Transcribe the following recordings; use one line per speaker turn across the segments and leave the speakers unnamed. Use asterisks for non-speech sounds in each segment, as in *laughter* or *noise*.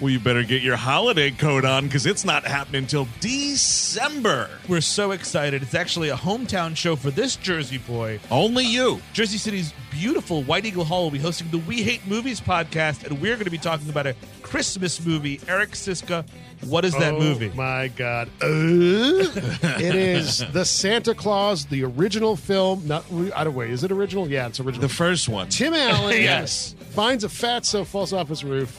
well, you better get your holiday coat on because it's not happening until December.
We're so excited. It's actually a hometown show for this Jersey boy.
Only you.
Jersey City's beautiful White Eagle Hall will be hosting the We Hate Movies podcast, and we're going to be talking about a Christmas movie. Eric Siska, what is that
Oh,
movie?
My God, Uh, *laughs* it is the Santa Claus, the original film. Not I don't wait. Is it original? Yeah, it's original.
The first one.
Tim Allen,
Yes.
finds a fatso falls off his roof.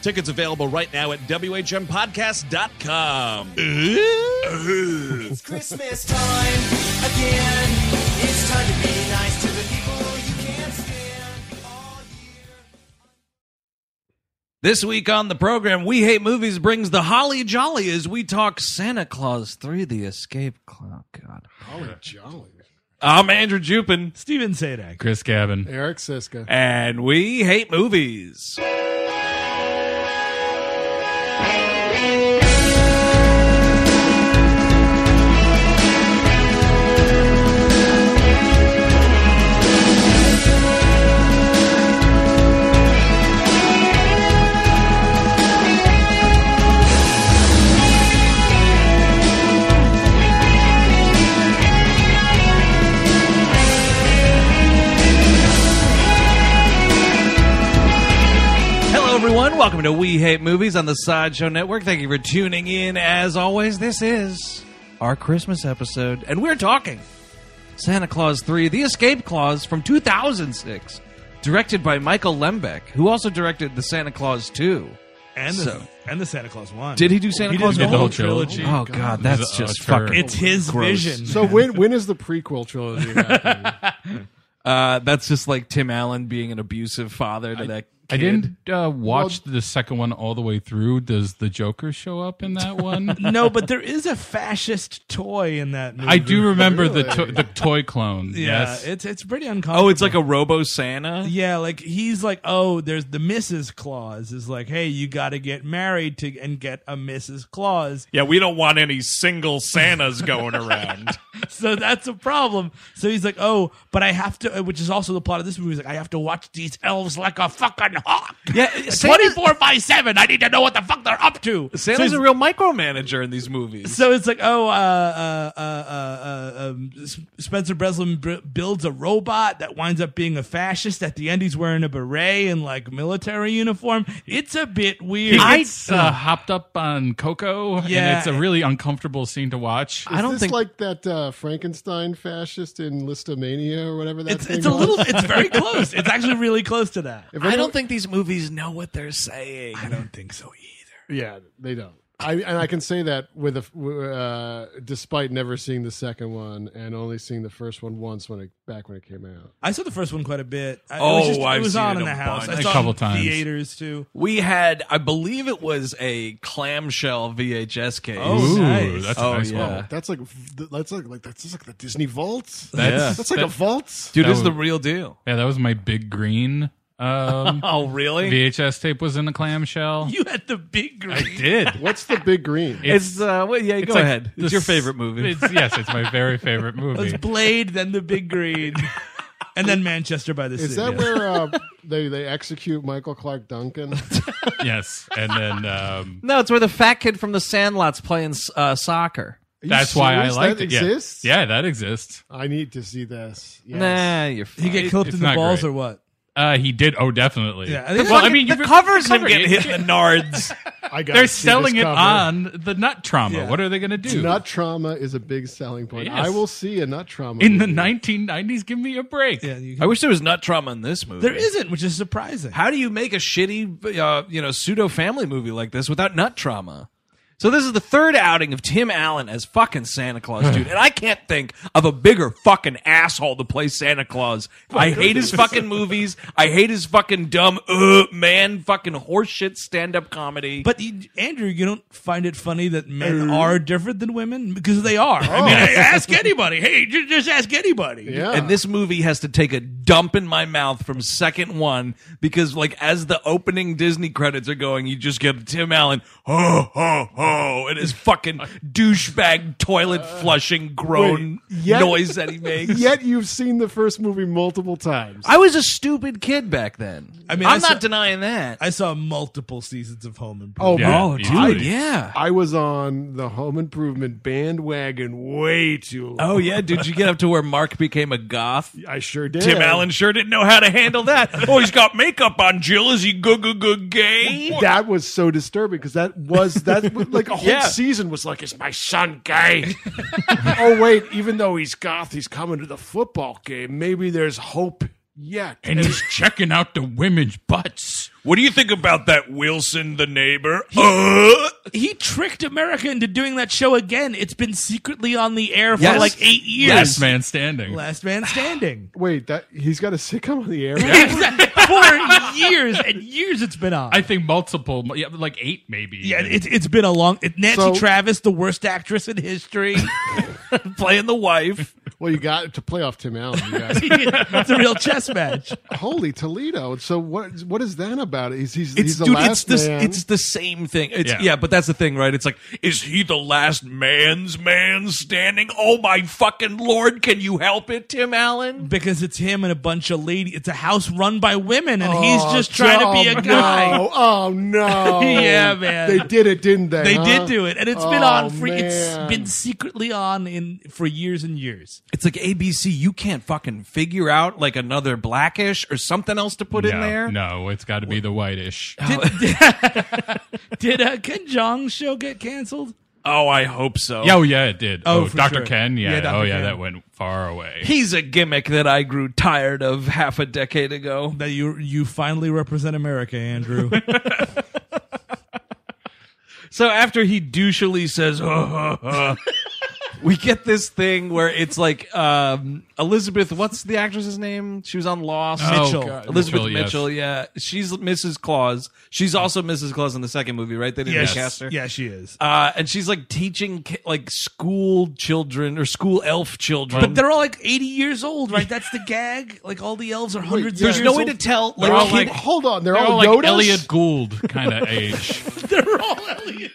Tickets available right now at WHMPodcast.com.
Christmas time again. It's time to be nice to the people you can't stand. All year.
This week on the program, We Hate Movies brings the Holly Jolly as we talk Santa Claus 3 The Escape Club. Oh, God.
Holy jolly.
I'm Andrew Jupin,
Steven Sadak.
Chris Gavin.
Eric Siska.
and we hate movies. Hello, everyone. Welcome to We Hate Movies on the Sideshow Network. Thank you for tuning in. As always, this is our Christmas episode, and we're talking Santa Claus 3 The Escape Clause from 2006, directed by Michael Lembeck, who also directed The Santa Claus 2.
And the,
So-
and the Santa Claus one.
Did he do Santa Claus
did the
1?
whole trilogy.
Oh, God, that's
He's a-
just
oh, sure.
fucking.
It's his vision.
So when when is the prequel trilogy happening?
Uh, that's just like Tim Allen being an abusive father to that kid.
I didn't uh, watch the second one all the way through. Does the Joker show up in that one?
no, but there is a fascist toy in that movie.
I do remember the to- the toy clone.
Yeah,
yes.
it's it's pretty uncomfortable.
Oh, it's like a Robo Santa?
yeah, like he's like, oh, there's the Mrs. Claus is like, hey, you got to get married to and get a Mrs. Claus.
Yeah, we don't want any single Santas going around.
so that's a problem. So he's like, oh, but I have to, which is also the plot of this movie. He's like, I have to watch these elves like a fucking hawk.
Yeah,
*laughs* twenty
Santa's,
four by seven. I need to know what the fuck they're up to. So
*laughs* Santa's
he's-
a real micromanager in these movies.
So it's like, oh, uh, uh, uh, uh, uh, um, S- Spencer Breslin b- builds a robot that winds up being a fascist. At the end, he's wearing a beret and like military uniform. It's a bit weird.
He gets uh, hopped up on Coco,
Yeah.
and it's a really uncomfortable scene to watch.
I don't
Is this
think
like that uh, Frankenstein fascist in Listomania or whatever that
it's,
thing
it's a
was?
little. It's very close. It's actually really close to that.
If
I
anyone-
don't think these movies know what they're saying. I don't think so either.
Yeah, they don't. I and I can say that with a uh, despite never seeing the second one and only seeing the first one once when it back when it came out.
I saw the first one quite a bit. I, it
Oh,
was, just, it
I've
was
seen
on
it
in
a
the house.
bunch.
I
A
saw it
couple
in
times.
Theaters too.
We had, I believe it was a clamshell VHS case.
Oh,
Ooh,
nice.
that's a
Oh,
nice
yeah.
one.
That's like that's like like that's just like the Disney vault.
That's-
that's like a vault.
Dude,
That
this is the
would-
real deal.
Yeah, that was my big green um,
Oh, really?
VHS tape was in the clamshell.
You had the big green.
did.
What's the big green?
It's, uh, well, yeah, go
like
ahead.
the
It's your
s-
favorite movie.
It's, yes, it's my very favorite
It was
movie.
Blade, then the big
*laughs*
green, and then Manchester by the Sea.
Is that
Yeah.
where uh, they they execute Michael Clark Duncan?
yes, and then um,
*laughs* No, it's where the fat kid from the Sandlot's playing uh, soccer.
Are you
that's why I
serious?
liked
that
it. Yeah.
Exists?
Yeah, that exists.
I need to see this. Yes.
Nah, you're fine.
he get clipped
it's
in the
not
balls
great.
or what?
Uh, he did. Oh, definitely.
Yeah, I
The
think-
well, I
fucking-
mean,
the
you've-
covers him
cover,
getting
it-
hit in the nards.
I got.
They're selling it on the nut trauma.
Yeah.
What are they going to do?
Nut trauma is a big selling point.
Yes.
I will see a nut trauma
in the
movie.
1990s. Give me a break.
Yeah, you
I wish there was nut trauma in this movie.
there isn't, which is surprising.
How do you make a shitty, uh, you know, pseudo family movie like this without nut trauma?
So this is the third outing of Tim Allen as fucking Santa Claus, dude. And I can't think of a bigger fucking asshole to play Santa Claus. I hate *laughs* his fucking movies. I hate his fucking dumb, uh, man, fucking horseshit stand-up comedy.
But you, Andrew, you don't find it funny that men are different than women because they are. I mean, *laughs* ask anybody. Hey, ju- just ask anybody.
Yeah.
And this movie has to take a dump in my mouth from second one because, like, as the opening Disney credits are going, you just get Tim Allen, ho, ho, ho, and his *laughs* fucking douchebag toilet flushing groan
Wait, yet- *laughs*
noise that he makes.
Yet you've seen the first movie multiple times.
I was a stupid kid back then.
I mean,
I'm
I
not
saw-
denying that.
I saw multiple seasons of Home Improvement.
oh,
Yeah,
man.
easily.
yeah.
I was on the Home Improvement bandwagon way too long.
Oh yeah, dude, you get up to where Mark became a goth.
I sure did.
Tim Allen sure didn't know how to handle that.
*laughs*
Oh, he's got makeup on Jill. Is he go go go gay?
That was so disturbing because that was that
*laughs*
was- like a whole
Yeah.
season was like, is my son gay? *laughs* oh wait, even though he's goth, he's coming to the football game. Maybe there's hope yet.
And he's checking out the women's butts.
What do you think about that Wilson the neighbor?
He tricked America into doing that show again. It's been secretly on the air for
Yes.
like eight years.
Last man standing.
Last man standing.
*sighs* wait, that he's got a sitcom on the air.
*laughs* for years and years it's been on.
I think multiple, yeah, like eight maybe.
yeah,
even.
it's it's been a long. It, Nancy
So-
Travis, the worst actress in history, *laughs*
Playing the wife.
Well, you got to play off Tim Allen. You guys.
it's a real chess match.
Holy Toledo! So what? What is that about? He's he's,
It's
he's the
dude, it's
last
the
man.
it's the same thing. It's
Yeah.
yeah. but that's the thing, right? It's like, is he the last man's man standing? Oh my fucking lord, can you help it, Tim Allen?
Because it's him and a bunch of ladies. It's a house run by women, and he's just trying to be
Oh,
a guy.
No. Oh no!
Yeah, man.
They did it, didn't they?
*laughs* They
huh?
did do it, and it's been
Oh,
on. For, it's
man.
been secretly on in for years and years.
It's like ABC, you can't fucking figure out like another blackish or something else to put in
No,
there.
No, it's got to be the *gasps* whitish.
Did uh, Ken Jong's show get canceled?
Oh, I hope so.
Yeah, oh yeah, it did.
Oh,
Oh,
for
Dr.
sure.
Ken, yeah.
Yeah, Dr.
Oh yeah,
Ken.
that went far away.
He's a gimmick that I grew tired of half a decade ago.
That you you finally represent America, Andrew.
So after he douchily says, "Huh, huh, huh," we get this thing where it's like um, Elizabeth, what's the actress's name? She was on Lost.
Oh, Mitchell. God.
Elizabeth
Mitchell,
Mitchell,
yes.
yeah. She's Mrs. Claus. She's also Mrs. Claus in the second movie, right? They didn't
Yes.
recast her.
yeah, she is.
Uh, and she's like teaching ki- like school children or school elf
*laughs*
children.
But they're all like 80 years old, right? That's the gag. Like all the elves are hundreds.
yeah.
of
there's
years
no way
old.
to tell.
They're all
Like,
like-
Hold on, they're,
They're
all,
all like
Yodas?
Elliot Gould kind *laughs* of age.
They're all Elliot.
*laughs*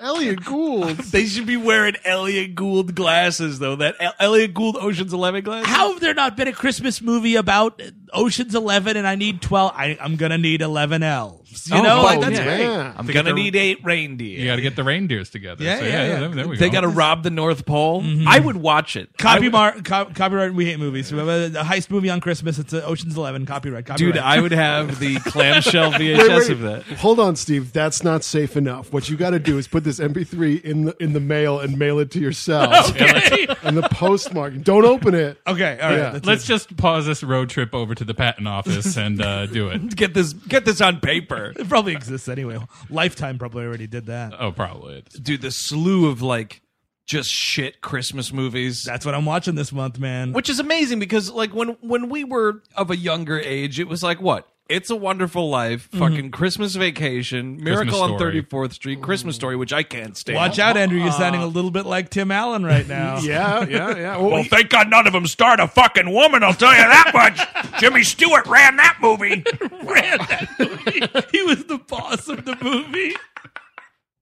Elliot Gould.
they should be wearing Elliot Gould glasses though. That El- Elliot Gould Ocean's Eleven glasses.
How have there not been a Christmas movie about Ocean's Eleven and I need 12? I, I'm gonna need 11 elves. You
Oh,
know,
oh,
like that's
yeah.
great.
Yeah.
I'm gonna need eight reindeer.
You got to get the reindeers together.
Yeah,
So,
yeah, yeah.
There, there we
They
go.
got to rob the North Pole.
Mm-hmm.
I would watch it. I
Copy
would-
mar- co- copyright. We hate movies. We have a, a heist movie on Christmas. It's uh, Ocean's Eleven. Copyright. Copyright.
Dude, I would have
*laughs*
the clamshell VHS
Wait, wait,
of that.
Hold on, Steve. That's not safe enough. What you got to do is put this MP3 in the in the mail and mail it to yourself.
*laughs* okay.
And the postmark. Don't open it.
okay. All right.
Yeah.
that's
Let's just pause this road trip over to the patent office and uh, do it.
Get this, get this on paper.
It probably exists anyway. Lifetime probably already did that.
Uh,
Oh, probably.
Dude, the slew of like just shit Christmas movies.
That's what I'm watching this month, man.
which is amazing because like when when we were of a younger age it was like what it's a wonderful life
Mm-hmm.
fucking christmas vacation miracle on
Story.
34th street christmas story which i can't stand
Watch out, Andrew. You're
Uh,
sounding a little bit like Tim Allen right
*laughs*
now.
Yeah, yeah, yeah. Oh, Well,
Well, thank God none of them starred a fucking woman, I'll tell you that much. Jimmy Stewart ran that
*laughs*
movie. ran that
he was the boss of the movie.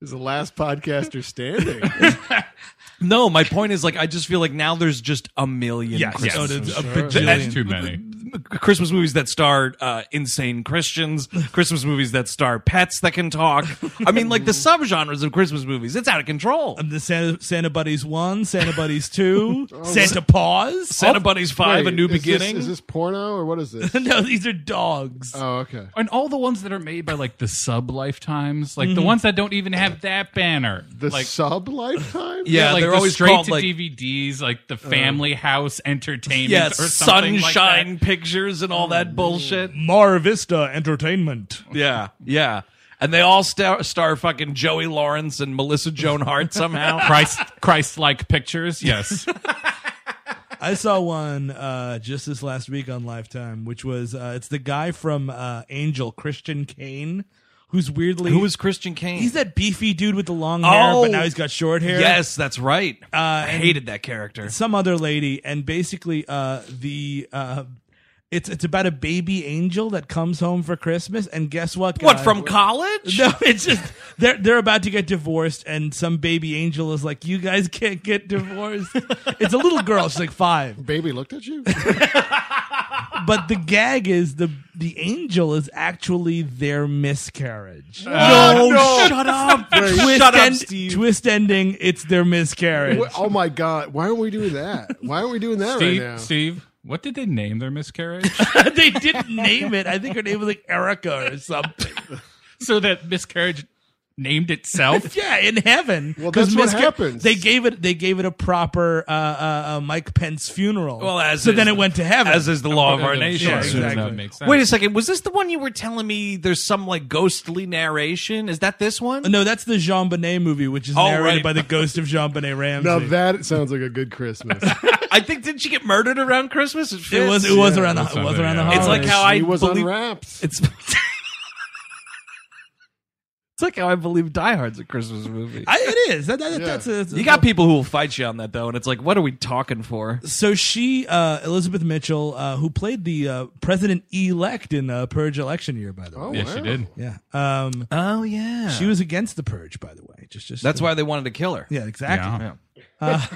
is the last podcaster standing.
no my point is like i just feel like now there's just a million christmas,
So did a
That's
bajillion.
too many.
christmas movies that star uh, insane christians
*laughs*
christmas movies that star pets that can talk i mean like the subgenres of christmas movies it's out of control
Um, the Santa, Santa Buddies one, Santa Buddies two,
*laughs*
Santa Paws.
Oh,
Oh,
santa buddies 5
Wait,
a new
is this-
beginning
is this porno or what is this?
*laughs* no, these are dogs.
oh, okay.
And all the ones that are made by like the sub lifetimes, like
Mm-hmm.
the ones that don't even have that banner.
The
like
sub lifetime?
Yeah,
like
they're
the
always
straight
called,
to
like- uh,
DVDs, like the Family House Entertainment.
yeah,
or something
sunshine
like that.
pictures and all that bullshit.
Mar Vista Entertainment.
Yeah, yeah. And they all star, star fucking Joey Lawrence and Melissa Joan Hart somehow.
Christ, Christ-like
*laughs*
pictures. Yes,
I saw one uh, just this last week on Lifetime, which was uh, it's the guy from uh, Angel, Christian Kane, who's weirdly
Who is Christian Kane?
he's that beefy dude with the long hair,
Oh.
but now he's got short hair.
yes, that's right. I hated that character.
some other lady, and basically uh, the. Uh, it's, it's about a baby angel that comes home for Christmas, and guess what?
What
guy?
from
*laughs*
college?
No, it's just they're they're about to get divorced, and some baby angel is like, "You guys can't get
*laughs*
divorced." it's a little girl; she's like five.
Baby looked at *laughs* you?
But the gag is the the angel is actually their miscarriage.
Ah, no, shut up.
twist,
shut
end-
up, Steve.
twist ending. It's their miscarriage.
Wha- oh my god, why aren't we doing that? Why aren't we doing that
Steve.
right now?
Steve, what did they name their miscarriage?
*laughs*
*laughs*
they didn't name it. I think her name was like Erica or
*laughs*
something.
so that miscarriage named itself.
Yeah, in heaven.
Well,
'Cause
that's what
misca-
happens.
They gave it. They gave it a proper uh, uh, uh, Mike Pence funeral.
Well, as
so
is-
then it went to heaven.
As is the law *laughs* of our
Yeah,
nation.
sure,
exactly.
That makes sense.
Wait a second. Was this the one you were telling me there's some like ghostly narration? Is that this one?
No, that's the Jean Bonnet movie, which is
Oh,
narrated
right.
by the ghost of Jean Bonnet Ramsey.
Now that sounds like a good *laughs* Christmas.
I think didn't she get murdered around Christmas? It,
it
fits.
was it was around the it
sounds
was
like-
around the
yeah.
holidays.
It's like how I
he was
believe-
unwrapped.
It's It's like how I believe Die Hard's a Christmas movie.
I, *laughs* it is. That, that,
Yeah.
That's a,
you got people who will fight you on that though, and it's like, what are we talking for?
So she, uh, Elizabeth Mitchell, uh, who played the uh, president elect in uh, Purge election year, by the way.
Oh,
Yes, you
wow.
did.
Yeah. Um,
Oh yeah,
she was against the Purge, by the way. Just, just
That's why they wanted to kill her.
Yeah, exactly.
Yeah. Yeah.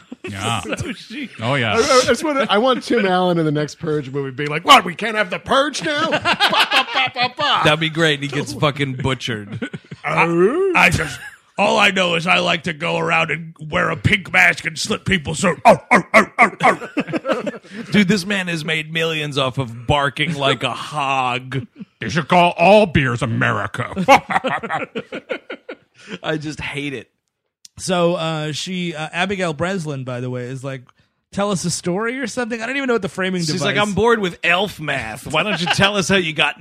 Oh yeah.
I, I just want I want Tim Allen in the next Purge movie being like, "What? We can't have the Purge now." Ba, ba, ba, ba, ba.
That'd be great, and he gets fucking *laughs* butchered.
I just all I know is I like to go around and wear a pink mask and slit people's throats. Oh, oh, oh, oh, oh.
*laughs* Dude, this man has made millions off of barking like a hog.
They should call all beers *laughs* America.
I just hate it.
So uh, she, uh, Abigail Breslin, by the way, is like, tell us a story or something. I don't even know what the framing
She's
device.
like, I'm bored with elf math. Why don't you tell us how you got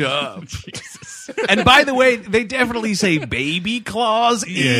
*laughs*
up? And by the way, they definitely say baby claws. Yeah,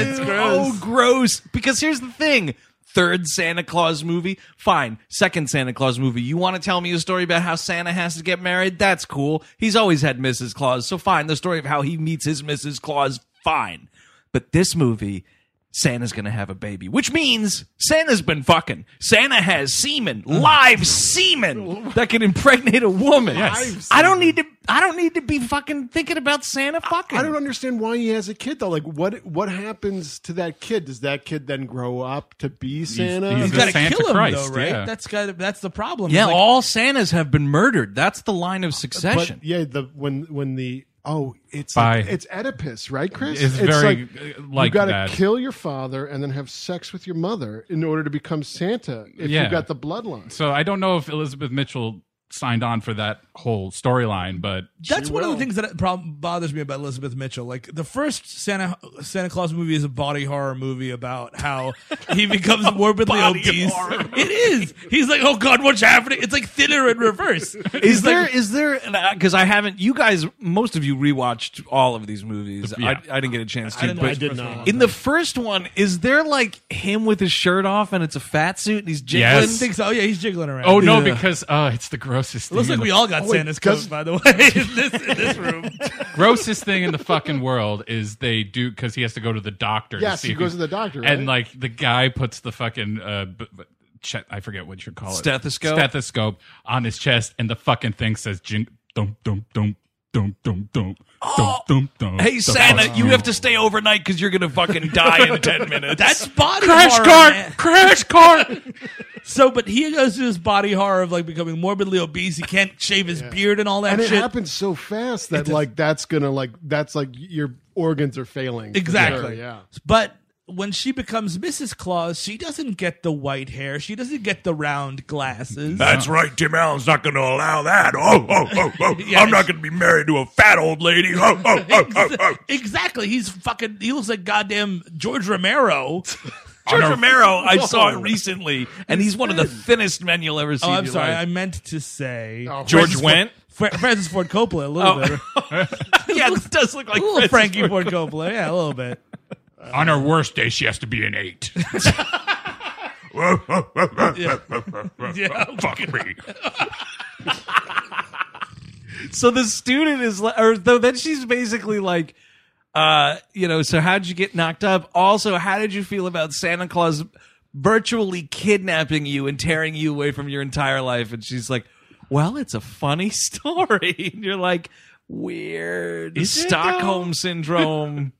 it's gross.
Oh, gross. Because here's the thing. Third Santa Claus movie, fine. Second Santa Claus movie, you want to tell me a story about how Santa has to get married? That's cool. He's always had Mrs. Claus, so fine. The story of how he meets his Mrs. Claus, fine. But this movie, Santa's gonna have a baby, which means Santa's been fucking. Santa has semen, live semen that can impregnate a woman. I don't need to. I don't need to be fucking thinking about Santa fucking.
I don't understand why he has a kid though. Like, what what happens to that kid? Does that kid then grow up to be Santa?
he's
You gotta
Santa
kill him
Christ,
though, right?
yeah.
That's got that's the problem.
Yeah,
It's like-
all Santas have been murdered. That's the line of
but
succession.
yeah, the when when the oh, it's
Bye.
like- it's Oedipus, right, Chris?
It's very, uh, like
you gotta
that.
kill your father and then have sex with your mother in order to become Santa. If
Yeah.
you got the bloodline,
so I don't know if Elizabeth Mitchell signed on for that whole storyline, but
That's one of the things that problem bothers me about Elizabeth Mitchell. Like the first Santa Santa Claus movie is a body horror movie about how
*laughs*
he becomes morbidly
body
obese.
horror
*laughs* It is. He's like, oh god, what's happening? It's like thinner in
*laughs*
reverse.
Is there is there because I haven't you guys most of you rewatched all of these movies
Yeah.
I, I didn't get a chance to
I didn't
but
watch the I did first not. one.
in the first one is there like him with his shirt off and it's a fat suit and he's jiggling
I didn't think so. Oh yeah, he's jiggling around.
oh no,
Yeah.
because uh, it's the grossest.
it looks
thing
like
in
we
the-
all got
Oh, wait,
Santa's
does-
coat, by the way, *laughs* in this
*laughs*
in this room.
grossest thing in the fucking world is they do because he has to go to the doctor.
Yes,
see
he
if
goes
he's-
to the doctor,
and
right?
like the guy puts the fucking uh, b- b- che- I forget what you call it
Stethoscope?
stethoscope on his chest, and the fucking thing says jing dum dum dum dum dum dum dum dum dum.
Hey
The
Santa,
fuck
you have to stay overnight because you're gonna fucking die in ten minutes.
That's body
crash
horror.
cart,
man.
crash cart.
So, but he goes through this body horror of like becoming morbidly obese. He can't shave his beard and all that
and it
shit.
happens so fast that like that's gonna like that's like your organs are failing. for
Exactly.
sure, yeah.
But when she becomes Mrs. Claus, she doesn't get the white hair. She doesn't get the
*laughs*
round glasses.
That's
Uh-huh.
right, Tim Allen's not going to allow that. Oh, oh, oh,
*laughs*
oh. I'm not going to be married to a fat old lady. Oh, oh, oh, oh, oh.
exactly. He's fucking. He looks like goddamn George Romero.
George Romero, I saw it recently, and he's one of the thinnest men you'll ever see.
oh,
in
I'm
your
sorry.
life.
I meant to say
George Wendt.
Fra- Francis Ford Coppola a little bit. *laughs*
yeah, this *laughs* does look like
A little
Francis
Frankie
Ford
Ford Coppola. Yeah, a little bit.
On her worst day, she has to be an eight. *laughs*
Yeah.
Fuck me.
*laughs* so the student is li- or though then she's basically like uh you know so how'd you get knocked up also how did you feel about santa claus virtually kidnapping you and tearing you away from your entire life and she's like well it's a funny story and you're like weird
it,
stockholm syndrome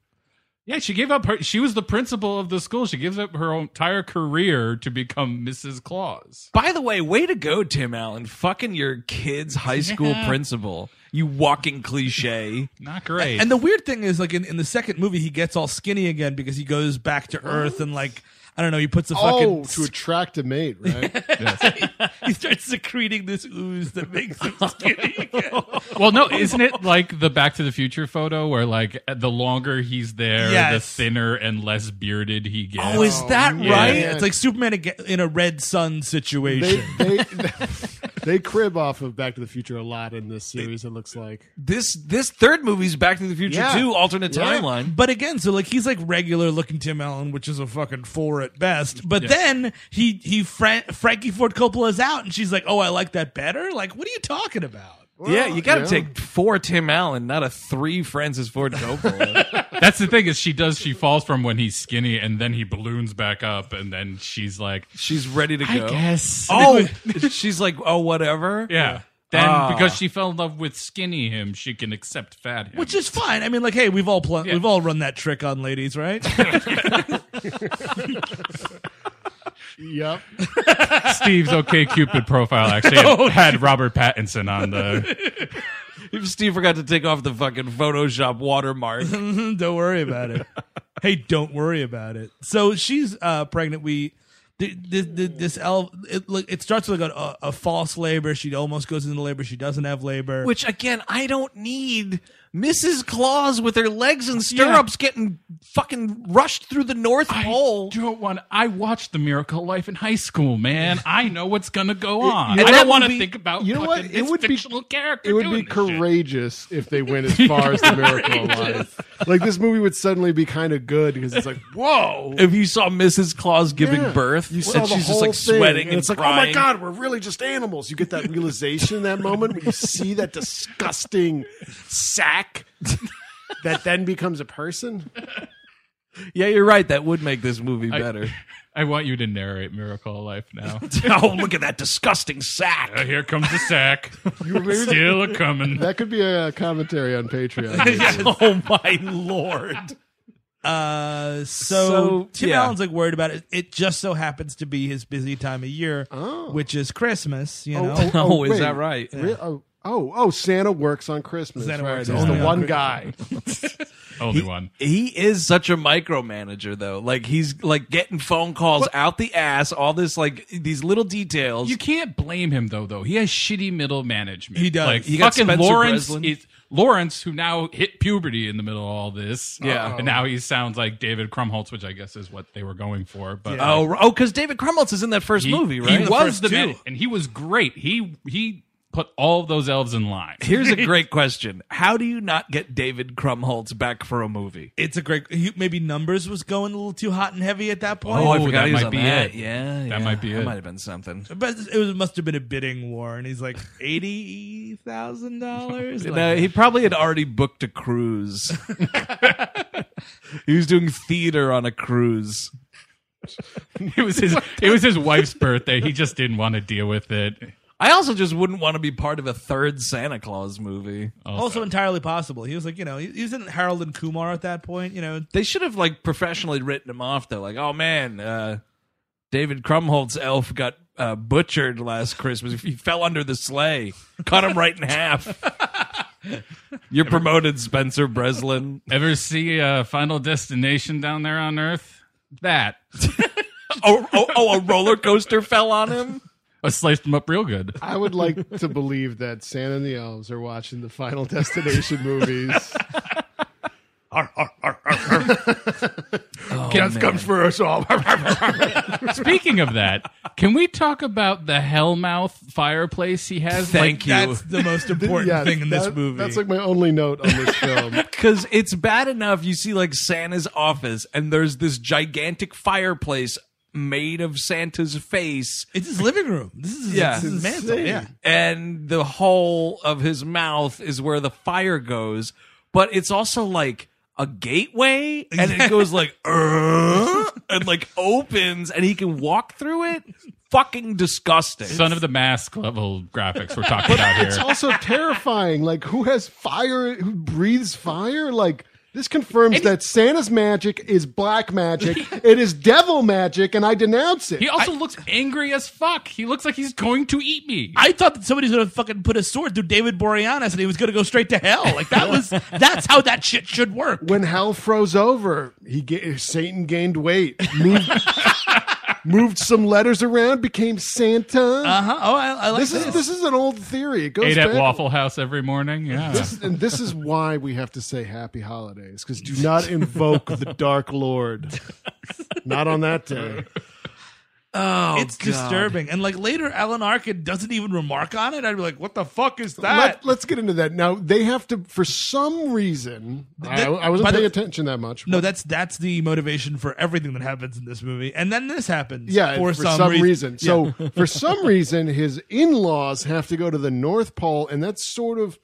Yeah, she gave up her. She was the principal of the school. She gives up her entire career to become Mrs. Claus.
by the way way to go tim allen fucking your kids high school principal you walking cliche
Not great.
And the weird thing is, like in, in the second movie, he gets all skinny again because he goes back to Earth and like I don't know. He puts a
Oh,
fucking.
to attract a mate,
*laughs*
right?
he starts secreting this ooze that makes him skinny. *laughs* again.
well, no, isn't it like the Back to the Future photo where like the longer he's there, the
Yes.
thinner and less bearded he gets.
oh is that
yeah.
right
Yeah.
It's like Superman aga- in a red sun
they,
situation.
they *laughs* they crib off of Back to the Future a lot in this series. It looks like
this this third movie's back to the future
Yeah.
2 alternate
Yeah.
timeline
but again, so like he's like regular looking Tim Allen, which is a fucking four at best. But then he he Fran- Frankie Ford Coppola's out, and she's like, "Oh, I like that better." Like, what are you talking about?
yeah,
Well,
you got to
yeah.
take four Tim Allen, not a three Francis Ford Coppola.
That's the thing is she does. She falls from when he's skinny, and then he balloons back up, and then she's like,
she's ready to go.
guess.
Oh, *laughs* she's like, oh, whatever.
yeah. Then
Ah.
because she fell in love with skinny him, she can accept fat him.
Which is fine. I mean, like, hey, we've all pl- we've all run that trick on ladies, right?
Yep.
Steve's OK Cupid profile *laughs* actually had, had Robert Pattinson on *laughs* the.
If Steve forgot to take off the fucking
*laughs*
Photoshop watermark,
don't worry about
*laughs*
it. hey, don't worry about it. So she's uh, pregnant. We th- th- th- this elf. It, look, it starts with like a, a false labor. She almost goes into labor. She doesn't have labor.
which again, I don't need. Mrs. Claus with her legs and stirrups getting fucking rushed through the North Pole.
Oh.
I don't want. I watched The Miracle Life in high school, man. I know what's gonna go on.
you know
I don't
what
want
would
to
be-
think about.
you know what?
fucking
It
this
would be-
fictional character.
It would be
doing this shit.
courageous if they went as far as the Miracle Alive. Like this movie would suddenly be kind of good because it's like, whoa,
If you saw Mrs. Claus giving
Yeah.
birth,
You saw
and
the
she's just
whole
like
thing,
sweating
and,
and
it's like, oh my
crying.
god, we're really just animals. You get that realization in that moment when you see that disgusting sack that then becomes a person.
Yeah, you're right. That would make this movie better.
I want you to narrate Miracle Life now.
*laughs* oh, look at that disgusting sack.
*laughs*
Uh, *laughs* here comes the sack. Still a coming.
That could be a commentary on *laughs* Patreon.
oh my lord.
Uh, so,
So,
Tim
yeah.
Allen's like worried about it. It just so happens to be his busy time of year, which is Christmas. You know,
*laughs* Oh, is
wait.
that right?
Re- oh, oh, oh, Santa works on Christmas.
Santa
right.
works
He's
only
the
on
one
Christmas.
guy.
Only one.
He is such a micromanager though. Like he's like getting phone calls out the ass, all this like these little details.
You can't blame him though. Though he has shitty middle management.
He does.
Like
He
got
fucking
Spencer
Lawrence.
Breslin.
Is, Lawrence, who now hit puberty in the middle of all this. Uh,
Yeah.
And now he sounds like David Krumholtz, which I guess is what they were going for. But
oh, r- oh, because David Krumholtz is in that first
he,
movie,
he
right?
was the man, and he was great. He he put all of those elves in line.
Here's a
*laughs*
great question: How do you not get David Krumholtz back for a movie?
It's a great. he- Maybe numbers was going a little too hot and heavy at that point.
Oh, I forgot
that
he was
might
on
be
that.
it. Yeah, yeah,
might be
That
it.
might have been something.
But it was, must have been a bidding war, and he's like
*laughs*
eighty thousand dollars.
No, he probably had already booked a
*laughs*
cruise. he was doing theater on a cruise.
It was his *laughs* it was his wife's birthday. He just didn't want to deal with it.
I also just wouldn't want to be part of a third Santa Claus movie.
also entirely possible. He was like, you know, he, he was in Harold and Kumar at that point. You know,
They should have like professionally written him off though. Like, oh man, uh, David Krumholtz elf got uh, butchered last Christmas. He fell under the sleigh, cut him right in half. *laughs* You're promoted, Spencer Breslin.
Ever see uh, Final Destination down there on Earth? That *laughs*
Oh, oh, oh, a roller coaster fell on him.
I sliced him up real good.
Oh,
I would like to believe that Santa and the elves are watching the Final *laughs* Destination
*laughs*
movies.
Death comes
for us
Oh,
all.
Speaking of that, can we talk about the Hellmouth fireplace he has?
Thank you.
that's the most *laughs* important
Yeah,
thing in this
that-
movie.
That's like my only note on this
*laughs*
film.
Because it's bad enough you see like Santa's office and there's this gigantic fireplace made of Santa's face
it's his living room. This is his,
Yeah.
this is his mantle. Yeah,
and the hole of his mouth is where the fire goes, but it's also like a gateway and it goes like "Uh," and like opens and he can walk through it. Fucking disgusting.
Son of the Mask level graphics we're talking about here.
It's also terrifying. Like, who has fire? Who breathes fire? Like, this confirms that Santa's magic is black magic. *laughs* it is devil magic, and I denounce it.
He also looks angry as fuck. He looks like he's going to eat me.
I thought that somebody's gonna fucking put a sword through David Boreanaz and he was gonna go straight to hell. Like that *laughs* was that's how that shit should work.
when hell froze over, he ga- Satan gained weight, moved, *laughs* moved some letters around, became Santa.
Uh huh. Oh, I, I like
this
this.
is this is an old theory. It goes
Ate at
back-
Waffle House every morning. Yeah.
This, and this is why we have to say happy holidays because do not invoke the dark lord. Not on that day.
it's disturbing. And like later, Alan Arkin doesn't even remark on it. I'd be like, what the fuck is that?
Let, us get into that now. They have to, for some reason, I, I wasn't
by the-
paying attention that much.
*laughs* no, that's that's the motivation for everything that happens in this movie. And then this happens.
yeah, for, some, reason. So for some reason, his in-laws have to go to the North Pole, and that's sort of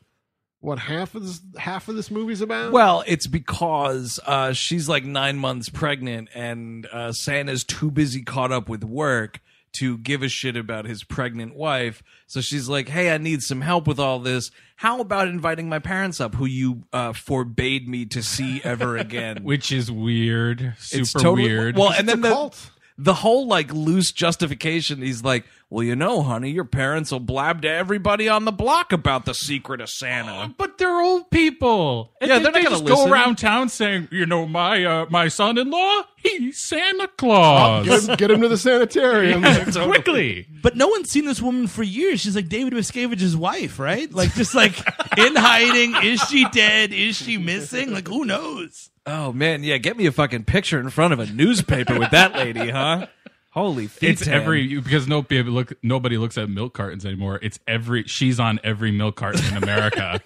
what half of this half of this movie's about.
Well, it's because uh, she's like nine months pregnant, and uh, Santa's too busy caught up with work to give a shit about his pregnant wife. So she's like, "Hey, I need some help with all this. How about inviting my parents up, who you uh, forbade me to see ever
*laughs*
again?"
Which is weird. Super
it's totally
weird.
Well,
It's
and then
a
the,
cult.
the whole like loose justification. He's like, "Well, you know, honey, your parents will blab to everybody on the block about the secret of Santa."
But they're old people. And
Yeah,
then
they're not
they
gonna
just
listen.
go around town saying, you know, my uh, my son-in-law, he's Santa Claus.
get, him, get him to the
*laughs*
sanitarium.
Quickly.
But no one's seen this woman for years. She's like David Miscavige's wife, right? Like just like in hiding. Is she dead? Is she missing? Like who knows?
Oh man, yeah, get me a fucking picture in front of a newspaper with that lady, huh? Holy feet.
It's every because nobody look nobody looks at milk cartons anymore. It's every she's on every milk carton
*laughs*
in America.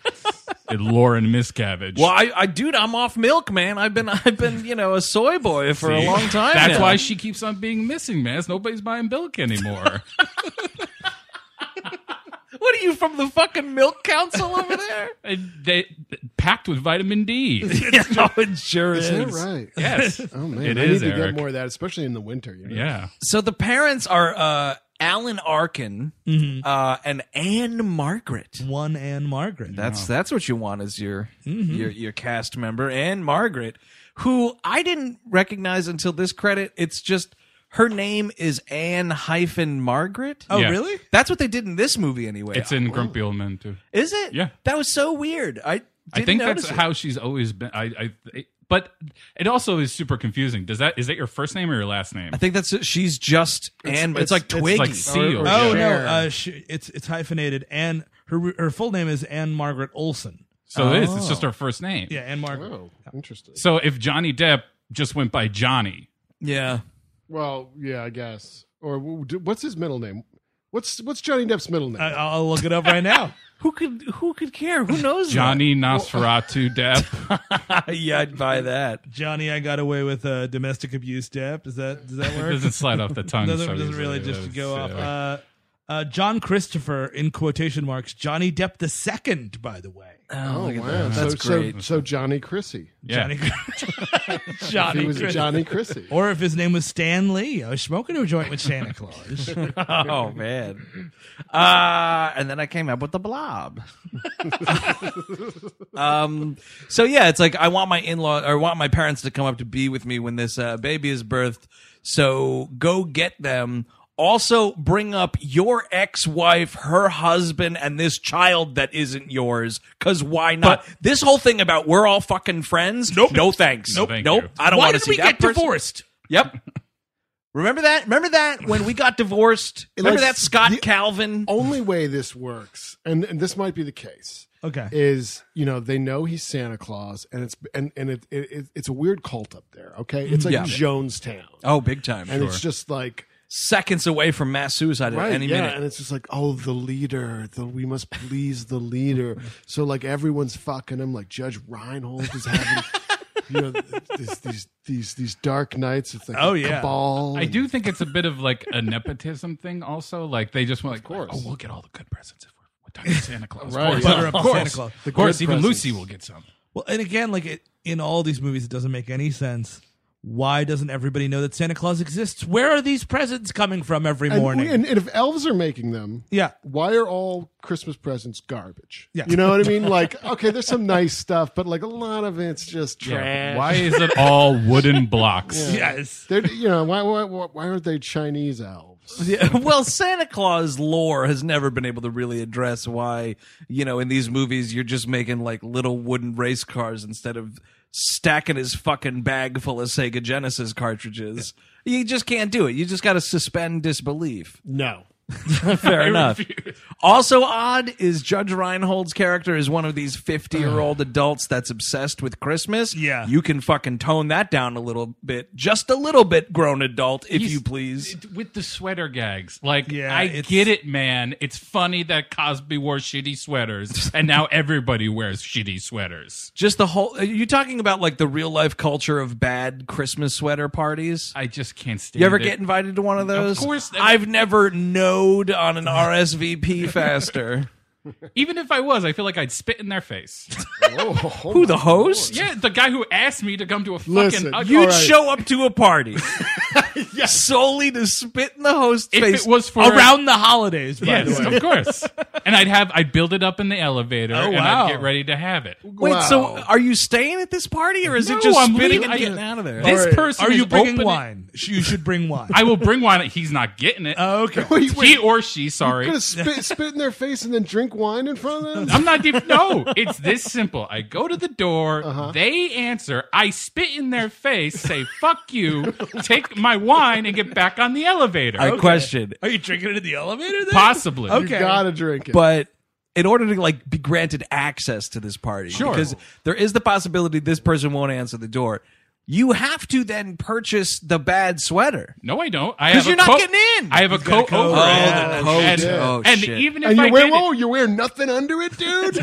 And Lauren Miscavige.
Well, I, I dude, I'm off milk, man. I've been I've been, you know, a soy boy for a long time.
That's
now. *laughs*
why she keeps on being missing, man. It's nobody's buying
*laughs*
milk anymore.
What are you from the fucking milk council over there?
And they packed with
*laughs*
vitamin D.
it's no insurance.
Is that right?
Yes.
Oh man,
It
I
is,
need to
Eric.
get more of that, especially in the winter. You know?
yeah.
So the parents are uh Alan Arkin uh and Anne Margaret.
One and Margaret.
That's that's what you want as your your your cast member and Margaret, who I didn't recognize until this credit. It's just her name is Anne hyphen Margaret.
oh,
Yeah.
really?
That's what they did in this movie anyway.
It's in Grumpy Old Men too.
is it?
Yeah.
That was so weird. I
I
Didn't
think that's
notice it.
how she's always been. I, I, it- but it also is super confusing. Does that is that your first name or your last name?
I think that's she's just and it's, like Twiggy.
like seal.
Oh no, uh, she, it's it's hyphenated, and her her full name is Anne Margaret Olson.
So it is. It's
Oh.
just her first name.
Yeah, Anne Margaret.
interesting.
So if Johnny Depp just went by Johnny,
Yeah.
Well, yeah, I guess. Or w- d- what's his middle name? What's what's Johnny Depp's middle name?
I, will look it up right now.
*laughs* who could who could care? Who knows?
Johnny Nosferatu Depp.
yeah, I'd buy that.
Johnny, I got away with uh, domestic abuse debt. Does that does
*laughs*
that
It
work?
doesn't slide off the tongue
doesn't,
so
doesn't really
easily.
just
That's,
go off.
yeah.
Uh, uh, John Christopher in quotation marks. Johnny Depp the second, by the way.
Oh,
look at
wow.
that.
So-
That's
so,
great.
So, Johnny Chrissy. *laughs*
Johnny, Johnny,
If he was
Christ-
Johnny Chrissy.
*laughs* or if his name was Stan Lee. I was smoking a joint with
*laughs*
Santa Claus.
oh man. Uh and then I came up with
*laughs*
the blob. um so yeah, it's like I want my in-law or I want my parents to come up to be with me when this uh, baby is birthed. So go get them. Also bring up your ex-wife, her husband and this child that isn't yours cuz why not? this whole thing about we're all fucking friends? Nope. No thanks.
No, thank
Nope.
you.
I don't
Why
want to
did
see
we
that
get
person.
divorced?
Yep. Remember that? Remember that when we got divorced? Remember
Like,
that Scott Calvin?
Only way this works, and, and this might be the case,
Okay.
is you know they know he's Santa Claus, and it's and and it, it, it it's a weird cult up there. Okay, it's like
Yeah.
Jonestown,
Oh, big time.
and it's just like
seconds away from mass suicide
right,
at any
yeah,
minute.
and it's just like oh the leader, the, we must please the leader. So like everyone's fucking him, like Judge Reinhold is having. You know these, these these these dark nights. It's like
Oh,
a
yeah.
cabal.
I
and-
do think it's a bit of like a nepotism thing. Also, like they just went like,
course.
oh, we'll get all the good presents if we're, we're talking Santa Claus.
Right.
Of course,
Butter up
of course,
Santa Claus.
Of course,
good
even
presents.
Lucy will get some.
Well, and again, like it, in all these movies, it doesn't make any sense. Why doesn't everybody know that Santa Claus exists? Where are these presents coming from every
And-
morning?
And, and if elves are making them,
yeah.
why are all Christmas presents garbage?
Yeah.
You know what I mean? Like, okay, there's some nice stuff, but like a lot of it's just trash.
Yeah. Why is it all wooden blocks?
Yes.
They're, you know, why, why, why why aren't they Chinese elves?
Yeah, *laughs* well, Santa Claus lore has never been able to really address why, you know, in these movies you're just making like little wooden race cars instead of stacking his fucking bag full of Sega Genesis cartridges. You just can't do it. You just got to suspend disbelief.
No.
*laughs* Fair enough. Also odd is Judge Reinhold's character is one of these 50 year old adults that's obsessed with Christmas.
Yeah.
You can fucking tone that down a little bit. Just a little bit, grown adult, if
He's-
you please.
it- with the sweater gags. Like,
Yeah,
I
it's-
get it, man. It's funny that Cosby wore shitty sweaters, and now everybody wears shitty sweaters.
Just the whole. Are you talking about like the real life culture of bad Christmas sweater parties?
I just can't stand.
You ever
it.
get invited to one of those?
course.
I've never knowed on an
*laughs*
RSVP faster.
Even if I was, I feel like I'd spit in
*laughs*
their face.
Who, the host?
yeah, the guy who asked me to come to a fucking.
Listen,
ugly-
You'd
All right.
show up to a
*laughs*
party solely to spit in the host's
If
face.
it was for
Around the holidays, by
Yes,
the way. Oh,
of course. And I'd have I'd build it up in the elevator and
wow.
I'd get ready to have it.
Wait, *laughs* so
Wow.
are you staying at this party or is
No,
it just
I'm
spitting
leaving.
and
I-
getting out of there?
This
right.
person
Are you
is
bringing
opening-
wine? You should bring wine.
I will bring wine. He's not getting it.
okay.
*laughs*
Wait, wait,
he or she, sorry.
Gonna
*laughs*
spit, spit in their face and then drink wine in front of them?
I'm not even. No, it's this simple. I go to the door.
Uh-huh.
They answer. I spit in their face. Say "fuck you." Take my wine and get back on the elevator.
I question.
Are you drinking it in the elevator? Then?
Possibly.
Okay.
You gotta drink it.
But in order to like be granted access to this party,
Sure.
because there is the possibility this person won't answer the door, you have to then purchase the bad sweater.
No, I don't. I
'Cause
have a
you're not
coat-
getting in.
I have a coat,
Oh,
over it.
the coat.
And,
Oh,
and
shit.
even if
and
I
you wear
did it-
oh, you wear nothing under it,
*laughs*
dude.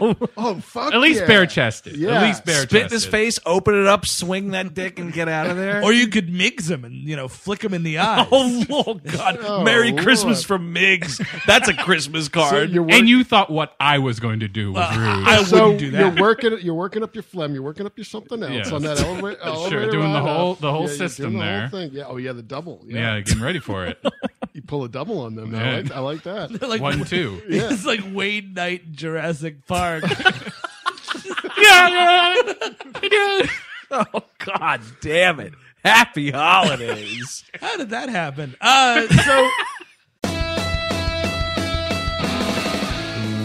Oh fuck!
at least
yeah.
bare chested.
Yeah.
At least bare
Spit in his face, open it Oh, up, swing that dick, and get out of *laughs* there.
Or you could mix them and you know flick them
*laughs*
in the eye.
oh, Lord, God.
Oh,
Merry
Lord.
Christmas
*laughs*
from Miggs. That's a Christmas
So
card.
you're work-
And you thought what I was going
*laughs*
to do was rude.
I
so
wouldn't do that.
You're working, you're working up your phlegm. You're working up your something else
Yeah.
on that
*laughs*
elevator. elevator
doing the
ride up.
whole- the whole
Yeah, you're doing
system
the whole
there.
thing. Yeah. Oh yeah, the double.
yeah. getting ready
*laughs*
for it.
You pull a double on them. though.
Yeah.
I, like, I like that.
*laughs* like
One, two.
It's like Wade Knight in Jurassic Park.
yeah, yeah.
oh, God damn it. Happy *laughs* holidays.
How did that happen? Uh, so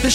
This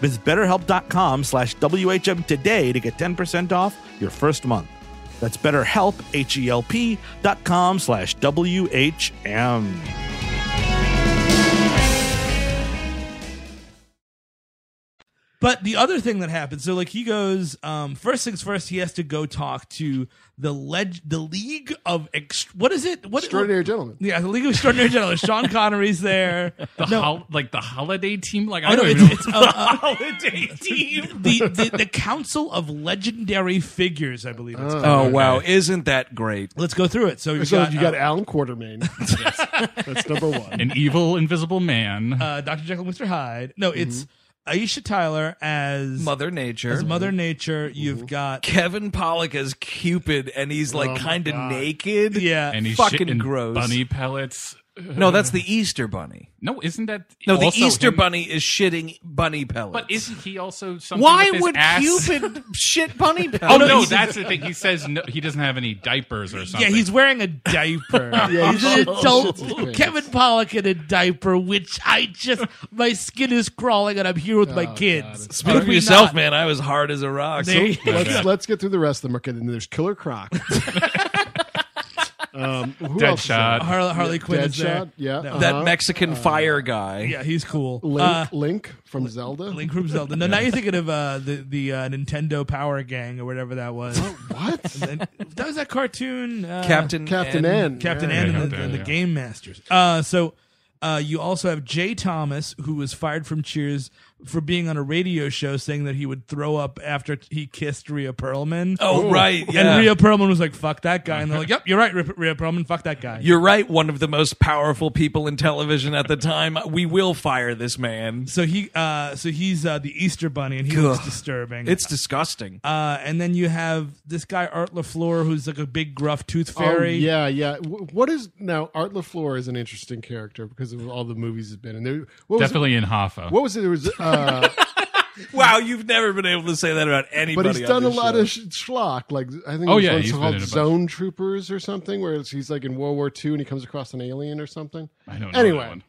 Visit betterhelp.com slash WHM today to get 10% off your first month. That's betterhelp, H-E-L-P dot com slash W-H-M.
But the other thing that happens, so like he goes, um, first things first, he has to go talk to the leg, the League of Ex- what is it? What
Extraordinary Gentlemen.
Yeah, the League of Extraordinary
*laughs*
Gentlemen. Sean Connery's there.
The hol- like the holiday team. Like I,
Oh, no,
don't
it's,
even
it's,
know.
uh, uh,
*laughs*
holiday
*laughs*
team.
The, the the Council of Legendary Figures, I believe. It's
Oh
called.
wow, isn't that great?
Let's go through it. So you
Uh. So
got,
you got
uh,
Alan *laughs* Quartermain. That's number
*laughs*
one.
An evil invisible man.
uh, Dr. Jekyll, and Mr. Hyde. No, it's
Mm-hmm.
Aisha Tyler as
Mother Nature.
as Mother Nature.
Mm-hmm.
You've got
Kevin Pollock as Cupid, and he's like kind of naked.
yeah,
and he's
fucking
shitting
gross.
Bunny pellets.
No, that's the Easter Bunny.
No, isn't that
No, the
also
Easter
him?
Bunny is shitting bunny pellets.
But isn't he also something?
Why
with his
would *laughs*
ass?
Cupid shit bunny
Oh
pellets?
no, that's the thing. He says no, he doesn't have any diapers or something.
yeah. He's wearing a diaper.
*laughs* Yeah,
he's
he's
an
shit-
adult.
shit's pants.
Kevin Pollock in a diaper, which I just my skin is crawling, and I'm here with
Oh,
my kids.
Speak for yourself, man. I was hard as a rock.
There-
let's let's get through the rest of them. Okay, then there's Killer *laughs* Croc. um, who else is there?
Deadshot.
Harley, Harley Quinn is there.
Deadshot, yeah.
No.
that
uh-huh.
Mexican fire guy.
Yeah, he's cool.
Link,
Uh,
Link from Zelda.
Link from Zelda. No, now you're thinking of uh, the the uh, Nintendo Power Gang or whatever
*laughs*
that was.
What?
And that was that cartoon. Uh,
Captain
Captain
N.
N.
Captain
Yeah.
N and,
yeah,
the,
yeah,
and the
yeah.
Game Masters. Uh, so uh, you also have Jay Thomas, who was fired from Cheers for being on a radio show saying that he would throw up after he kissed Rhea Perlman.
Oh, right, yeah.
And Rhea Perlman was like, "Fuck that guy," and they're like, "Yep, you're right, Rip- Rhea Perlman. Fuck that guy."
You're right, one of the most powerful people in television at the time. We will fire this man.
so he, uh, so he's uh, the Easter Bunny, and he looks
Ugh.
disturbing.
It's disgusting.
uh, and then you have this guy Art Lafleur, who's like a big gruff tooth
Oh,
fairy.
yeah, yeah. Wh- What is now? Art LaFleur is an interesting character because of all the movies he's been in. There, what was it-
*laughs*
definitely in Hoffa.
What was it? There was uh,
Wow, you've never been able to say that about anybody.
but he's
on
done a
this
lot
show.
of sh- schlock. Like I think
Oh,
it was
yeah,
once
he's been
called
in a bunch.
Zone Troopers or something, where it's, he's like in World War II and he comes across an alien or something.
I don't know that
Anyway,
one.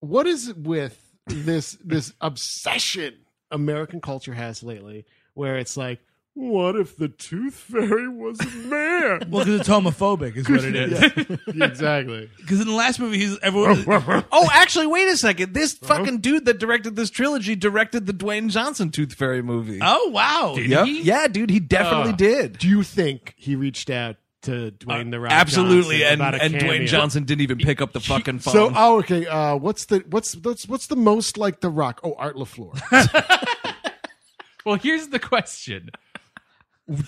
what is it with this this obsession American culture has lately, where it's like, what if the Tooth Fairy was a man?
Well, because it's homophobic, is
*laughs*
what it is. *laughs*
Yeah, exactly.
Because in the last movie, he's everyone.
Oh, actually, wait a second. This fucking dude that directed this trilogy directed the Dwayne Johnson Tooth Fairy movie.
Oh wow!
Yep. Yeah, dude, he definitely
Uh,
did.
Do you think he reached out to Dwayne the Rock?
Absolutely,
Johnson
and
about a
and Dwayne
cameo?
Johnson didn't even pick up the *laughs* fucking phone.
So oh okay, uh, what's the what's what's what's the most like the Rock? Oh, Art Lafleur.
Well, here's the question.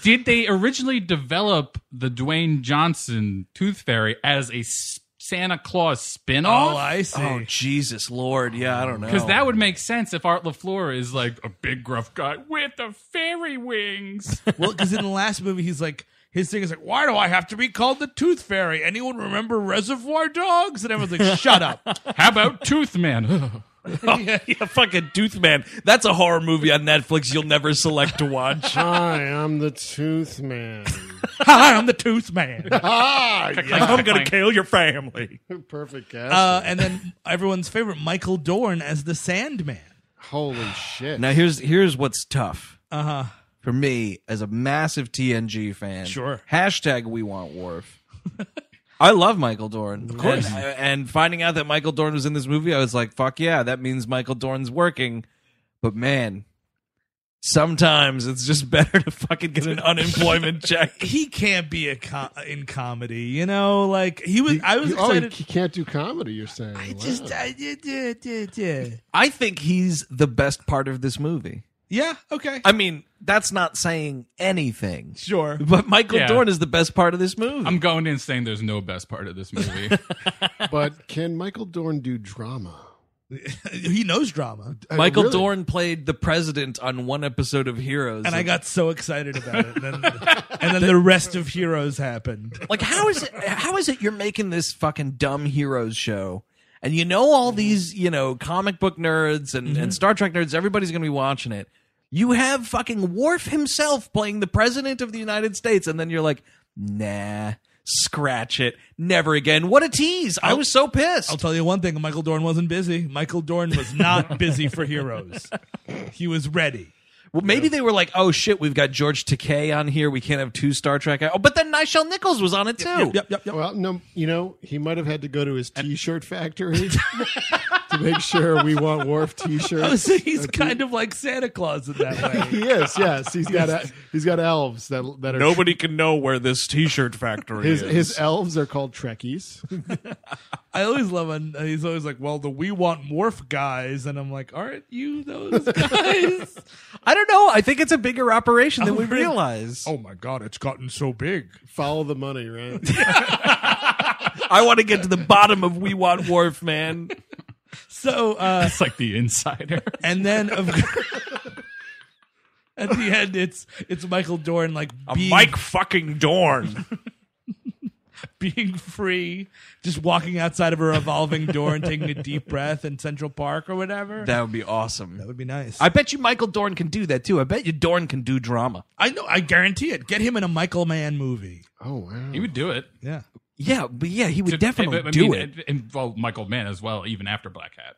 Did they originally develop the Dwayne Johnson Tooth Fairy as a s- Santa Claus spin-off?
Oh, I see.
Oh, Jesus Lord. Yeah, I don't know.
Because that would make sense if Art LaFleur is like a big gruff guy with the
*laughs*
fairy wings.
Well, because in the last movie, he's like, his thing is like, why do I have to be called the Tooth Fairy? Anyone remember
*laughs*
Reservoir Dogs? And everyone's like, shut up.
How about Tooth Man?
yeah, fucking Tooth Man. That's a horror movie on Netflix you'll never select to watch.
Hi, I'm the Tooth Man.
*laughs* Hi, I'm the Tooth Man.
ah, yeah.
gonna kill your family.
Perfect cast.
Uh, and then everyone's favorite, Michael Dorn as the Sandman.
Holy shit!
Now here's here's what's tough
Uh huh.
for me as a massive TNG fan.
Sure.
Hashtag we want Worf. I love Michael Dorn. Of
course.
And, and finding out that Michael Dorn was in this movie, I was like, fuck yeah, that means Michael Dorn's working. But man, sometimes it's just *laughs* better to fucking get an unemployment check.
He can't be a co- in comedy, you know. Like he was, I was
You- oh,
excited.
he can't do comedy. You're saying?
I just, I did, did, did, did.
I think he's the best part of this movie.
Yeah. Okay.
I mean, that's not saying anything.
Sure.
But Michael
Yeah.
Dorn is the best part of this movie.
*laughs* I'm going in saying there's no best part of this movie.
but can Michael Dorn do drama?
he knows drama,
Uh,
Michael
really?
Dorn played the president on one episode of Heroes.
and I got so excited about it. And then, and then the rest of Heroes happened.
like, how is it? How is it you're making this fucking dumb Heroes show? And you know all
Mm-hmm.
these, you know, comic book nerds and, and Star Trek nerds. Everybody's gonna be watching it. You have fucking Worf himself playing the president of the United States, and then you're like, nah, scratch it, never again. What a tease! I was so pissed.
I'll tell you one thing: Michael Dorn wasn't busy. Michael Dorn was not busy for Heroes. He was ready.
Well, maybe they were like, "Oh shit, we've got George Takei on here. We can't have two Star Trek." Oh, but then Nichelle Nichols was on it too.
Yep, yep, yep.
Well, no, you know, he might have had to go to his T-shirt factory *laughs* to make sure we want Worf
Oh,
*laughs*
T-shirts.
so he's kind of like Santa Claus in *laughs* that way.
He is, yes. He's got a, he's got elves that that are
can know where this T-shirt factory
His his elves are called Trekkies. *laughs*
I always love when uh, he's always like, "Well, the we want morph guys," and I'm like, "Aren't you *laughs* those guys?"
I don't know. I think it's a bigger operation than we realize.
oh my god, it's gotten so big.
Follow the money,
*laughs*
right?
I want to get to the bottom of We Want Worf, *laughs* man.
So, uh,
it's like the insider.
and then of *laughs* at the end, it's it's Michael Dorn like being
fucking Dorn.
*laughs* being free, just walking outside of a revolving door and taking a deep breath in Central Park or whatever. That,
That would be awesome.
would be nice.
I bet you Michael Dorn can do that too. I bet you Dorn can do drama.
I know. I guarantee it. Get him in a Michael Mann movie.
Oh wow!
*laughs* He would do it.
Yeah.
Yeah, but yeah, he would
To-
definitely
I- I
do
mean,
it.
And, well, Michael Mann as well, even after Black Hat.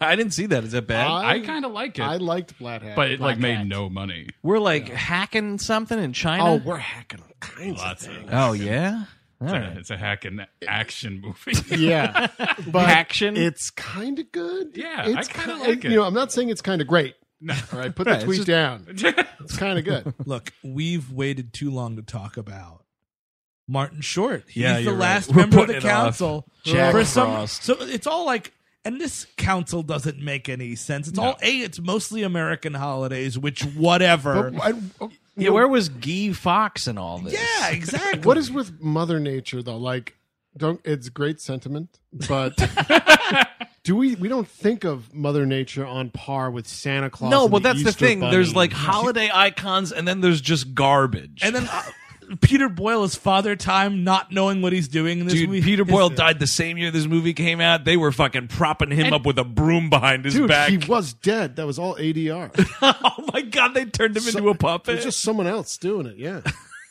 I didn't see that. Is that bad?
I,
I, kind of like it,
I liked Black Hat,
but it like
Black
made
Hat.
no money.
We're like hacking something in
Oh,
China.
we're hacking all kinds
Lots
of
of
things.
Oh, yeah. All
Yeah,
right.
It's a hack and
*laughs*
action movie. *laughs*
Yeah, but
Action.
It's kind of good.
Yeah, I
it's
kinda
ki-
like
You know,
it.
I'm not saying it's kind of great. No. All
*laughs*
right, put the tweet down.
*laughs*
It's kind of good.
Look, we've waited too long to talk about Martin Short. He's
Yeah,
the
you're right.
last
We're
member of
putting
the
it off.
council.
*laughs*
Jack
For some-
Frost.
so it's all like, and this council doesn't make any sense. It's all a. It's mostly American holidays, which whatever.
But I- oh,
Yeah, where was Guy Fox and all this?
*laughs*
*laughs*
yeah, exactly.
what is with Mother Nature though? Like, don't it's great sentiment,
*laughs*
but do we we don't think of Mother Nature on par with Santa Claus?
No,
and
well, that's the
Easter
thing. There's
Bunny.
like holiday icons, and then there's just garbage.
And then uh, Peter Boyle is Father Time, not knowing what he's doing in this
Dude,
movie. *laughs*
Peter
is-
Boyle died the same year this movie came out. They were fucking propping him
And-
up with a broom behind his
Dude,
back.
he was dead. That was all
*laughs*
ADR.
*laughs* oh my god, they turned him into a puppet.
It's just someone else doing it. Yeah.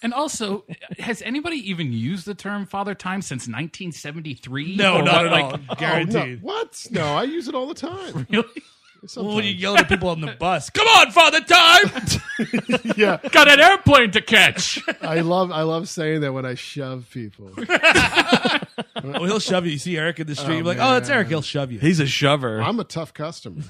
And also, has anybody even used the term Father Time since 1973?
No,
Or
not
*laughs*
what,
at all.
*laughs*
like-
Oh, no. What? No, I use it all the time.
*laughs* Really?
Oh
Sometimes.
Well, you yell at people on the bus.
Come on, Father
*laughs*
Time!
yeah.
Got an airplane to catch.
I love I love saying that when I shove people.
Oh, he'll shove you. You see Eric in the street.
Oh,
you're like,
man.
oh, it's Eric. He'll shove you.
He's a shover.
I'm a tough customer.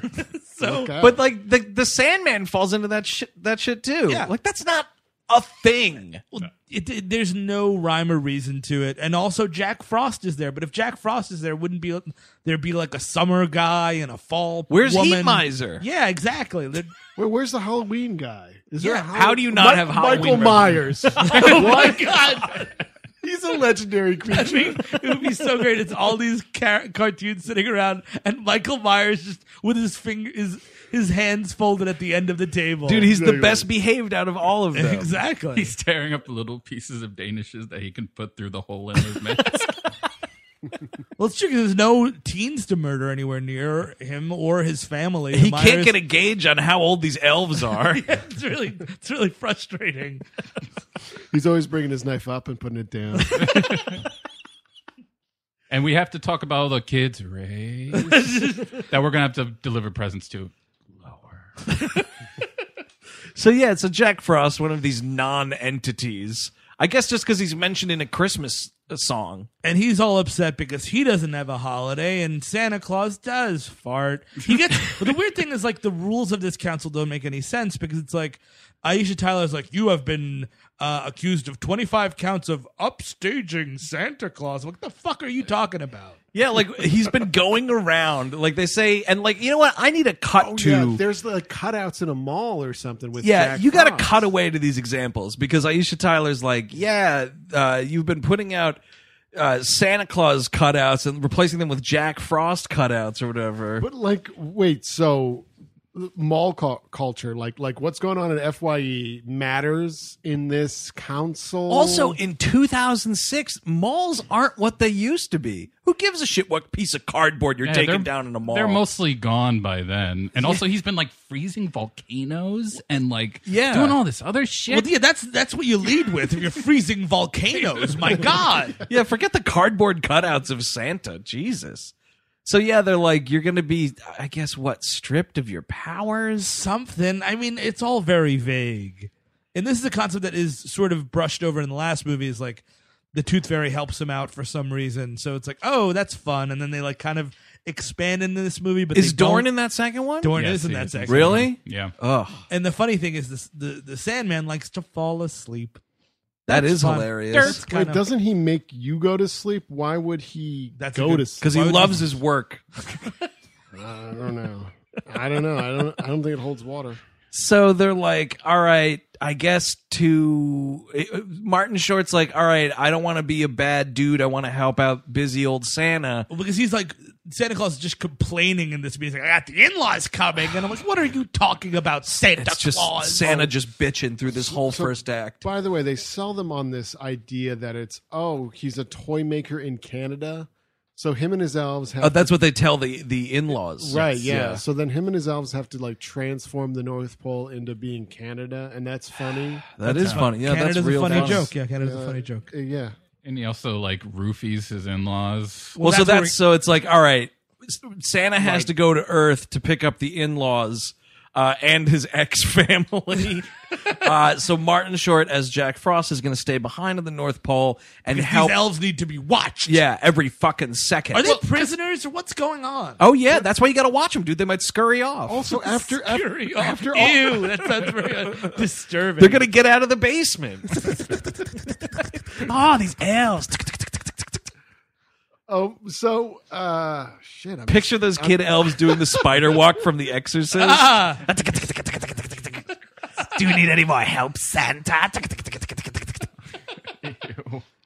so,
But like the the Sandman falls into that shit that shit too.
Yeah.
Like that's not a thing.
Well, it, it- there's no rhyme or reason to it, and also Jack Frost is there. But if Jack Frost is there, wouldn't be there'd be like a summer guy and a fall.
Where's Heat
woman.
Miser?
Yeah, exactly. They're-
Where, where's the Halloween guy? Is there
Yeah.
a Hall-
How do you not
Mi-
have Halloween
Michael
reference?
Myers?
oh my
What?
god!
He's a legendary
*laughs* I
creature.
mean, it would be so great. It's all these car- cartoons sitting around, and Michael Myers just with his finger his his hands folded at the end of the table. *laughs*
Dude, he's the best behaved out of all of them.
Exactly.
He's tearing up little pieces of Danishes that he can put through the hole in his *laughs* mask.
Well, it's true 'cause there's no teens to murder anywhere near him or his family.
He
The
can't
Myers- *laughs*
get a gauge on how old these elves are.
Yeah, it's really it's really frustrating.
He's always bringing his knife up and putting it down.
and we have to talk about all the kids, Ray, that we're going to have to deliver presents to.
So yeah, it's a Jack Frost, one of these non-entities. I guess just because he's mentioned in a Christmas uh, song.
And he's all upset because he doesn't have a holiday and Santa Claus does fart. He
*laughs*
gets but the weird thing is like the rules of this council don't make any sense because it's like Aisha Tyler's like, You have been uh, accused of twenty five counts of upstaging Santa Claus. What the fuck are you talking about?
Yeah, like he's been *laughs* going around, like they say, and like you know what? I need a cut
Oh,
to.
yeah, there's like cutouts in a mall or something with
yeah,
Jack
you got to
Frost.
cut away to these examples because Aisha Tyler's like, yeah, uh, you've been putting out uh, Santa Claus cutouts and replacing them with Jack Frost cutouts or whatever.
But like, wait, so mall cul- culture, like, like what's going on in Fye E matters in this council.
also, in 2006, malls aren't what they used to be. Who gives a shit what piece of cardboard you're
Yeah, they're-
taking down in a mall?
They're mostly gone by then. And also, he's been like freezing volcanoes and like
Yeah.
doing all this other shit.
Well yeah, that's that's what you lead with if you're freezing volcanoes.
*laughs*
My God.
yeah, forget the cardboard cutouts of Santa. Jesus. So yeah, they're like you're going to be, I guess, what stripped of your powers.
something. I mean, it's all very vague. And this is a concept that is sort of brushed over in the last movie is like the tooth fairy helps him out for some reason. So it's like, oh, that's fun. And then they like kind of expand in this movie, but
Is
they don't-
Dorn in that second one?
Dorn
Yes,
is in
he
that
is in
section.
Really?
yeah.
Ugh.
And the funny thing is this the, the Sandman likes to fall asleep.
That is
fun.
hilarious.
That's kind
Wait,
of-
doesn't he make you go to sleep? Why would he
That's a
go
good-
to sleep?
Because he
Why would
loves
you-
his work.
I don't know. I don't know. I don't. I don't think it holds water.
So they're like, all right, I guess to Martin Short's like, all right, I don't want to be a bad dude. I want to help out busy old Santa.
Well, because he's like Santa Claus is just complaining in this music. I got the in-laws coming, and I'm like, "What are you talking about, Santa
It's just
Claus?"
Santa just bitching through this whole
So-
first act.
By the way, they sell them on this idea that it's oh, he's a toy maker in Canada, so him and his elves have
Oh, that's what they tell the the in laws.
Right, yeah. So then him and his elves have to like transform the North Pole into being Canada, and that's funny.
That is funny. Yeah,
Canada's
that's real
a funny
fun.
joke. Yeah, Canada's a funny joke.
Uh, yeah.
And he also like roofies his in laws.
Well, so
that's where
that's so it's like all right, s- Santa has to go to Earth to pick up the in-laws uh, and his *laughs* ex family. uh, so Martin Short as Jack Frost is going to stay behind at the North Pole and
These
help.
elves need to be watched.
yeah, every fucking second.
Are they prisoners or what's going on?
*laughs* oh yeah, that's why you got to watch them, dude. They might scurry off.
Also, after after,
Fury off.
*laughs*
after all,
Ew, *laughs* that sounds very uh, disturbing.
They're going to get out of the basement. *laughs* oh, these elves.
oh, so uh, shit. I'm,
Picture those kid elves doing the spider walk from The Exorcist.
Ah,
Do you need any more help, Santa?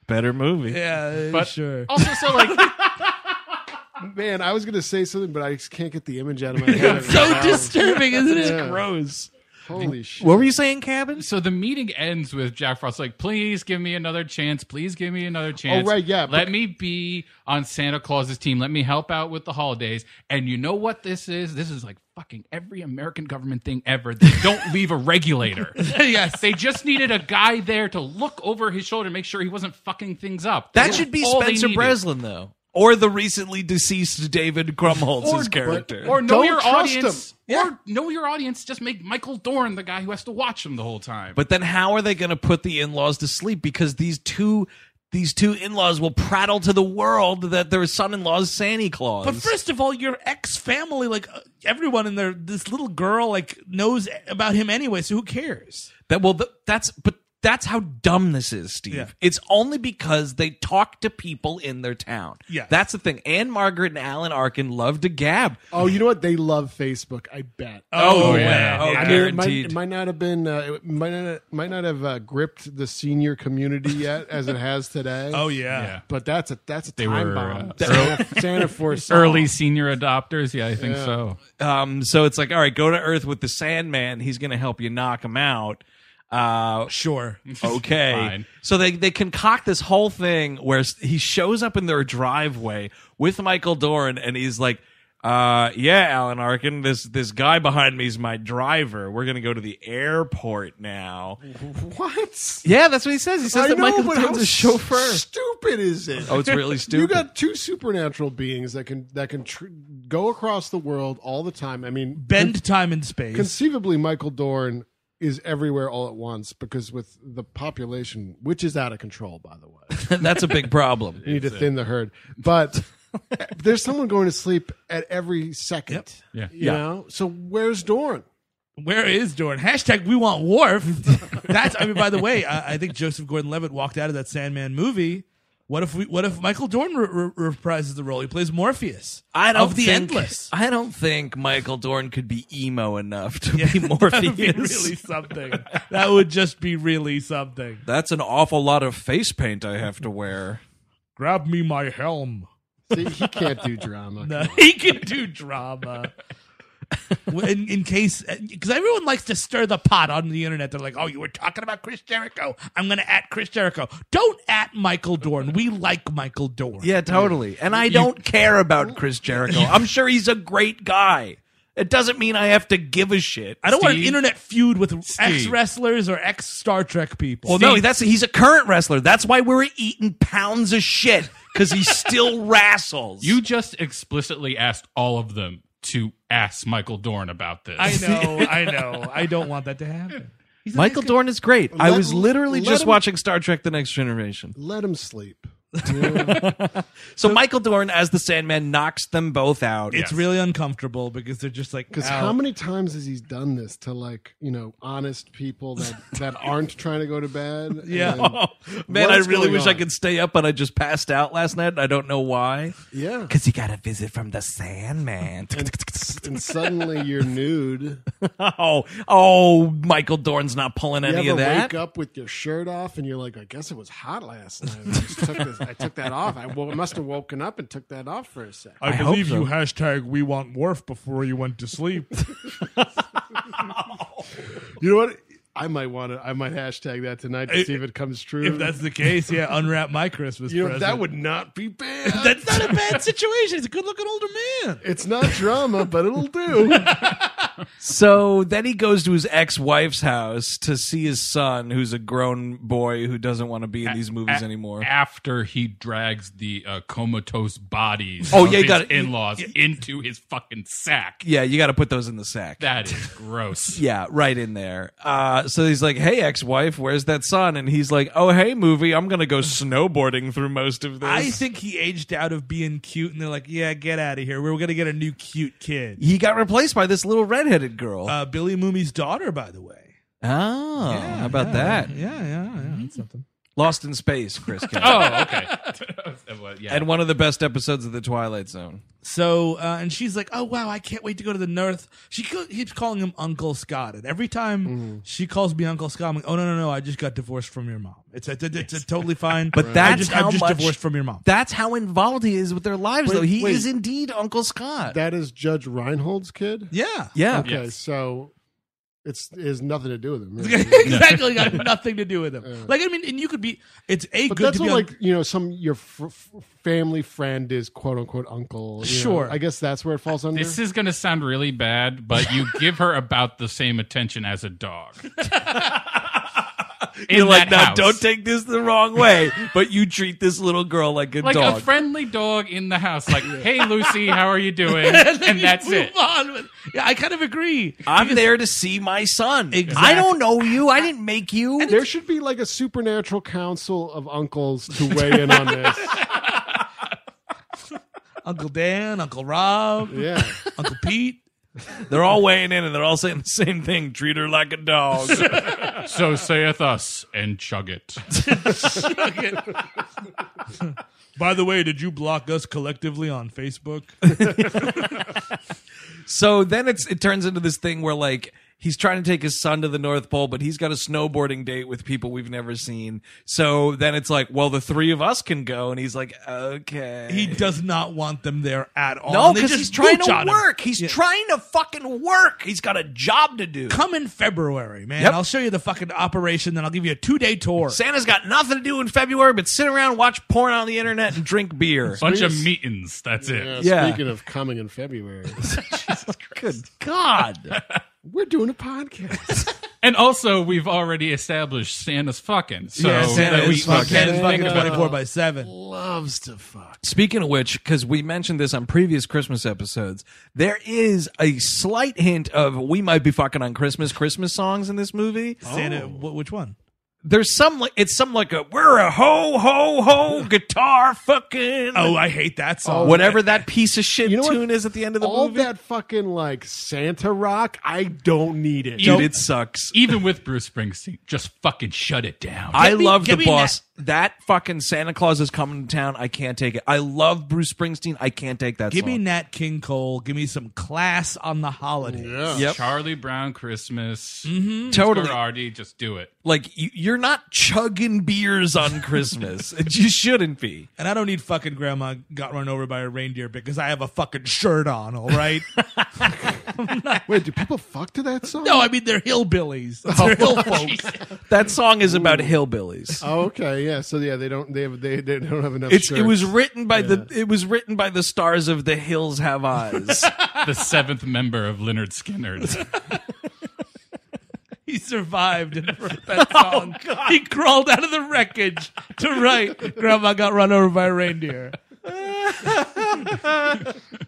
Better movie.
yeah,
But-
sure.
Also, so like
man, I was gonna say something, but I just can't get the image out of my head.
so disturbing, isn't it?
Yeah.
Rose.
Holy shit.
What were you saying, Cabin? So the meeting ends with Jack Frost like, please give me another chance. Please give me
Oh,
another chance.
right, yeah,
Let
but-
me be on Santa Claus's team. Let me help out with the holidays. And you know what this is? This is like fucking every American government thing ever. They
*laughs*
don't leave a regulator. yes. They just needed a guy there to look over his shoulder and make sure he wasn't fucking things up.
That
That's
should be
all they
Spencer
needed.
Breslin, though. Or the recently deceased David Grumholz's character.
Or know your audience. Or know your audience. Just make Michael Dorn the guy who has to watch him the whole time.
But then how are they going to put the in-laws to sleep? Because these two these two in-laws will prattle to the world that their son-in-law's Santa Claus.
But first of all, your ex family, like uh, everyone in there, this little girl, like knows about him anyway. So who cares?
That well, th- that's but that's how dumb this is, Steve.
Yeah.
It's only because they talk to people in their town.
Yeah.
that's the thing. Anne Margaret and Alan Arkin love to gab.
Oh, you know what? They love Facebook. I bet.
Oh, Oh, yeah. yeah. Oh,
I mean, it might,
guaranteed.
it might not have been. Uh, it might not. Might not have uh, gripped the senior community yet as it has today.
Oh, yeah. Yeah.
But that's a that's a
They
time
were
bomb.
uh,
Santa,
early-
Santa foresaw.
Oh.
early senior adopters. Yeah, I think
Yeah.
so.
Um, so it's like, all right, go to Earth with the Sandman. He's going to help you knock him out. Uh,
sure.
*laughs* Okay.
Fine.
So they they concoct this whole thing where s- he shows up in their driveway with Michael Doran, and he's like. Uh yeah, Alan Arkin. This this guy behind me is my driver. We're gonna go to the airport now.
What?
Yeah, that's what he says. He says
I
that
know,
Michael
but
Dorn's
how
a chauffeur.
Stupid is it?
*laughs* Oh, it's really
you
stupid.
got two supernatural beings that can that can tr- go across the world all the time. I mean,
Bend time and space.
conceivably Michael Dorn is everywhere all at once because with the population, which is out of control, by the way,
*laughs* That's a big problem.
you need to thin the herd. But *laughs* there's someone going to sleep at every second.
Yeah.
You
Yeah.
know? So where's Dorn?
Where is Dorn? Hashtag we want
*laughs*
Worf. That's I mean, by the way, I, I think Joseph Gordon-Levitt walked out of that Sandman movie. What if we? What if Michael Dorn re- re- reprises the role? He plays Morpheus. *laughs*
I don't
of the
think,
Endless.
I don't think Michael Dorn could be emo enough to
*laughs*
be Morpheus.
That'd be really something. that would just be really something.
That's an awful lot of face paint I have to wear.
Grab me my
*laughs*
helm. *laughs*
See, he can't do drama.
No, he can do drama. Well, in, in case, because everyone likes to stir the pot on the internet. They're like, "Oh, you were talking about Chris Jericho. I'm going to at Chris Jericho. Don't at Michael Dorn. We like Michael Dorn.
Yeah, totally. And I don't care about Chris Jericho. I'm sure he's a great guy. It doesn't mean I have to give a shit.
I don't want an internet feud with ex wrestlers or ex Star Trek people.
Well, no, that's he's a current wrestler. That's why we're eating pounds of shit because he *laughs* still wrestles.
You just explicitly asked all of them to ask Michael Dorn about this.
*laughs*
I know, I know. I don't want that to happen.
Michael Dorn is great. I
Let-
was literally
let
just
him-
watching Star Trek: The Next Generation.
Let him sleep.
So Michael Dorn as the Sandman knocks them both *laughs* out.
It's really uncomfortable because they're just like,
Because
"Ow."
how many times has he done this to like you know honest people that that aren't trying to go to bed?
*laughs* Yeah.
Oh,
And
Man,
what
I
is
really
going
wish I
on?
could stay up, but I just passed out last night. and I don't
*laughs*
know why.
Yeah,
Because he got a visit from the Sandman.
and suddenly you're nude.
oh, oh, Michael Dorn's not pulling any
you
of
ever
that.
wake up with your shirt off and you're like, I guess it was hot last night. I, just took, this, I took that off. I wo- must have woken up and took that off for a sec.
I believe hope so. you
Hashtag we want Worf before you went to sleep.
You know what? I might want to. I might hashtag that tonight to see if it comes true.
if that's the case, yeah, unwrap my Christmas
you know,
present.
that would not be bad.
*laughs* That's not
*laughs*
a bad situation. He's a good looking older man.
it's not drama, but it'll
*laughs*
do.
So Oh, then he goes to his ex wife's house to see his son, who's a grown boy who doesn't want to be in these movies
a-
anymore.
After he drags the uh, comatose bodies
Oh,
of
yeah, you
his
gotta-
in-laws into his fucking sack.
Yeah, you got to put those in the sack.
That
*laughs*
is gross.
Yeah, right in there. Uh, so he's like, "Hey, ex-wife, where's that son?" And he's like, "Oh, hey, movie, I'm gonna go snowboarding through most of this."
I think he aged out of being cute, and they're like, "Yeah, get out of here. We're gonna get a new cute kid."
he got replaced by this little redheaded girl.
Uh, Billy Moomy's daughter, by the way.
oh, how about that?
Yeah, yeah, yeah. That's something.
Lost in space, Chris. Kennedy.
*laughs* Oh, okay. Well, yeah.
and one of the best episodes of the Twilight Zone.
So, uh, and she's like, "Oh wow, I can't wait to go to the North." She co- keeps calling him Uncle Scott, and every time she calls me Uncle Scott, I'm like, "Oh no, no, no! I just got divorced from your mom. It's it's, it's, it's totally *laughs* fine."
But
I
that's
just,
how
I'm just
much-
divorced from your mom.
That's how involved he is with their lives,
Wait,
though. He
wait.
is indeed Uncle Scott.
that is Judge Reinhold's kid.
yeah,
yeah.
Okay, so It's it has nothing to do with
*laughs*
him.
*laughs* exactly, *laughs* got nothing to do with him.
Yeah.
Like I mean, and you could be. It's a
But
good
that's
to be
what,
on- *laughs*
like you know some your fr- fr- family friend is quote unquote uncle. you know.
Sure.
I guess that's where it falls under.
This is going to sound really bad, but you give her about the same attention as a
*laughs*
dog.
You're
In
like,
that
now
house.
don't take this the wrong way, but you treat this little girl like a
like
dog.
a friendly dog in the
*laughs*
house. Like, hey, Lucy, how are you doing? and that's
move
it.
on with- yeah, I kind of agree.
I'm there to see my son. I don't know you. I didn't make you.
There should be like a supernatural council of uncles to weigh in on
*laughs*
this.
Uncle Dan, Uncle Rob,
Yeah.
Uncle Pete.
They're all weighing in and they're all saying the same thing. Treat her like a dog.
So saith us, and chug it.
By the way, did you block us collectively on Facebook?
*laughs* so then it's it turns into this thing where like he's trying to take his son to the North Pole, but he's got a snowboarding date with people we've never seen. So then it's like, well, the three of us can go, and he's like, okay.
he does not want them there at all.
no,
and they
because
just
he's trying
mooch
to
on him.
work. He's
Yeah.
trying to fucking work. He's got a job to do.
Come in February, man.
Yep.
I'll show you the fucking operation, then I'll give you a two day tour.
Santa's got nothing to do in February but sit around, watch porn on the internet, and drink beer.
Bunch of meetings. That's it.
Yeah.
Speaking of coming in February,
Good God.
we're doing a podcast.
And also, we've already established Santa's fucking. So
yeah, Santa
that we
is fucking,
can
*laughs*
Santa's
think
fucking
about-
24 by
*laughs*
7.
Loves to fuck.
Speaking of which, because we mentioned this on previous Christmas episodes, there is a slight hint of we might be fucking on Christmas Christmas songs in this movie.
Santa, wh- which one?
There's some like it's some like a we're a ho ho ho guitar fucking
Oh, I hate that song.
whatever that piece of shit
You know what?
tune is at the end of the
All
movie.
that fucking like Santa rock, I don't need it.
Dude, it sucks.
Even with Bruce Springsteen, just fucking shut it down.
I love
give me
the boss. That. fucking Santa Claus is coming to town. I can't take it. I love Bruce Springsteen. I can't take that.
Give me
song.
Nat King Cole. Give me some class on the holidays.
Yep.
Charlie Brown Christmas.
totally.
Already, just do it.
Like you, you're not chugging beers on Christmas. *laughs* you shouldn't be.
And I don't need fucking grandma got run over by a reindeer because I have a fucking shirt on, all right? *laughs*
Wait, do people fuck to that song?
no, I mean, they're hillbillies. They're hill folks.
That song is about hillbillies.
Oh, okay, yeah. So yeah, they don't. They have. They, they don't have enough.
It's, Uh, it was
shirts. Oh.
written by the it was written by the stars of The Hills Have Eyes.
The seventh member of Leonard Skinner.
He survived *laughs* in that song. he crawled out of the wreckage to write Grandma Got Run Over by a Reindeer.
*laughs*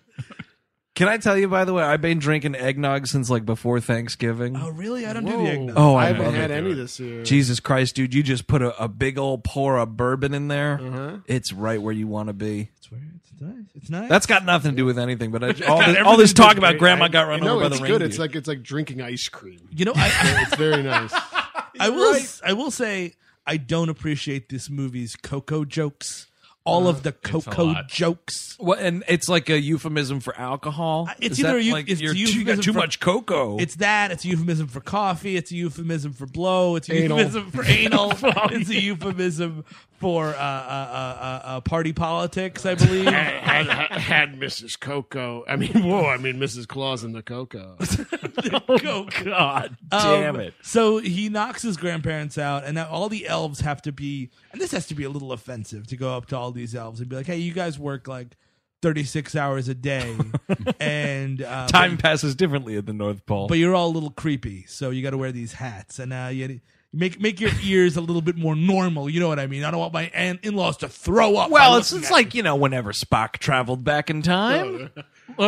Can I tell you by the way, I've been drinking eggnog since like before Thanksgiving.
Oh, really? I don't do
Whoa.
the eggnog.
Oh, I
I haven't
love
had
it.
any this year.
Jesus Christ, dude, you just put a, a big old pour of bourbon in there. It's right where you want to be.
It's weird. It's nice. It's nice.
That's got nothing to do with anything, but I, all, this, all this talk about grandma got run
No,
over by
it's
the
good.
reindeer.
It's like it's like drinking ice cream.
you know, I,
It's very nice.
I, I will s- I will say I don't appreciate this movie's Coco jokes. All of the Coco
lot.
jokes.
Well, and it's like a euphemism for alcohol.
Uh, it's
Is
either
that
a eu-
like
it's
you're
a
too- you
euphemism
got too
for-
much cocoa.
It's that. It's a euphemism for coffee. It's a euphemism for blow. It's a
Anal.
euphemism for anal. it's a euphemism for uh, uh, uh, uh, uh, party politics, I believe.
*laughs* had, had Mrs. Coco. I mean, whoa. I mean, Mrs. Claus and the Coco.
Coke.
God
Um,
damn it.
So he knocks his grandparents out, and now all the elves have to be, and this has to be a little offensive to go up to all these elves and be like, hey, you guys work like 36 hours a day, and uh,
Time
But,
passes differently at the North Pole.
but you're all a little creepy, so you got to wear these hats, and uh, you. Make make your ears a little bit more normal. You know what I mean. I don't want my in laws to throw up. by
Well, it's,
looking
it's
at
like, you know, whenever Spock traveled back
*laughs*
in time. You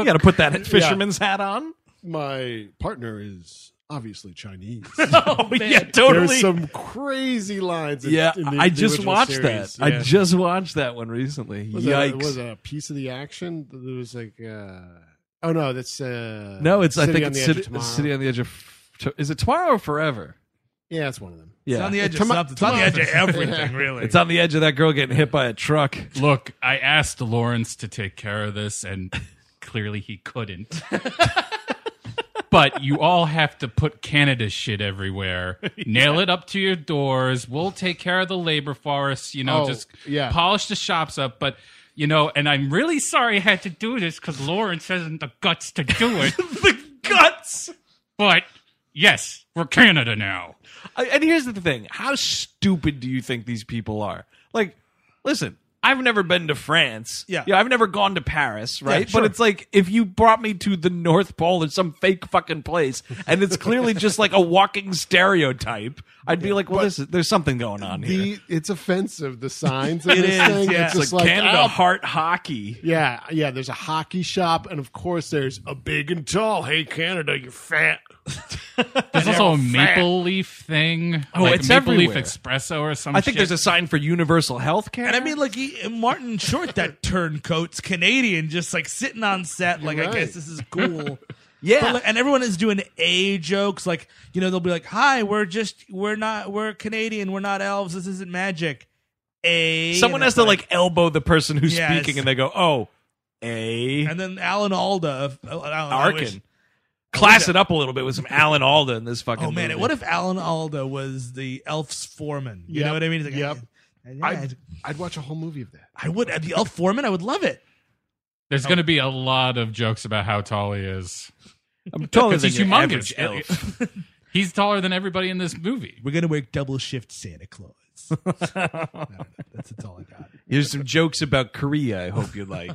got to put that fisherman's hat on.
My partner is obviously Chinese.
*laughs* Oh, yeah,
There's
totally.
some crazy lines. in-
yeah,
in the-
I
the
just
original
watched
series.
that. I
Yeah.
just watched that one recently.
was
Yikes.
That, was that a piece of the action? There was like, uh, oh no, that's uh,
no, it's, I
City
think
on
it's
the Edge
city,
of Tomorrow.
city on the Edge of. to- Is it Tomorrow or Forever?
Yeah, it's one of them.
Yeah.
It's on the edge of
Tomo-
something. It's
*laughs*
on the edge of
*laughs*
everything, really.
It's on the edge of that girl getting hit by a truck.
Look, I asked Lawrence to take care of this, and clearly he couldn't. *laughs* but you all have to put Canada
*laughs*
shit everywhere. Nail it up to your doors. We'll take care of the labor force. You know,
Oh,
just
yeah.
polish the shops up. But you know, and I'm really sorry I had
*laughs*
to do this because Lawrence hasn't the guts to do it. the guts, *laughs* but. Yes, we're Canada now.
I- And here's the thing: how stupid do you think these people are? Like, listen, I've never been to France.
Yeah.
yeah, I've never gone to Paris, right?
sure.
But it's like if you brought me to the North Pole or some fake fucking place, and it's clearly just like a walking stereotype, I'd be like, well, this is, there's something going on here.
*laughs* The, it's offensive. The signs. in
It
this
is,
Thing,
yeah.
It's
It's
just
like
like,
Canada
oh,
Heart Hockey.
Yeah, yeah. There's a hockey shop, and of course, there's a big and tall. Hey, Canada, you're fat.
There's also a maple leaf thing.
Oh,
like
it's
maple
everywhere.
leaf espresso or some.
I think
shit.
there's a sign for universal health care.
And I mean, like he, Martin Short, that turncoat's Canadian, just like sitting on set, like I
right.
guess this is
*laughs*
cool.
Yeah.
But, like, and everyone is doing a jokes, like you know they'll be like, "Hi, we're just we're not we're Canadian, we're not elves. This isn't magic." A
Someone
and
has
it's
to like elbow the person who's
Yes.
speaking, and they go, "Oh, a
and then Alan Alda, of, uh, I don't know, I wish-
Arkin." Class it up a little bit with some Alan Alda in this fucking.
Oh man,
movie.
what if Alan Alda was the elf's foreman? You
Yep.
know what I mean? He's like,
Yep.
I, I,
I'd, I'd watch a whole movie of that.
I would the elf foreman. I would love it.
There's going to be a lot of jokes about how tall he is.
I'm taller
'Cause
than
he's
your
humongous.
average elf.
*laughs* He's taller than everybody in this movie.
We're gonna work double shift Santa *laughs* Claus. I don't know. *laughs* That's, that's all I got.
Here's some jokes about Korea. I hope
*laughs*
you like.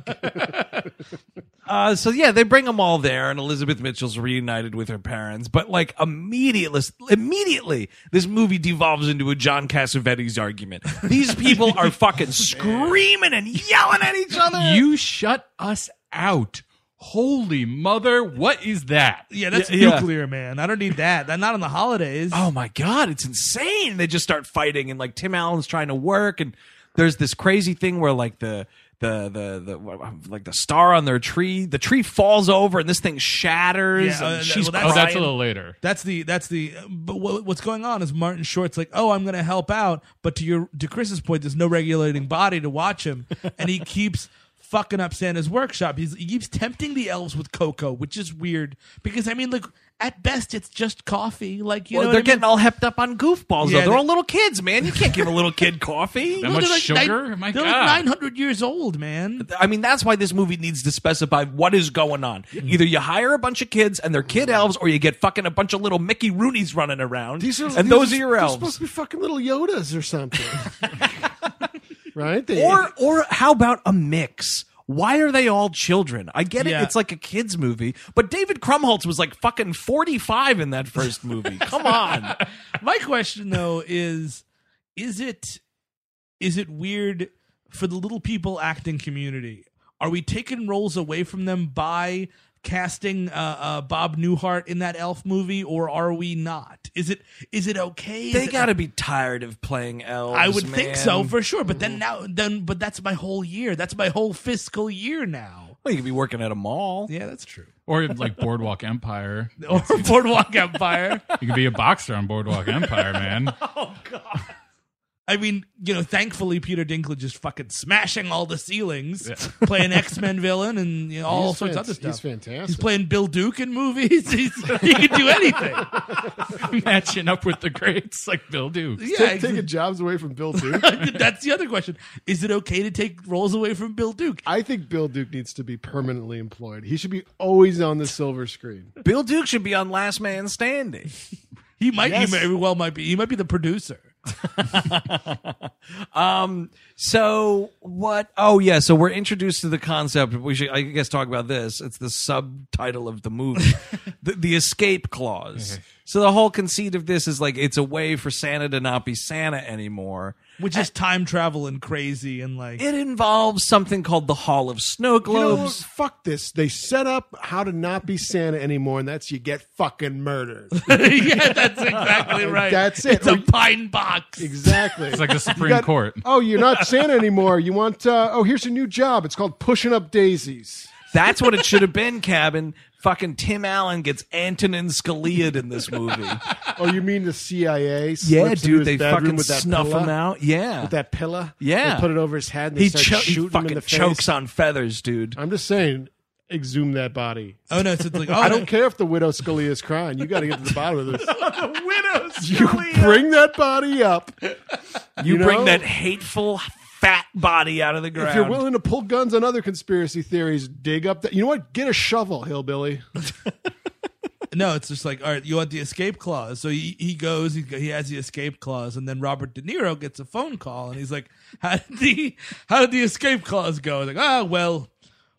uh, so yeah, they bring them all there, and Elizabeth Mitchell's reunited with her parents. But like immediately, immediately, this movie devolves into a John Cassavetes argument. These people are fucking screaming and yelling at each other.
You shut us out. Holy mother, what is that?
Yeah, that's
Yeah, yeah.
nuclear, man. I don't need that. That not on the holidays.
oh my god, it's insane. They just start fighting, and like Tim Allen's trying to work, and there's this crazy thing where like the the the the like the star on their tree, the tree falls over, and this thing shatters.
Yeah,
and
uh,
she's
well, that's-
Oh, that's a
crying.
little later.
That's the that's the. But what, what's going on is Martin Short's like, oh, I'm gonna help out, but to your to Chris's point, there's no regulating body to watch
*laughs*
him, and he keeps fucking up Santa's workshop. He's, he keeps tempting the elves with cocoa, which is weird because I mean, like at best, it's just coffee. Like you
Well,
know,
they're
what I mean?
getting all hepped up on goofballs
Yeah,
though. They're
they-
all little kids, man. You can't give a little kid coffee.
*laughs*
That
No,
much
they're like nine-
sugar? My
they're
God.
like 900 years old, man.
I mean, that's why this movie needs to specify what is going on. Either you hire a bunch of kids and they're kid elves, or you get fucking a bunch of little Mickey Roonies running around.
These are
and
these
those
are
are your
they're
elves.
supposed to be fucking little Yodas or *laughs* something, right? They-
or or how about a mix? Why are they all children? I get it.
Yeah.
It's like a kids movie, but David Krumholtz was like fucking 45 in that first movie. Come on.
My question though is is it is it weird for the little people acting community? Are we taking roles away from them by casting uh, uh, Bob Newhart in that Elf movie, or are we not? Is it is it okay? Is
They
it-
got to be tired of playing elves.
I would think so
man.
for sure. But then now then but that's my whole year. That's my whole fiscal year now.
Well, you could be working at a mall.
Yeah, that's true.
Or like Boardwalk Empire.
Or *laughs* Boardwalk Empire.
You could be a boxer on Boardwalk Empire, man.
I mean, you know, thankfully Peter Dinklage is fucking smashing all the ceilings, *laughs* playing X Men villain and you know, all
He's
sorts
fan-
of other
He's
stuff.
fantastic.
He's playing Bill Duke in movies. *laughs* He's, he can
*laughs*
do anything.
Matching up with the greats like Bill Duke.
Ta-
Yeah,
taking jobs away from *laughs* Bill Duke.
*laughs* that's the other question. Is it okay to take roles away from Bill Duke?
I think Bill Duke needs to be permanently employed. He should be always on the silver screen.
Bill Duke should be on Last Man Standing.
He might. He very well might be. He might be the producer.
Um. So what? Oh yeah. So we're introduced to the concept. We should, I guess, talk about this. It's the subtitle of
*laughs*
the movie, the, the escape clause.
Mm-hmm.
So the whole conceit of this is like it's a way for Santa to not be Santa anymore.
Which is time travel and crazy
*laughs*
and like
It involves something called the Hall of Snow
You know, *laughs*
Globes.
fuck this. They set up how to not be Santa anymore, and that's you get fucking murdered.
*laughs* yeah,
*laughs*
that's exactly right.
That's it.
It's a pine box.
*laughs* exactly.
It's like the Supreme
got-
Court.
Oh, you're *laughs* not Santa anymore. You want? Uh, oh, here's your new job. It's called pushing up daisies.
That's what it should have been. Cabin. Fucking Tim Allen gets Antonin Scalia in
*laughs*
this movie.
Oh, you mean the CIA?
yeah,
slips into
dude.
his
They
bedroom
fucking
with that
snuff
pillow?
him out. Yeah.
with that pillow.
Yeah.
they put it over his head. And they
he,
start
cho-
shooting
he
him in
fucking
the face.
chokes on feathers, dude.
I'm just saying, exhume that body.
Oh no! So it's like oh,
I don't care if the widow Scully is crying. You got to get to the bottom of
*laughs*
this.
Widows.
You bring that body up.
You,
You
bring
know?
that hateful fat body out of the ground.
If you're willing to pull guns on other conspiracy theories, dig up that. You know what? Get a shovel, hillbilly.
No, it's just like, all right, you want the escape clause. So he, he goes, he, go- he has the escape clause, and then Robert De Niro gets a phone call, and he's like, how did the, how did the escape clause go? He's like, ah, well,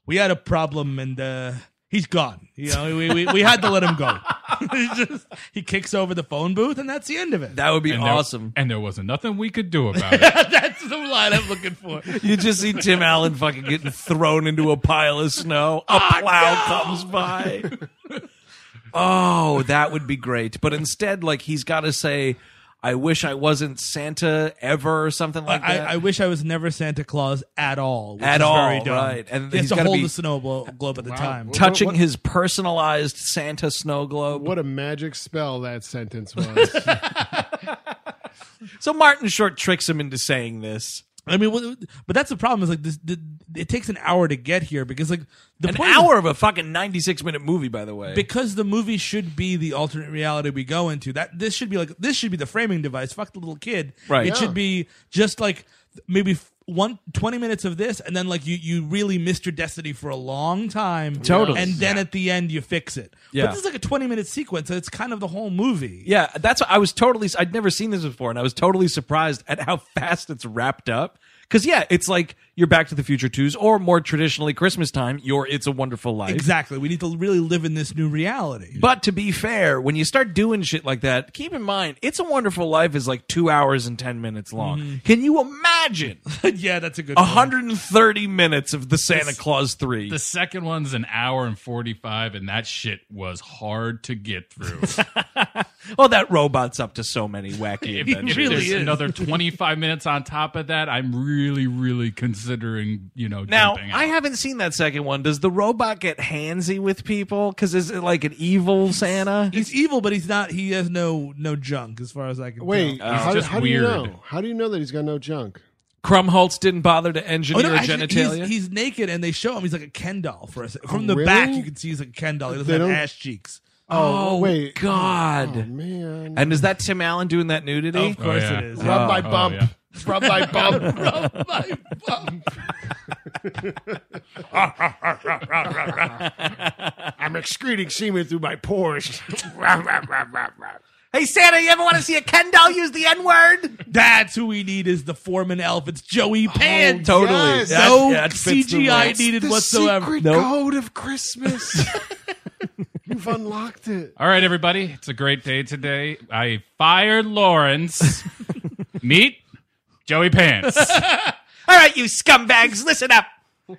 we had a problem, and uh, he's gone. You know, we, we, we had to let him go. *laughs* He just, he kicks over the phone booth, and that's the end of it.
That would be
And there-
awesome.
and there wasn't nothing we could do about it.
that's the line I'm looking for.
*laughs* you just see Tim Allen fucking getting thrown into a pile of snow. A plow comes by. *laughs* Oh, that would be great. But instead, like he's got to say, "I wish I wasn't Santa ever," or something like
I,
that.
I wish I was never Santa Claus at all. Which
At
is
all,
very dumb.
right. And
he has
he's
to
gotta
hold
be
the snow blo- globe at the time.
Touching his personalized Santa snow globe.
What a magic spell that sentence
*laughs*
was.
So Martin Short tricks him into saying this.
I mean, what- but that's the problem. Is like this. The, it takes an hour to get here because like the
An
point is-
hour of a fucking ninety-six minute movie, by the way.
because the movie should be the alternate reality we go into. That this should be like this should be the framing device. Fuck the little kid.
Right.
It
Yeah.
should be just like maybe f- one 20 minutes of this and then like you you really missed your destiny for a long time
Totally.
and then at the end you fix it
Yeah.
but this is like a 20 minute sequence so it's kind of the whole movie
Yeah, that's I was totally I'd never seen this before and I was totally surprised at how *laughs* fast it's wrapped up. Cuz yeah, it's like you're back to the future 2s or more traditionally Christmas time, your it's a wonderful life.
exactly we need to really live in this new reality *laughs*
But to be fair, when you start doing shit like that, keep in mind it's a wonderful life is like 2 hours and 10 minutes long. Can you imagine
Mm-hmm. *laughs* yeah that's a good point.
130 minutes of the Santa Claus 3?
The second one's an hour and 45, and that shit was hard to get
*laughs*
through.
Well, Oh, that robot's up to so
*laughs*
many wacky *laughs*
if
adventures.
if there's another 25 minutes on top of that, I'm really, really considering, you know,
Now,
jumping out.
I haven't seen that second one. Does the robot get handsy with people? Because is it like an evil Santa?
he's evil but he's not he has no no junk as far as i can
Wait,
Oh,
how,
tell.
how do you know? How do you know that he's got no junk?
Krumholtz didn't bother to
Oh,
engineer
no,
a
actually,
genitalia.
He's, he's naked, and they show him. He's like a Ken doll for a second. From
Oh,
the back,
really?
you can see he's like a Ken doll. He doesn't
They
have
don't-
ass cheeks.
Oh,
Oh,
wait.
God.
Oh, man.
and is that Tim Allen doing that nudity?
Of course it is.
Rub my
Oh,
bump.
yeah.
Rub
*laughs*
my bump.
Rub my bum.
I'm excreting semen through my *laughs* pores.
Hey, Santa, you ever want to see a Ken doll use the N word?
That's who we need is the foreman elf. It's Joey Pants.
Totally.
yes.
That-
no
that fits the
CGI
role.
needed
the
whatsoever.
secret
Nope.
code of *laughs* Christmas. You've unlocked it.
All right, everybody. It's a great day today. I fired
*laughs*
Lawrence. Meet Joey Pants. He's
All right, you scumbags, listen up.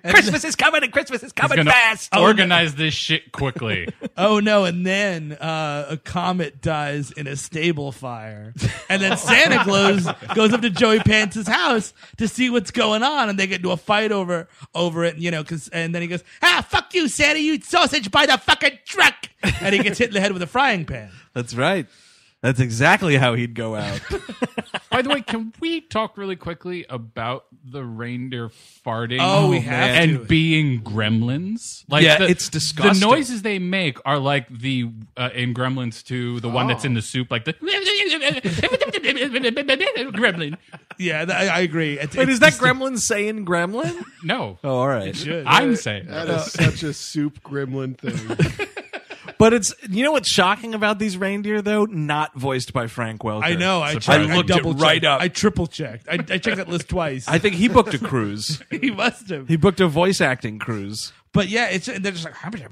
Christmas is coming and Christmas is coming
gonna *laughs*
fast.
organize this shit quickly.
Oh no! And then uh, a comet dies in a stable fire, and then Santa Claus goes up to Joey Pants' house to see what's going on, and they get into a fight over over it. You know, 'cause- and then he goes, "Ah, fuck you, Santa! You sausage by the fucking truck!" And he gets hit in the head with a frying pan.
That's right. That's exactly how he'd go *laughs* out.
By the way, can we talk really quickly about the reindeer farting?
Oh, we have
and
to.
being gremlins. Like
Yeah,
the,
it's disgusting.
The noises they make are like the uh, in Gremlins 2, the one that's in the soup, like the gremlin.
Yeah, th- I, I agree. It's,
Wait,
it's
is that
just a-
Gremlin saying Gremlin?
No,
Oh, *laughs* all right.
I'm saying
That is *laughs* such a soup gremlin thing.
But it's you know what's shocking about these reindeer though? Not voiced by Frank Welker.
I know. I,
I
checked,
looked
I
it
double
right up.
I triple checked. I, I checked that list twice.
*laughs* I think he booked a cruise.
he must have.
*laughs* he booked a voice acting cruise.
But yeah, it's and they're just like and they're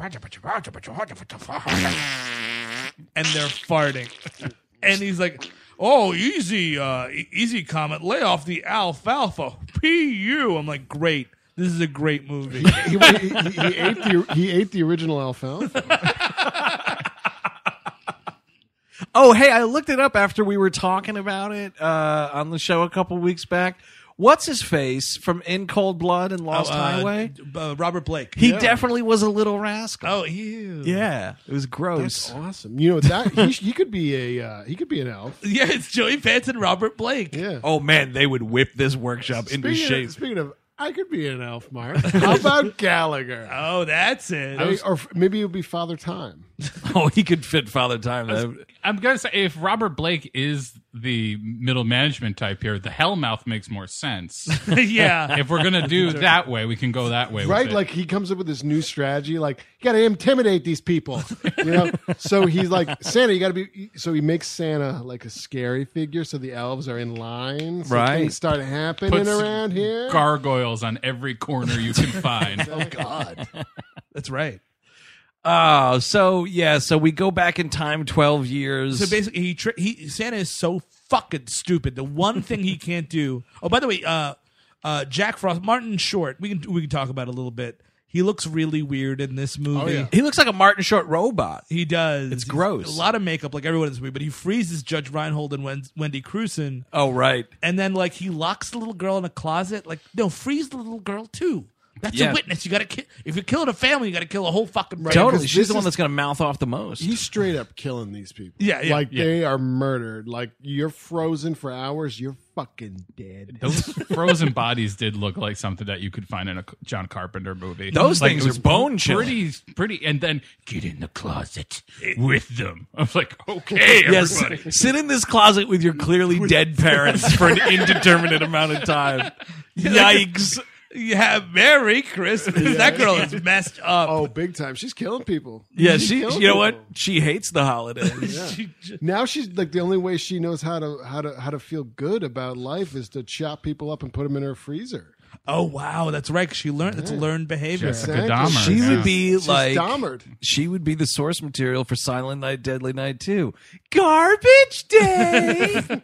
farting, and he's like, "Oh, easy, uh, e- easy, comment. Lay off the alfalfa, pu." I'm like, "Great, this is a great movie."
*laughs* he, he- he- he ate the, he ate the original alfalfa.
Oh, hey, I looked it up after we were talking about it uh, on the show a couple weeks back. What's his face from In Cold Blood and Lost
Uh,
Highway?
uh, Robert Blake.
He definitely was a little rascal.
oh, ew.
Yeah, it was gross.
Awesome. You know that he, he could be a uh, he could be an elf.
yeah, it's Joey Pants and Robert Blake.
Yeah.
Oh man, they would whip this workshop into
Speaking
shape.
of, speaking of, I could be an elf, Mark. How about Gallagher?
Oh, that's it. *laughs*
Or maybe it would be Father Time.
oh, he could fit Father Time. though.
I'm gonna say if Robert Blake is the middle management type here, the Hellmouth makes more sense.
Yeah.
if we're gonna do that way, we can go that way. with
right?
it.
Like he comes up with this new strategy, like you got to intimidate these people, you know. so he's like Santa, you got to be. So he makes Santa like a scary figure, so the elves are in line. So
Right.
things start happening
Puts
around here.
gargoyles on every corner you can find.
*laughs* oh God,
that's right.
Oh, so yeah, so we go back in time twelve years.
So basically, he, tri- he Santa is so fucking stupid. The one
*laughs*
thing he can't do. Oh, by the way, uh, uh, Jack Frost, Martin Short. We can we can talk about it a little bit. He looks really weird in this movie.
Oh, yeah. He looks like a Martin Short robot.
He does. It's
gross.
A lot of makeup, like everyone in this movie. But he freezes Judge Reinhold and Wen- Wendy Crewson,
oh right,
and then like he locks the little girl in a closet. Like no, freeze the little girl too. That's
Yeah.
a witness. You got to kill. If you're killing a family, you got to kill a whole fucking family.
totally. She's the one that's going to mouth off the most.
He's straight up killing these people.
Yeah, yeah,
like
yeah.
they are murdered. Like you're frozen for hours. You're fucking dead.
Those frozen bodies did look like something that you could find in a John Carpenter movie.
Those
Like,
things
it was
are bone
pretty, pretty. And then get in the closet with them. *laughs* I was like, okay,
Yes,
everybody.
sit in this closet with your clearly *laughs* dead parents for an indeterminate amount
*laughs*
of time. Yikes!
Yeah, Merry Christmas. That girl is messed up.
Oh, big time. She's killing people.
Yeah,
She's
she. You
killing
know
people.
what? She hates the holidays.
Yeah. now she's like the only way she knows how to how to how to feel good about life is to chop people up and put them in her freezer.
Oh wow, that's right. 'cause She learned. That's learned behavior.
Exactly.
She would be
She's
like
Dahmered.
She would be the source material for Silent Night, Deadly Night Two. Garbage Day.
*laughs*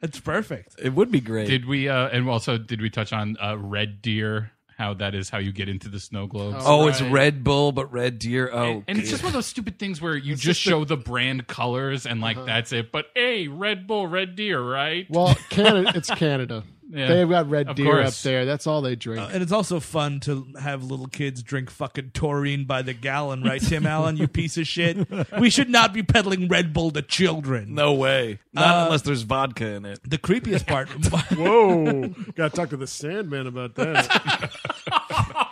That's perfect.
it would be great.
Did we? Uh, and also, did we touch on uh, Red Deer? How that is how you get into the snow globes.
oh, it's Red Bull, but Red Deer. Oh,
And, and it's just one of those stupid things where you
It's
just
just a-
show the brand colors and like that's it. But hey, Red Bull, Red Deer, right?
Uh-huh. Well, Canada, it's Canada.
*laughs* Yeah.
They've got red
Of
deer up
course.
there. That's all they
*laughs*
drink.
And it's also fun to have little kids drink fucking taurine by the gallon, right, Tim Allen? You piece of shit. We should not be peddling Red Bull to children.
no way. Not
Uh,
unless there's vodka in it.
The creepiest
*laughs*
part.
Whoa! Got to talk to the Sandman about that.
*laughs*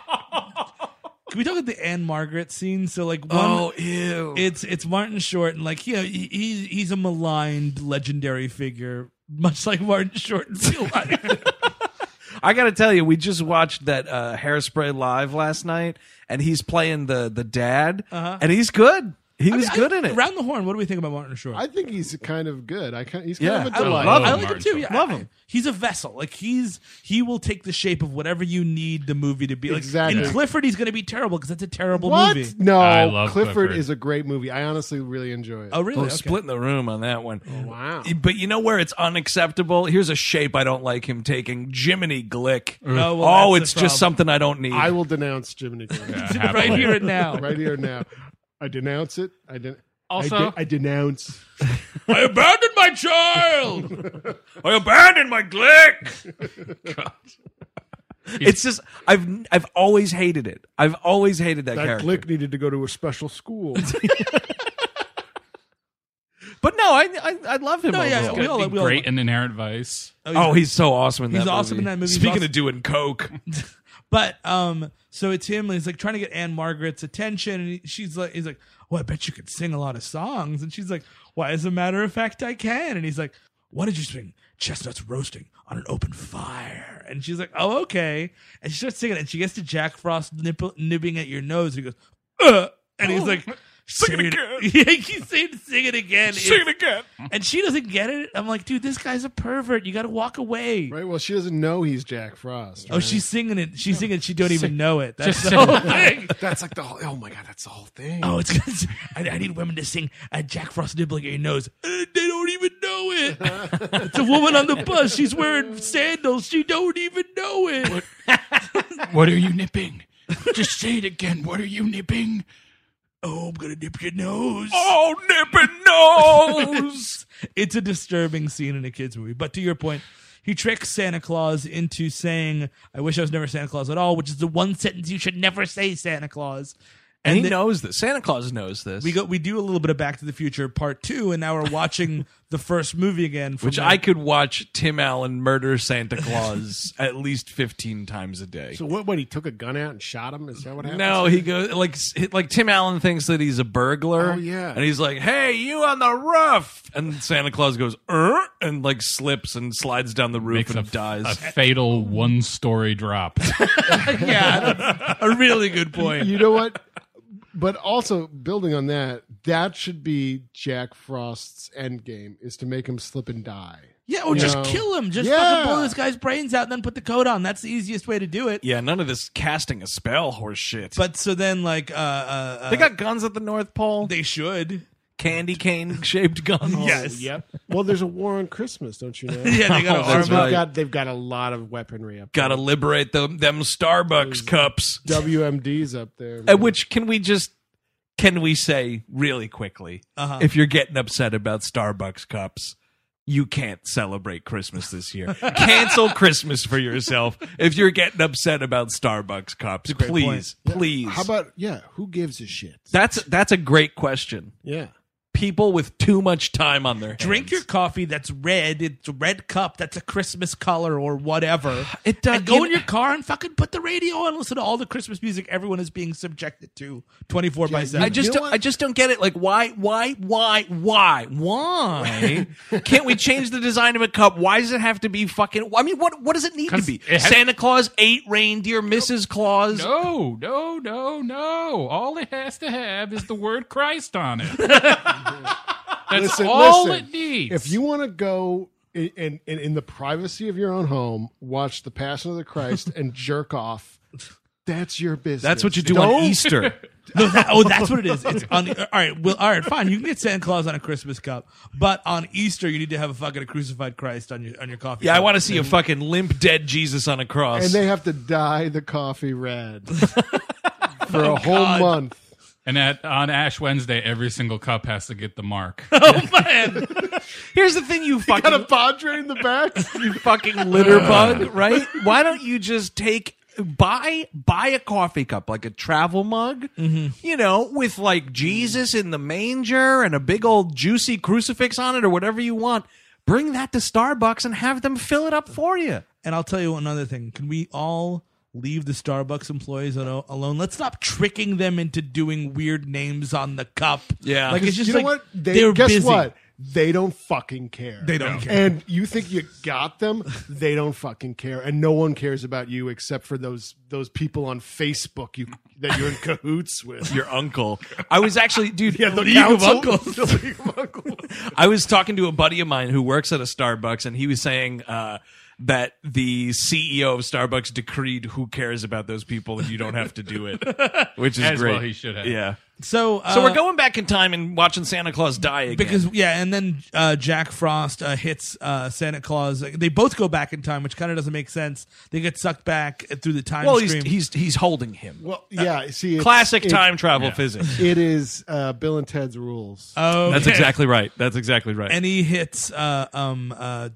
Can we talk about the Anne Margaret scene? So like, one,
Oh, ew.
It's it's Martin Short, and like, yeah, he, he's he's a maligned legendary figure, much like Martin Short in real life.
I got to tell you, we just watched that uh, Hairspray live last night, and he's playing the the dad,
Uh-huh.
and *laughs* he's good. He was
I-
good in it.
Round the horn. What do we think about Martin Short?
I think he's kind of good. I kind, he's kind
Yeah.
of a
I
delight.
love him. I like him too. Yeah,
Love
I-
him.
He's a vessel. Like he's he will take the shape of whatever you need the movie to be. Like,
Exactly.
In Clifford, he's going to be terrible because that's a terrible
What?
movie.
No,
I love
Clifford,
Clifford.
is a great movie. I honestly really enjoy it.
Oh really?
Oh,
Okay.
Split in the room on that one.
Oh,
wow.
But you know where it's unacceptable? Here's a shape I don't like him taking. Jiminy Glick.
Oh, well,
oh,
that's
it's
the problem.
just something I don't need.
I will denounce Jiminy Cricket.
right here and
*laughs*
now.
right here now. I denounce it. I den-
Also-
I, de- I denounce.
I abandoned my child.
I abandoned my Glick. *laughs* It's just I've I've always hated it. I've always hated that,
That
character.
Glick needed to go to a special school.
But no, I I, I love him.
No, yeah,
overall.
we all- we all-
Great in Inherent Vice.
Oh, he's so awesome in that.
He's awesome in that movie. He's
Speaking
awesome-
of
*laughs*
doing coke,
But um, so it's him. and He's like trying to get Anne Margaret's attention, and he, she's like, he's like, "Well, I bet you could sing a lot of songs." And she's like, "Why? As a matter of fact, I can." And he's like, "Why did you sing chestnuts roasting on an open fire?" And she's like, "Oh, okay." And she starts singing, and she gets to Jack Frost nipple, nibbing at your nose. And he goes, "Uh," and he's *laughs* like. Sing it again. *laughs* Yeah, he keeps saying sing it again. Sing it again. And she doesn't get it. I'm like, dude, this guy's a pervert. You got to walk away.
right. Well, she doesn't know he's Jack Frost.
Oh,
right?
she's singing it. She's singing. She don't even know it. That's
Just
the
*laughs*
whole
sing
thing.
That's like the whole. Oh my god, that's the whole thing.
Oh, it's because I, I need women to sing uh, Jack Frost nibbling at your nose. Uh, they don't even know
*laughs*
it. it's a woman on the bus. She's wearing sandals. She don't even know *laughs* it.
What are you nipping? Just say it again. What are you nipping?
oh, I'm gonna nip your nose.
oh nipping nose.
It's a disturbing scene in a kids movie. But to your point, he tricks Santa Claus into saying, "I wish I was never Santa Claus at all," which is the one sentence you should never say, Santa Claus.
And he
the-
knows this. Santa Claus knows this.
We go. We do a little bit of Back to the Future Part Two, and now we're
*laughs*
watching the first movie again. From
which
the-
I could watch Tim Allen murder Santa Claus at least 15 times a day.
So what? What he took a gun out and shot him? Is that what happened?
no, he goes like s- like Tim Allen thinks that he's a burglar.
Oh, yeah.
and he's like, "Hey, you on the roof?" And Santa Claus goes, er, and like slips and slides down the roof
Makes
and dies. *laughs*
A fatal one story drop.
a really good point.
You know what? *laughs* But also building on that, that should be Jack Frost's end game is to make him slip and die.
yeah, or
You
just
know?
kill him. Just
Yeah.
fucking blow this guy's brains out, and then put the coat on. That's the easiest way to do it.
*laughs* yeah, none of this casting a spell horse shit.
But so then, like, uh, uh, uh
they got guns at the North Pole.
they should.
*laughs* Candy cane shaped guns.
yes.
Yep. Well, there's a war on Christmas, don't you *laughs* know?
Yeah, they got to
Oh,
arm
that's
They've
right.
got they've got a lot of weaponry up.
Got to liberate them them Starbucks cups.
there. WMDs up there.
At Uh, which can we just can we say really quickly
Uh-huh.
if you're getting upset about Starbucks cups, you can't celebrate Christmas this year.
*laughs*
Cancel Christmas for yourself if you're getting upset about Starbucks cups. Please, please.
How about yeah? Who gives a shit?
that's that's a great question.
Yeah.
People with too much time on their hands.
Drink your coffee that's red. It's a red cup. That's a Christmas color or
*sighs*
whatever.
It does-
And go
you-
in your car and fucking put the radio on. Listen to all the Christmas music everyone is being subjected to twenty four by seven.
I just
know
don't,
what?
I just don't get it. Like why why why why
*laughs*
why can't we change the design of a cup? Why does it have to be fucking? I mean, what what does it need to
'Cause
be?
it has-
Santa Claus, eight reindeer, Mrs. Claus.
*laughs* No, no, no, no. All it has to have is the word Christ on it. That's
Listen,
all
listen.
it needs.
If you want to go in, in, in, in the privacy of your own home, watch The Passion of the Christ and jerk off, that's your business.
That's what you do on Easter.
*laughs* No, that, oh, that's what it is. It's on the, all right. Well, all right, fine. You can get Santa Claus on a Christmas cup, but on Easter you need to have a fucking crucified Christ on your on your coffee.
Yeah, I
cup.
want to see a fucking limp dead Jesus on a cross.
And they have to dye the coffee
*laughs*
red for
Oh,
a whole month.
and at, on Ash Wednesday, every single cup has to get the mark.
Here's the thing, *laughs* you
Got a
fucking
padre in the *laughs* back.
you
*laughs*
fucking litter bug, right? Why don't you just take buy buy a coffee cup like a travel mug, you know, with like Jesus in the manger and a big old juicy crucifix on it or whatever you want. Bring that to Starbucks and have them fill it up for you.
And I'll tell you another thing. Can we all leave the Starbucks employees al- alone? Let's stop tricking them into doing weird names on the cup.
Yeah.
like it's just
you know
like
what?
they're
guess
busy.
what? They don't fucking care.
They don't No. care.
And you think you got them? They don't fucking care. And no one cares about you except for those those people on Facebook you that you're in cahoots with.
Your uncle. I was actually, dude.
yeah, the
League of
council-
Uncles.
the League of Uncles.
*laughs* I was talking to a buddy of mine who works at a Starbucks, and he was saying uh, that the CEO of Starbucks decreed who cares about those people and you don't have to do *laughs* it, *laughs* which is
As
great.
well he should have.
Yeah.
So, uh,
So we're going back in time and watching Santa Claus die again.
because yeah, and then uh, Jack Frost uh, hits uh, Santa Claus. They both go back in time, which kind of doesn't make sense. They get sucked back through the time
well, he's,
stream.
he's he's holding him.
*laughs* Well, yeah. See, it's,
Classic
it-
time travel physics.
It is uh, Bill and Ted's rules.
Okay.
That's exactly right. That's exactly right.
Oh, and he hits uh um uh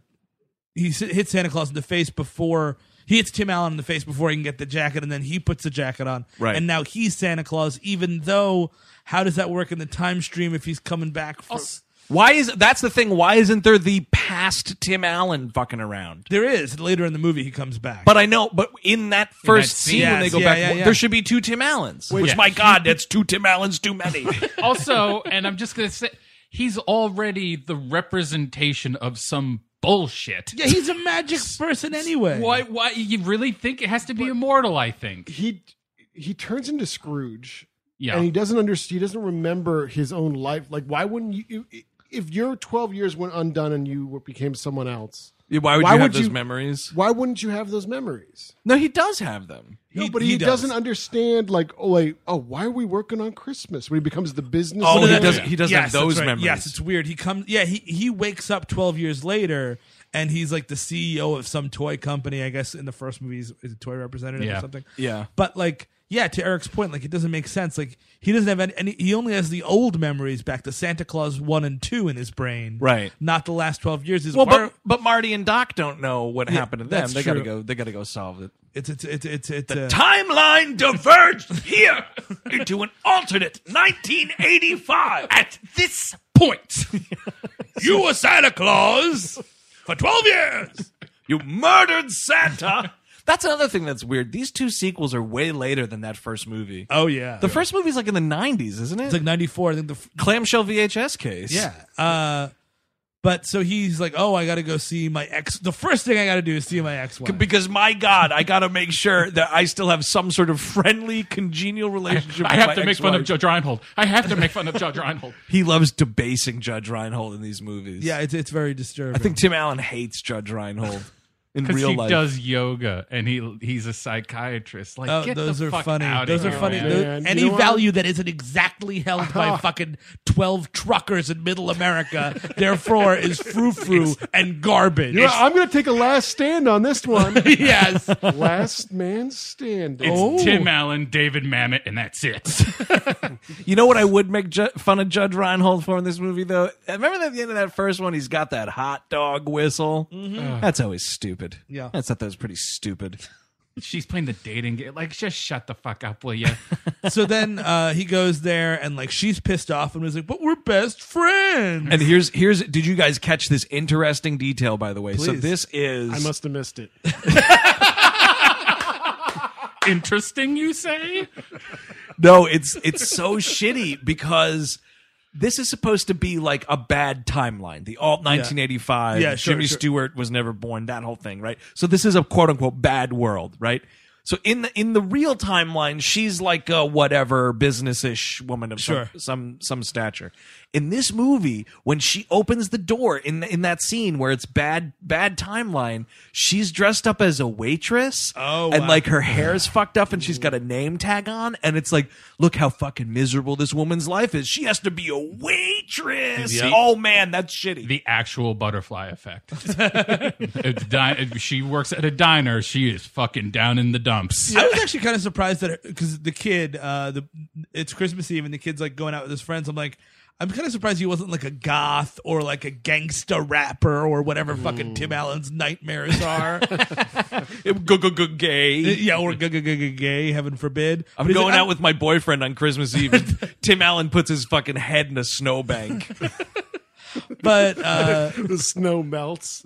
he s- hits Santa Claus in the face before he hits Tim Allen in the face before he can get the jacket, and then he puts the jacket on.
Right.
And now he's Santa Claus, even though how does that work in the time stream if he's coming back? For,
why is that's the thing? Why isn't there the past Tim Allen fucking around?
there is later in the movie he comes back.
But I know, but in that first scene when
Yes,
they go
yeah,
back,
yeah, yeah.
there should be two Tim Allens. Which, *laughs*
Yeah.
my God, that's two Tim Allens too many.
also, and I'm just going to say, he's already the representation of some bullshit.
yeah, he's a magic person anyway.
Why? Why you really think it has to be immortal? I think.
He he turns into Scrooge.
Yeah.
and he doesn't understand. He doesn't remember his own life. Like, why wouldn't you? If your twelve years went undone and you became someone else,
Why would
Why
you have
would
those
you-
memories?
why wouldn't you have those memories?
No, he does have them.
no, but
he
he,
does.
does. not understand. Like, oh, like, oh, why are we working on Christmas when he becomes the business?
Oh,
man?
he doesn't. He doesn't
Yes,
have those
that's right.
memories.
Yes, it's weird. He comes. Yeah, he he wakes up twelve years later, and he's like the E CEO of some toy company. I guess in the first movie, he's, is a toy representative
Yeah.
or something.
Yeah.
but like. yeah, to Eric's point, like it doesn't make sense. Like he doesn't have any, any he only has the old memories back to Santa Claus one and two in his brain,
Right.
Not the last twelve years. His
Well,
wor-
but, but Marty and Doc don't know what
Yeah,
happened to them.
that's
They gotta
true.
go. They gotta go solve it.
it's it's it's it's it's uh,
Timeline diverged here into an alternate 1985. At this
*laughs*
point,
You were Santa Claus for 12 years.
You murdered Santa. *laughs* That's another thing that's weird. These two sequels are way later than that first movie.
Oh yeah,
the first movie's like in the '90s, isn't it? It's
like '94. I think the
clamshell VHS case.
Yeah. Uh, but so he's like, oh, I got to go see my ex. The first thing I got to do is see my ex wife.
Because my God, I got to make sure that I still have some sort of friendly, congenial relationship.
I
with
have
my
to make fun of
ex-wife.
Judge Reinhold. I have to make fun of Judge Reinhold.
*laughs* He loves debasing Judge Reinhold in these movies.
Yeah, it's it's very disturbing.
I think Tim Allen hates Judge Reinhold
*laughs*
in
Because
real
he
life.
does yoga and he he's a psychiatrist. Like,
Oh,
get
those
the
are
fuck
funny.
outta
Those are
here,
funny.
man.
Those- any value that isn't exactly held
*laughs*
by fucking twelve truckers in Middle America, therefore, is frou frou and garbage.
You know,
*laughs*
I'm going to take a last stand on this one. *laughs*
yes.
Last man standing.
It's
Oh.
Tim Allen, David Mamet, and that's it. *laughs*
You know what I would make ju- fun of Judge Reinhold for in this movie, though? Remember at the end of that first one, he's got that hot dog whistle?
Mhm.
That's always stupid.
Yeah.
That's that was pretty stupid.
She's playing the dating game. Like, just shut the fuck up, will you?
so then uh, he goes there and like she's pissed off and was like, but we're best friends.
And here's here's did you guys catch this interesting detail by the way? So
Please.
this is
I must have missed it.
*laughs*
*laughs*
Interesting, you say?
No, it's it's so *laughs* shitty because this is supposed to be like a bad timeline. The alt 1985.
Yeah, sure,
Jimmy
sure.
Stewart was never born. That whole thing, right? So this is a quote unquote bad world, right? So in the in the real timeline, she's like a whatever business-ish woman of
Sure.
some, some some stature. In this movie, when she opens the door in in that scene where it's bad bad timeline, she's dressed up as a waitress.
Oh,
and
wow.
like her hair's fucked up, and she's got a name tag on, and it's like, look how fucking miserable this woman's life is. She has to be a waitress.
Yep.
Oh man, that's shitty.
The actual butterfly effect. *laughs* It's di- she works at a diner. She is fucking down in the
*laughs*
dumps.
I was actually kind of surprised that because the kid, uh, the it's Christmas Eve and the kid's like going out with his friends. I'm like, I'm kind of surprised he wasn't like a goth or like a gangsta rapper or whatever fucking Tim Allen's nightmares
*laughs*
are. *laughs*
Go go go gay.
yeah, or go go go go gay. Heaven forbid.
I'm
But he's
going
like,
out with my boyfriend on Christmas Eve. and
*laughs*
Tim Allen puts his fucking head in a snowbank. *laughs*
But uh,
the snow melts.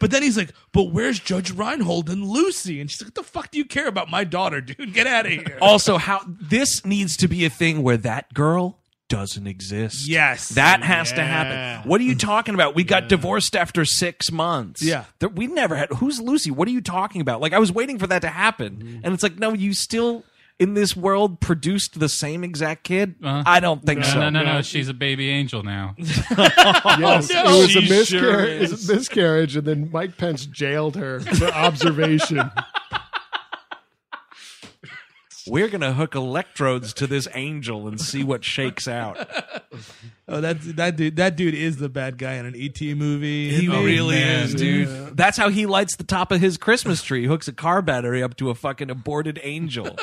but then he's like, "But where's Judge Reinhold and Lucy?" And she's like, "What the fuck do you care about my daughter, dude? Get out of here."
also, how this needs to be a thing where that girl doesn't exist.
Yes.
That has to
Yeah.
happen. What are you talking about? We got divorced after six months.
Yeah.
That we never had. Who's Lucy? What are you talking about? Like, I was waiting for that to happen.
Mm-hmm.
And it's like, no, you still in this world produced the same exact kid?
Uh-huh.
I don't think
no,
so.
No, no, no. She's a baby angel now.
Yes,
no.
it was a
She sure
miscarriage. it
is.
was a miscarriage, and then Mike Pence jailed her for observation.
We're going to hook electrodes to this angel and see what shakes out.
Oh, that's that dude. That dude is the bad guy in an ET movie.
He
Oh,
really
man.
is, dude.
Yeah.
That's how he lights the top of his Christmas tree. He hooks a car battery up to a fucking aborted
*laughs*
angel.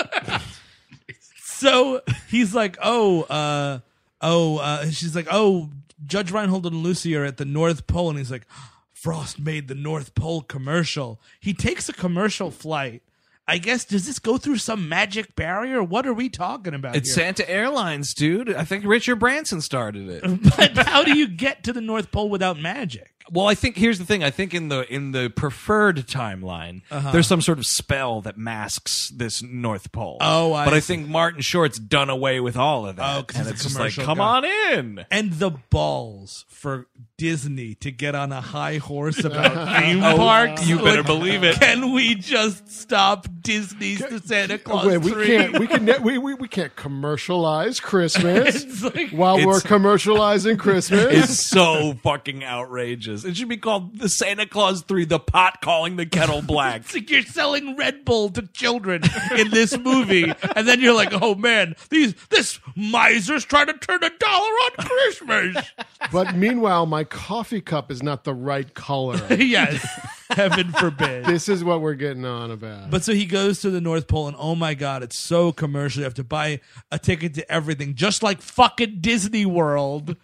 so he's like, oh, uh, oh, uh, she's like, oh, Judge Reinhold and Lucy are at the North Pole, and he's like, Frost made the North Pole commercial. He takes a commercial flight. I guess does this go through some magic barrier? What are we talking about?
it's
here?
Santa Airlines, dude. I think Richard Branson
*laughs*
started it.
But how do you get to the North Pole without magic?
Well, I think here's the thing. I think in the in the preferred timeline,
Uh-huh.
there's some sort of spell that masks this North Pole.
Oh, I
but I
see.
think Martin Short's done away with all of that.
Oh, because
and
it's,
it's
a
just like,
commercial.
come on in.
And the balls for Disney to get on a high horse
*laughs*
about theme
Oh,
parks.
you better believe it.
Can we just stop Disney's The Santa Claus
oh, Wait, we
tree?
can't. We can. ne- We, we, we can't commercialize Christmas
It's like-
while we're
It's-
commercializing
*laughs*
Christmas.
It's so fucking outrageous. It should be called the Santa Claus Three: The Pot Calling the Kettle Black.
It's like you're selling Red Bull to children in this movie, and then you're like, "Oh man, these this miser's trying to turn a dollar on Christmas." *laughs* *laughs*
But meanwhile, my coffee cup is not the right color.
yes, Heaven forbid.
This is what we're getting on about.
But so he goes to the North Pole, and oh my God, it's so commercial. You have to buy a ticket to everything, just like fucking Disney World.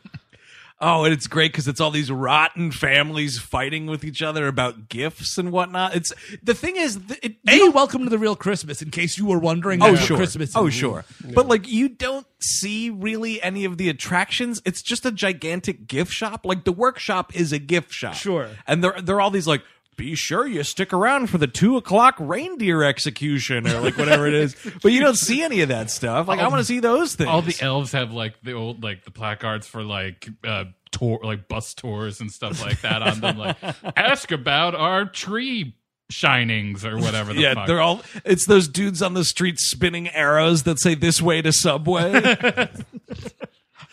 Oh, and it's great because it's all these rotten families fighting with each other about gifts and whatnot. It's the thing is, th- it,
Hey, welcome to the real Christmas. In case you were wondering,
oh
that's what
sure,
Christmas. is.
oh sure, but like you don't see really any of the attractions. It's just a gigantic gift shop. Like the workshop is a gift shop,
Sure.
and they're they're all these like. Be *laughs* sure you stick around for the two o'clock reindeer execution or like whatever it is. But you don't see any of that stuff. Like I want to see those things.
All the elves have like the old like the placards for like uh tour like bus tours and stuff like that on
*laughs*
them. Like ask about our tree shinings or whatever. The
yeah,
fuck.
they're all. It's those dudes on the street spinning arrows that say "This way to *laughs* Subway."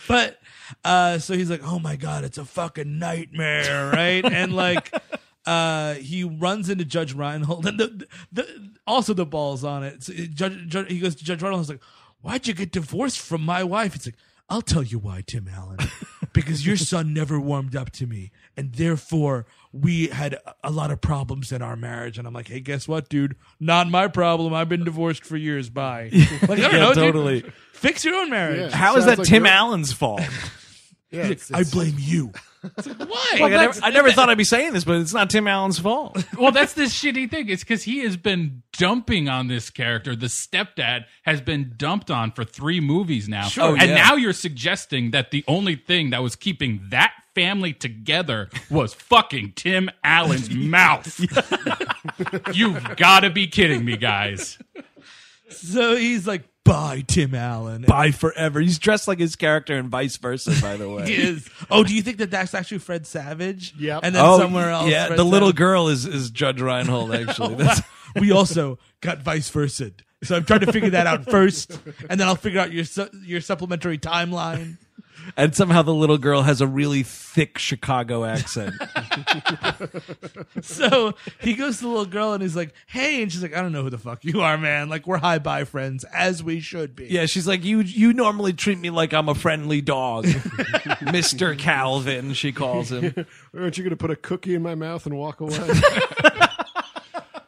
But uh, so he's like, "Oh my god, it's a fucking nightmare, right?" and like, *laughs* uh, he runs into Judge Reinhold, and the, the also the balls on it. So it- Judge, Judge, he goes to Judge Reinhold. He's like, "Why'd you get divorced from my wife?" It's like, "I'll tell you why, Tim
*laughs*
Allen, because your son never warmed up to me, and therefore." We had a- a lot of problems in our marriage, and I'm like, "Hey, guess what, dude? Not my problem. I've been divorced for years.
*laughs*
Bye." Like, I don't
Yeah,
know, dude.
totally.
Fix your own marriage.
Yeah, How is sounds that like Tim your- Allen's *laughs* fault?
Yeah, it's-
I blame you.
Why?
Like, I never, I never thought I'd be saying this, but it's not Tim Allen's *laughs* fault.
well, that's the shitty thing. It's because he has been dumping on this character. The stepdad has been dumped on for three movies now.
Sure. Oh,
and
yeah.
now you're suggesting that the only thing that was keeping that family together was fucking Tim
*laughs*
Allen's mouth. *laughs* You've got to be kidding me, guys.
So he's like, "Bye, Tim Allen."
Bye forever. He's dressed like his character, and vice versa. By the *laughs* way,
He is. Oh, do you think that that's actually Fred Savage? Yeah. And then
Oh,
somewhere else.
Yeah,
Fred
the little
Savage-
girl is is Judge *laughs* Reinhold. Actually, That's-
*laughs* we also got vice versa. So I'm trying to figure that out first, and then I'll figure out your su- your supplementary timeline.
and somehow the little girl has a really thick Chicago accent.
So he goes to the little girl and he's like, "Hey," and she's like, "I don't know who the fuck you are, man. Like we're high bye friends, as we should be."
yeah, she's like, you you normally treat me like I'm a friendly dog, *laughs* Mister Calvin. She calls him.
Aren't you going to put a cookie in my mouth and walk away?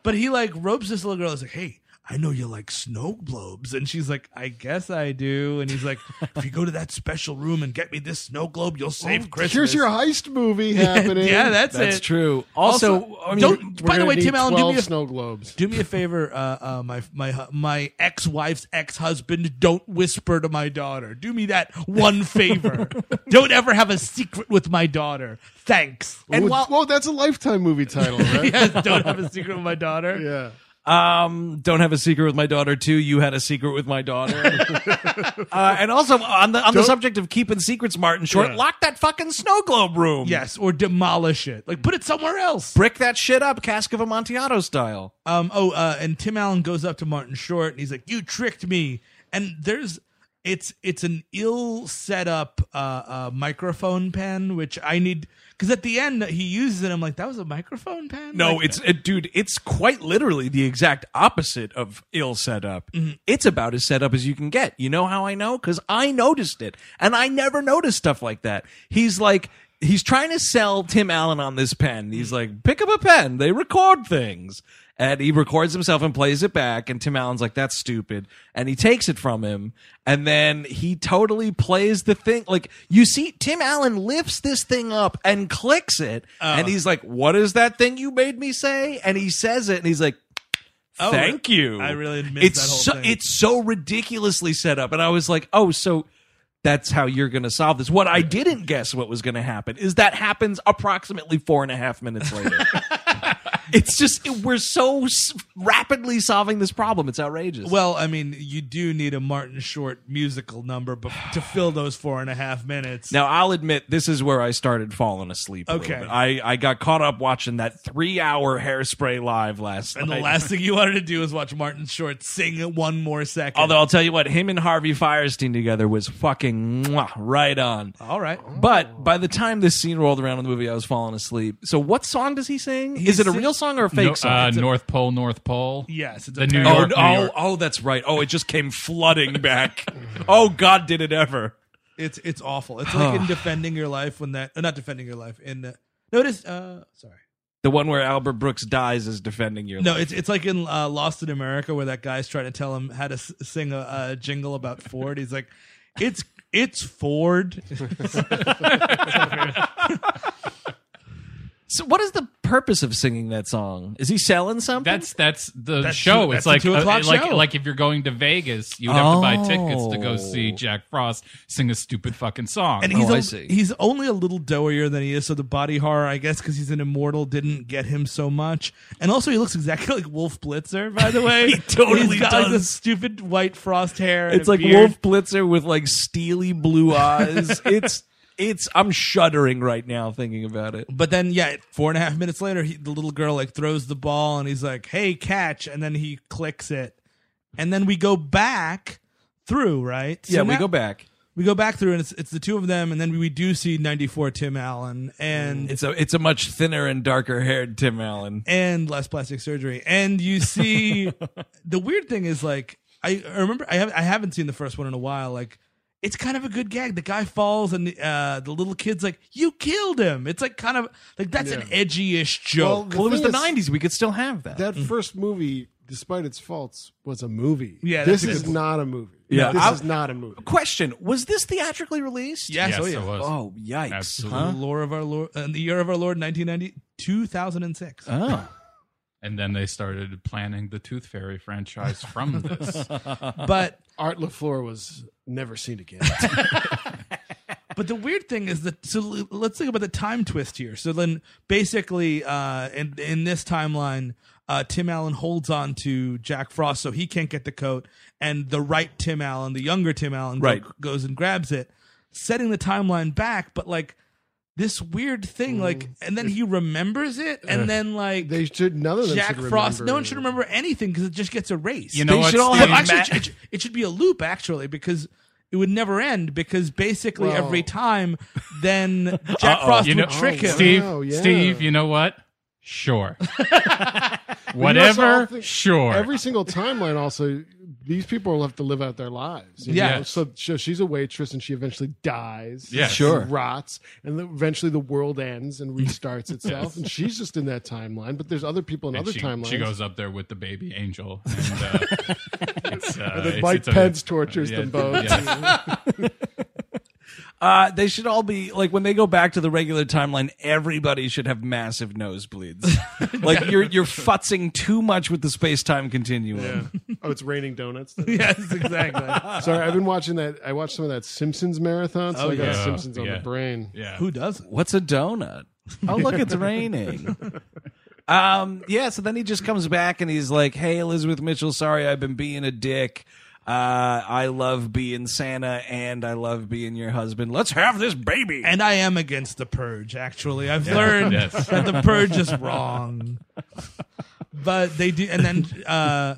But he like ropes this little girl. He's like, "Hey, I know you like snow globes," and she's like, "I guess I do." And
*laughs*
he's like, "If you go to that special room and get me this snow globe, you'll save Christmas."
Oh, Here's
*laughs*
your heist movie happening.
yeah, that's,
That's
it.
true. Also, I mean,
don't.
We're
By the
gonna
way,
need
Tim Allen, do
12
me a
snow globes.
do me a favor. Uh, uh, my my hu- my ex wife's ex husband, don't whisper to my daughter. Do me that
*laughs*
one favor. don't ever have a secret with my daughter.
*laughs*
Thanks. *laughs*
Ooh,
And while
whoa, that's a lifetime movie title, right?
yes, don't have a secret with my daughter.
Yeah.
Um, don't have a secret with my daughter too. You had a secret with my daughter. uh, and also on the on the
Don't-
subject of keeping secrets, Martin Short,
Yeah.
lock that fucking snow globe room.
Yes, or demolish it. Like put it somewhere else.
brick that shit up, cask of Amontillado style.
Um, oh, uh, and Tim Allen goes up to Martin Short and he's like, "You tricked me." And there's, it's it's an ill set up uh, uh, microphone pen, which I need because at the end he uses it. I'm like, that was a microphone pen.
No,
Like-
it's it, dude. It's quite literally the exact opposite of ill setup. It's about as set up as you can get. You know how I know? Because I noticed it, and I never noticed stuff like that. He's like. He's trying to sell Tim Allen on this pen. He's like, pick up a pen. They record things. And he records himself and plays it back. And Tim Allen's like, that's stupid. And he takes it from him. And then he totally plays the thing. Like, you see, Tim Allen lifts this thing up and clicks it.
Uh.
and he's like, what is that thing you made me say? And he says it. And he's like,
Oh,
thank you.
I really missed
it's
that whole
so,
thing.
It's so ridiculously set up. And I was like, oh, so that's how you're going to solve this. What I didn't guess what was going to happen is that happens approximately four and a half
*laughs*
minutes later. it's just, it- we're so s- rapidly solving this problem. It's outrageous.
well, I mean, you do need a Martin Short musical number,
*sighs*
but to fill those four and a half minutes.
now I'll admit this is where I started falling asleep. a little
Okay.
bit. I, I got caught up watching that three hour hairspray live last
and
night.
the last thing you wanted to do is watch Martin Short sing one more second.
*laughs* Although I'll tell you what, him and Harvey Firestein together was fucking mwah, right on.
all right,
But by the time this scene rolled around in the movie, I was falling asleep. So what song does he sing?
He
Is it a
sing-
real song or a fake
No-
song?
uh,
It's a-
North Pole, North Pole.
yes, it's
The
a
New
oh,
York, New
oh,
York.
oh, that's right. Oh, it just came flooding back. oh God, did it ever?
It's it's awful. It's like in defending your life when that uh, not defending your life in uh, no it is uh sorry
The one where Albert Brooks dies is defending your
No,
life.
it's it's like in uh, Lost in America where that guy's trying to tell him how to s- sing a, a jingle about Ford. He's like, "It's it's
*laughs*
Ford."
So what is the purpose of singing that song? Is he selling something?
That's that's the
That's
show.
two-
it's
that's a
like
two
uh,
o'clock
like
show.
like if you're going to Vegas, you would have to buy tickets to go see
Oh.
Jack Frost sing a stupid fucking song. Oh,
and he's on- he's only a little doughier than he is, so the body horror, I guess, because he's an immortal, didn't get him so much. And also, he looks exactly *laughs* like Wolf Blitzer, by the way.
*laughs* He totally
He's got Like,
does.
this stupid white frost hair. and
it's
a
like
beard.
Wolf Blitzer with like steely blue *laughs* eyes. it's it's I'm shuddering right now thinking about it.
But then, yeah, four and a half minutes later, he, the little girl like throws the ball and he's like, "Hey, catch!" And then he clicks it, and then we go back through, right?
Yeah, we go back.
We go back through, and it's it's the two of them, and then we do see ninety four Tim Allen and
Mm. It's a it's a much thinner and darker haired Tim Allen.
and less plastic surgery, and you
*laughs*
see the weird thing is like I, I remember I have I haven't seen the first one in a while, like. It's kind of a good gag. The guy falls, and uh, the little kid's like, "You killed him." It's like kind of like that's an edgy-ish joke.
Well, it was the 90s.
We could still have that.
That first movie, despite its faults, was a movie.
Yeah,
this
that's a good
is
point.
not a movie.
Yeah.
this
I-
is not a movie.
Question: Was this theatrically released?
Yes, Yes, oh, yeah. it was.
Oh yikes!
The Lord of our Lord, uh, the year of our Lord, 1990, 2006.
Oh.
And then they started planning the Tooth Fairy franchise from this.
But-
Art LaFleur was never seen again.
but the weird thing is that so l- let's think about the time twist here. So then basically, uh, in in this timeline, uh, Tim Allen holds on to Jack Frost, so he can't get the coat, and the right Tim Allen, the younger Tim Allen, go-
Right.
goes and grabs it, setting the timeline back. But like this weird thing, like, and then he remembers it, and
Ugh.
then like
they should none of them
Jack
should
Frost. No
remember.
one should remember anything because it just gets erased.
You know They should what's all the-
Well, actually,
Ma-
it, should- it should be a loop actually because it would never end because basically
Well-
every time, then Jack
Uh-oh.
Frost
You know- oh,
would trick him.
Steve,
Wow, yeah.
Steve, you know what? Sure.
But you also
Whatever,
all think-
sure.
Every single timeline, also, these people are left to live out their lives. you
Yeah.
know? So, so she's a waitress and she eventually dies.
Yes.
She
Sure.
Rots. And then eventually the world ends and restarts itself.
Yes.
And she's just in that timeline. But there's other people in
And
other
she,
timelines.
she goes up there with the baby angel. And, uh, it's, uh,
And then
it's-
Mike
it's a-
Pence tortures
yeah,
them both.
*laughs* yes.
Uh, they should all be like when they go back to the regular timeline. Everybody should have massive nosebleeds. like you're you're futzing too much with the space time continuum.
Yeah. Oh, it's raining donuts.
yes, exactly.
*laughs* Sorry, I've been watching that. I watched some of that Simpsons marathon, so
Oh,
I got
yeah.
Simpsons on
Yeah.
the brain.
Yeah.
Who does?
What's a donut? Oh, look, it's raining. Um, yeah, so then he just comes back and he's like, "Hey, Elizabeth Mitchell, sorry I've been being a dick. Uh, I love being Santa and I love being your husband. Let's have this baby."
And I am against the purge. Actually, I've
Yeah.
learned
Yes.
*laughs* that the purge is wrong. But they do, and then uh,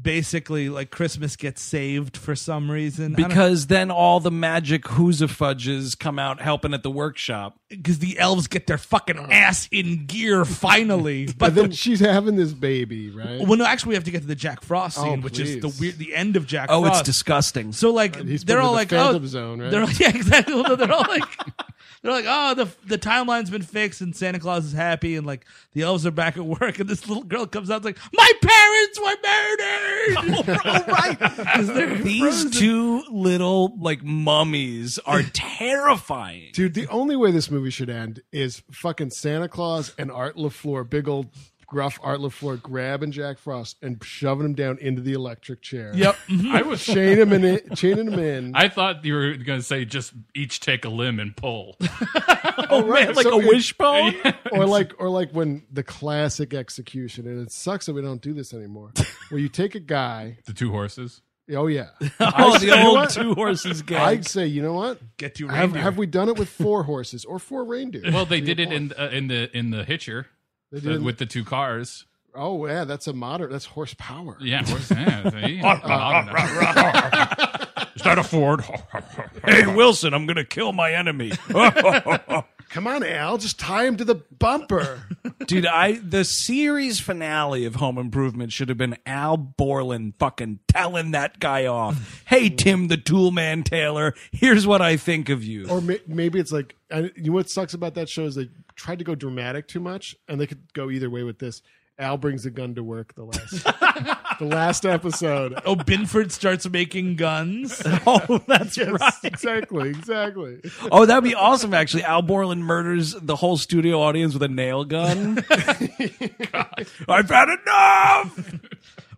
basically, like Christmas gets saved for some reason I don't-
because then all the magic Who's a fudges come out helping at the workshop.
because the elves get their fucking ass in gear finally. But
But then she's having this baby, right?
well, no, actually, we have to get to the Jack Frost
Oh,
scene, which is the
please.
weird, the end of Jack.
Oh, it's
Frost.
disgusting.
So like,
he's
they're
put in
all
the
like,
Phantom
oh,
Zone, right?
they're all- *laughs* yeah, exactly. Well, they're all like, *laughs* they're like, oh, the the timeline's been fixed, and Santa Claus is happy, and like the elves are back at work, and this little girl comes out like, my parents were murdered. *laughs*
These two little like mummies *laughs* are terrifying.
Dude, the only way this movie should end is fucking Santa Claus and Art LaFleur, big old gruff Art LaFleur grabbing Jack Frost and shoving him down into the electric chair.
Yep. I was-
chain him in it, chaining him in.
*laughs* I thought you were going to say just each take a limb and pull.
Oh, right.
man, like a
it-
wishbone?
or like or like when the classic execution, and it sucks that we don't do this anymore. Where you take a guy
the two horses.
Oh yeah.
Oh, the
you know
old
what?
two horses gag.
I'd say, you know what?
Get two
have,
reindeer.
have we done it with four horses or four reindeer? *laughs*
Well, they
To
did
your
it
point.
in uh, in the in the Hitcher
They
uh,
did it-
with the two cars.
Oh yeah, that's a modern. That's horsepower.
Yeah, horse- yeah, see? *laughs*
Uh,
Is that a Ford?
hey Wilson, I'm gonna kill my enemy.
Come on, Al, just tie him to the
*laughs*
bumper.
*laughs* Dude, I the series finale of Home Improvement should have been Al Borland fucking telling that guy off.
"Hey, Tim the Toolman Taylor, here's what I think of you."
Or may- maybe it's like, I, you know what sucks about that show is they tried to go dramatic too much, and they could go either way with this. Al brings a gun to work the last,
*laughs*
the last episode.
Oh, Binford starts making
*laughs*
guns.
*laughs* oh, that's
right. Exactly, exactly.
Oh, that'd be awesome! Actually, Al Borland murders the whole studio audience with a nail gun. *laughs* I've had enough.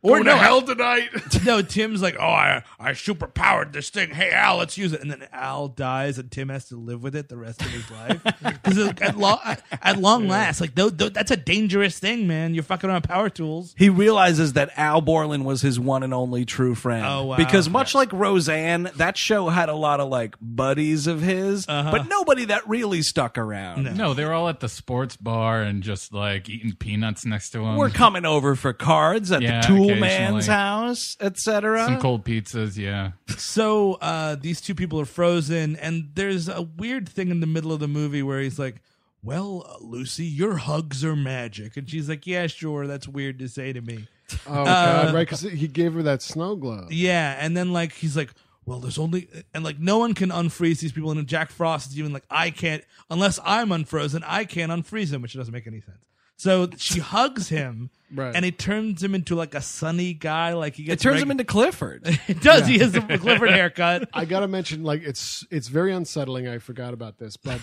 Or no.
tonight. *laughs* no, Tim's like, oh, I, I super powered this thing. Hey, Al, let's use it. And then Al dies, and Tim has to live with it the rest of
*laughs*
his life. Because at, lo- at long last, like, tho- tho- that's a dangerous thing, man. You're fucking on power tools.
He realizes that Al Borland was his one and only true friend.
Oh, wow.
Because much like Roseanne, that show had a lot of like buddies of his, but nobody that really stuck around.
No, they were all at the sports bar and just like eating peanuts next to him.
We're coming over for cards at
Yeah,
the Tool
occasionally.
Man's house, etc.
Some cold pizzas, yeah.
So uh, these two people are frozen, and there's a weird thing in the middle of the movie where he's like, "Well, uh, Lucy, your hugs are magic," and she's like, "Yeah, sure, that's weird to say to me."
Oh,
Uh,
God, right? Because he gave her that snow globe.
Yeah, and then like he's like, "Well, there's only," and like no one can unfreeze these people, and then Jack Frost is even like, "I can't unless I'm unfrozen. I can't unfreeze him," which doesn't make any sense. So she hugs him,
Right.
and it turns him into like a sunny guy. Like he
It
gets
turns
reg-
him into Clifford.
*laughs* it does. He has the Clifford
*laughs*
haircut.
I gotta mention, like it's it's very unsettling. I forgot about this,
*laughs*
but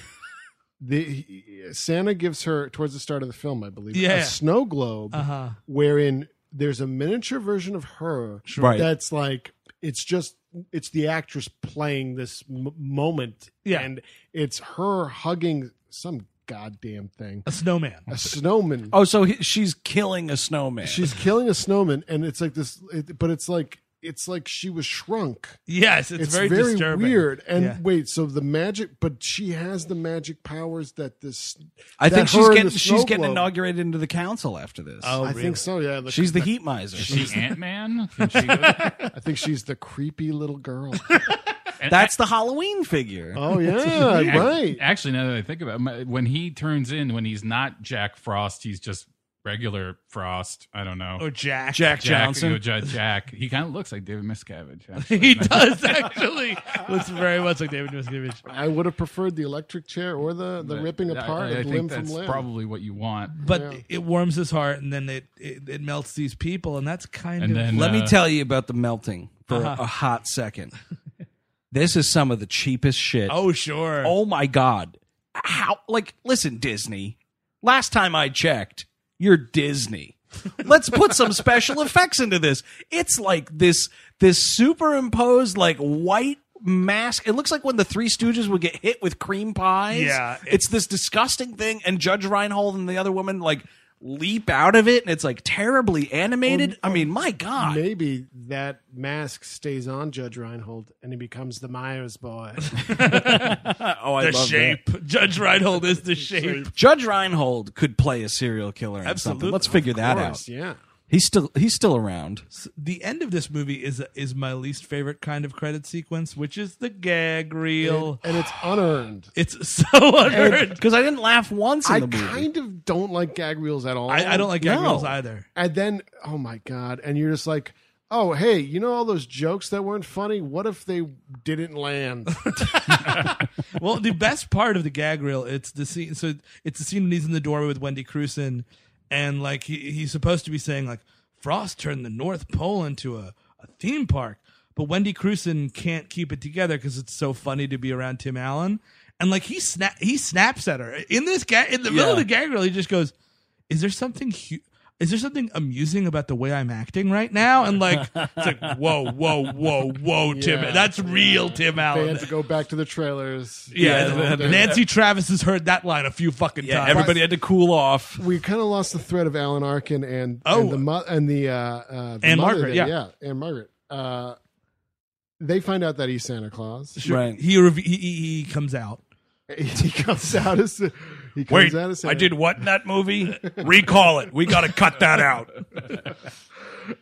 the he- Santa gives her towards the start of the film, I believe,
Yeah.
a snow globe,
Uh-huh.
wherein there's a miniature version of her
Sure. Right.
that's like it's just it's the actress playing this m- moment,
Yeah.
and it's her hugging some goddamn thing,
a snowman,
a snowman.
Oh, so he, she's killing a snowman.
She's killing a snowman, and it's like this, it, but it's like it's like she was shrunk.
Yes, it's very disturbing.
weird. And
Yeah.
wait, so the magic, but she has the magic powers that this.
I
that
think
her
she's
and
getting
the
she's
snow
getting
globe-
inaugurated into the council after this.
Oh,
Oh,
I think so. Yeah, like-
Oh, she's the heat miser.
*laughs* She Ant Man?
*laughs* I think she's the creepy little
*laughs*
girl.
That's the Halloween figure.
Oh yeah,
Yeah,
right.
Actually, now that I think about it, my- when he turns in, when he's not Jack Frost, he's just regular Frost. I don't know.
Or Oh, Jack.
Jack Johnson.
you know, Ja- Jack. He kind of looks like
*laughs*
David Miscavige.
*laughs*
actually.
he does actually. Looks very much like David Miscavige.
I would have preferred the electric chair or the the
But
ripping
I-
apart
I, I
of
think
limb
that's
from limb.
probably what you want.
But it warms his heart, and then it, it it melts these people, and that's kind of.
And then,
Let me
uh,
tell you about the melting for a-
Uh-huh.
a hot second. this is some of the cheapest shit.
Oh sure.
*laughs* Oh my god. How like listen Disney. Last time I checked, you're Disney. Let's put some
*laughs*
special effects into this. It's like this this superimposed like white mask. It looks like when the Three Stooges would get hit with cream pies.
Yeah,
It's, this disgusting thing and Judge Reinhold and the other woman like leap out of it and it's like terribly animated.
Oh,
I mean, my god.
Maybe that mask stays on Judge Reinhold, and he becomes the Myers
*laughs*
boy.
oh, I
the
love
shape.
that.
Judge Reinhold is the *laughs* shape.
Judge Reinhold could play a serial killer in something.
Absolutely.
Let's figure
Of
that
course,
out.
yeah.
He's still he's still around.
The end of this movie is is my least favorite kind of credit sequence, which is the gag reel.
and it's unearned.
It's so *laughs* unearned.
Because I didn't laugh once in
I
the movie.
kind of don't like gag reels at all.
I, I don't like gag
No.
reels either.
And then, oh my God. And you're just like, oh, hey, you know all those jokes that weren't funny? What if they didn't
*laughs*
land?
well, the best part of the gag reel, it's the scene. So it's the scene when he's in the doorway with Wendy Crewson, and like he, he's supposed to be saying like Frost turned the North Pole into a, a theme park, but Wendy Crewson can't keep it together because it's so funny to be around Tim Allen, and like he snap he snaps at her in this gag in the middle of the gag reel. He just goes, "Is there something?" Hu- is there something amusing about the way I'm acting right now? And like, it's like, whoa, whoa, whoa, whoa, Tim.
Yeah.
That's real, Tim
They
Allen.
had to go back to the trailers.
Yeah, Nancy Travis has heard that line a few fucking times.
had to cool off.
We kind of lost the thread of Alan Arkin and
Oh.
and the mo- and the uh, uh the
And
mother
Margaret,
there.
yeah.
yeah, and Margaret. Uh, they find out that he's Santa Claus.
*laughs* Sure. He, rev- he he he comes out.
He comes out as he comes
Wait,
out as Santa.
I did what in that movie? Recall it. We got to cut that out.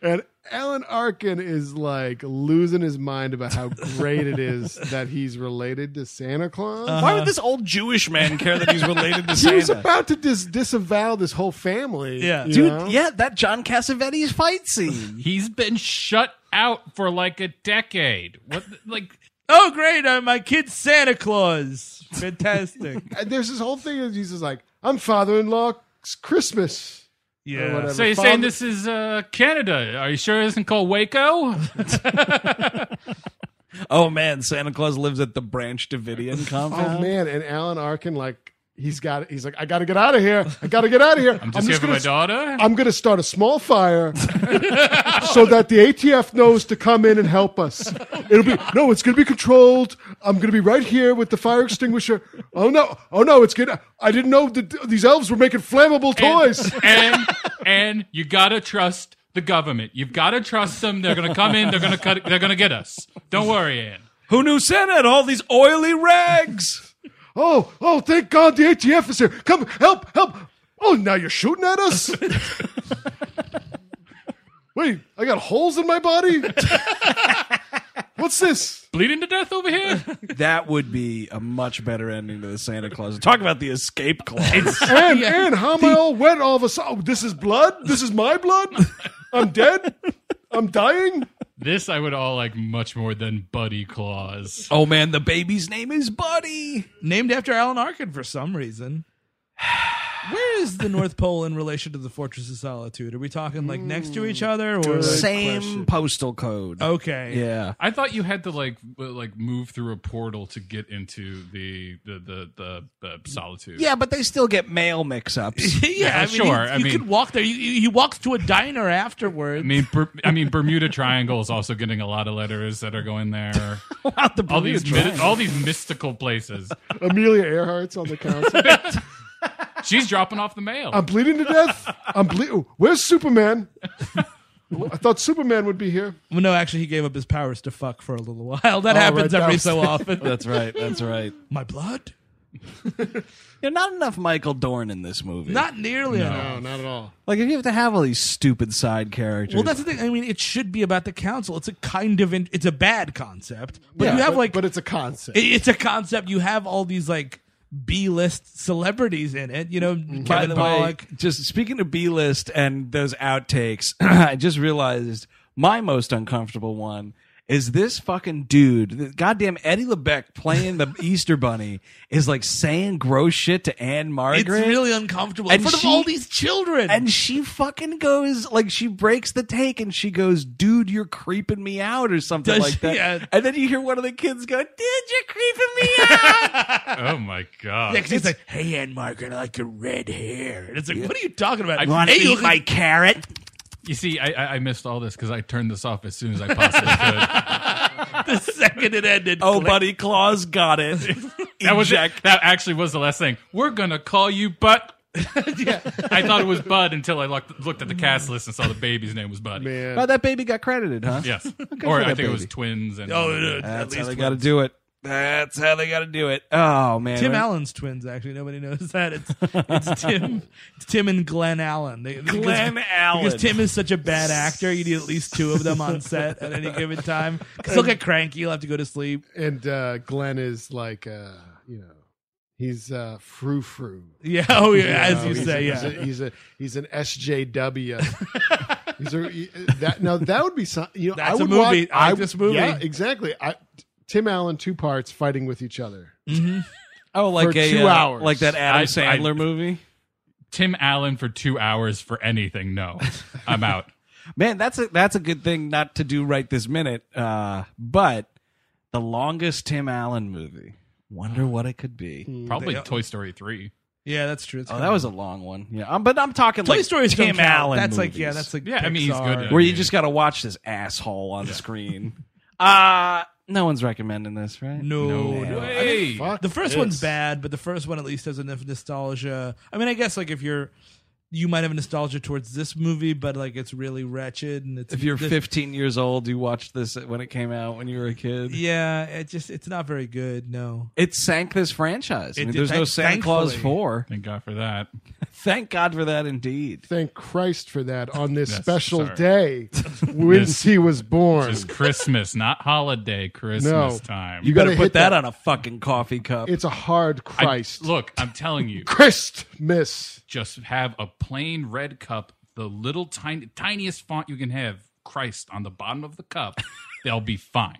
and Alan Arkin is like losing his mind about how great it
*laughs*
is that he's related to Santa Claus.
Uh-huh.
Why would this old Jewish man care that he's related
*laughs*
to
He was
Santa?
about to dis- disavow this whole family. you
dude.
know?
Yeah, that John Cassavetes fight scene.
*laughs* He's been shut out for like a decade. What, the- like,
*laughs* Oh, great! Uh, my kid's Santa Claus. Fantastic.
And there's this whole thing of Jesus like, I'm father-in-law's Christmas. or whatever.
So you're
Father-
saying this is uh, Canada? Are you sure it isn't called Waco?
Oh man, Santa Claus lives at the Branch *laughs* Davidian compound.
Oh man, and Alan Arkin like he's got he's like I got to get out of here. I got to get out
*laughs*
of here. I'm
just here for my daughter?
I'm going to start a small
*laughs*
fire so that the ATF knows to come in and help us. It'll be no, it's going to be controlled. I'm going to be right here with the fire extinguisher. Oh no. Oh no, it's going to I didn't know that these elves were making flammable toys.
and and you gotta trust the government. You've gotta trust them. They're gonna come in. They're gonna cut. They're gonna get us. Don't worry, Ann.
Who knew Santa had all these oily rags?
Oh, oh, thank God the ATF is here. Come, help, help. Oh, now you're shooting at us? Wait, I got holes in my body? What's this?
Bleeding to death over here.
*laughs*
*laughs*
That would be a much better ending to the Santa Claus. Talk about the escape clause.
And, and how am I all wet all of a sudden? Oh, this is blood? This is my blood? I'm dead? I'm dying?
This I would all like much more than Buddy Claus.
oh man, the baby's name is Buddy.
Named after Alan Arkin for some reason. *sighs* Where is the North Pole in relation to the Fortress of Solitude? Are we talking like next to each other or like-
Same postal code.
Okay.
Yeah.
I thought you had to like w- like move through a portal to get into the the the the, the solitude.
Yeah, but they still get mail mix-ups.
*laughs* yeah, I mean,
sure.
You,
I
you
mean-
could walk there. You, you, he walks to a diner afterwards.
I mean, Ber- I mean, Bermuda Triangle is also getting a lot of letters that are going there. all
Bermuda
these mi-
Triangle.
all these mystical places.
Amelia Earhart's on the council.
She's dropping off the mail.
I'm bleeding to death. I'm ble- oh, Where's Superman? I thought Superman would be here.
Well, no, actually, he gave up his powers to fuck for a little while. *laughs* That
Oh,
happens
right,
every
that
so
was-
often.
*laughs* That's right. That's right.
My blood?
You're not enough Michael Dorn in this movie.
Not nearly
No.
enough.
not at all.
like if you have to have all these stupid side characters.
Well, that's the thing. I mean, it should be about the council. It's a kind of in, it's a bad concept, but
Yeah,
you have
but-
like
but it's a concept.
it- it's a concept. You have all these like B list celebrities in it. You know,
By
Kevin
the
Pollak.
way, just speaking of B list and those outtakes, *clears throat* I just realized my most uncomfortable one is this fucking dude, the goddamn Eddie LeBeck playing *laughs* the Easter Bunny, is like saying gross shit to Anne Margaret.
It's really uncomfortable in front of all these children.
And she fucking goes like she breaks the take and she goes, "Dude, you're creeping me out" or something
Does
like
she-
that.
yeah.
And then you hear one of the kids go, "Dude, you're creeping me
oh my god!
Yeah, 'cause he's like, "Hey, Anne Margaret, I like your red hair." And it's like, "What are you talking about?
I wanna
hey,
eat
look-
my
carrot."
You see, I- I, I missed all this because I turned this off as soon as I possibly could.
the second it ended.
Oh, buddy, Claus got it.
that was it. That actually was the last thing. We're gonna call you Butt. I thought it was Bud until I looked, looked at the cast list and saw the baby's name was Buddy.
Oh, that baby got credited, huh?
Yes,
Good
or
for
I
that
think it was
baby.
twins. And
Oh, yeah, at
That's how
least
they got to do it. That's how they got to do it. Oh man,
Tim
When-
Allen's twins. Actually, nobody knows that. It's, it's Tim, it's Tim and Glenn Allen. They, because-
Glenn Allen.
Because Tim is such a bad actor, you need at least two of them on set at any given time. Because he'll get cranky. He'll have to go to sleep.
And uh, Glenn is like, uh, you know, he's uh, frou frou.
Yeah. Oh, yeah.
You
as
know,
you
he's
say.
a-
Yeah.
he's a he's, a, he's an SJW. he's a, he- that now that would be something. You know, I
That's a
would
movie.
watch-
Like
I-
this movie.
Yeah, exactly. I, Tim Allen, two parts fighting with each other.
Oh, like
for
a
two
uh,
hours.
like that Adam
I- I-
Sandler movie.
Tim Allen for two hours for anything. No, I'm out.
*laughs*
Man, that's a that's a good thing not to do right this minute. Uh, but the longest Tim Allen movie. Wonder what it could be.
Probably Toy Story three.
Yeah. That's true. It's
Oh,
kind
that
of-
was a long one. Yeah, um, but I'm talking
Toy
like
Stories. don't
Tim
count.
Allen.
That's like yeah.
movies.
That's like
Yeah, I mean, he's good
Pixar.
at
where
it.
you just got to watch this asshole
*laughs*
on screen. Uh no one's recommending this, right?
No, no. I mean,
Fuck
the first
this.
one's bad, but the first one at least has enough nostalgia. I mean, I guess like if you're you might have a nostalgia towards this movie, but like it's really wretched and it's
If you're
this-
15 years old, you watched this when it came out when you were a kid.
Yeah, it just it's not very good. No,
It sank this franchise. I
It
mean,
did.
there's no
Thank-
Santa Claus
thankfully.
4.
Thank God for that.
Thank God for that, indeed.
Thank Christ for that on this
Yes,
special
sorry.
day when
Yes.
he was born.
It's Christmas, not holiday. Christmas time.
You got to put that, on a fucking coffee cup.
It's a hard
I-
Christ.
look, I'm telling you,
Christmas.
just have a plain red cup, the little tiny tiniest font you can have, Christ on the bottom of
*laughs*
the cup. They'll be fine.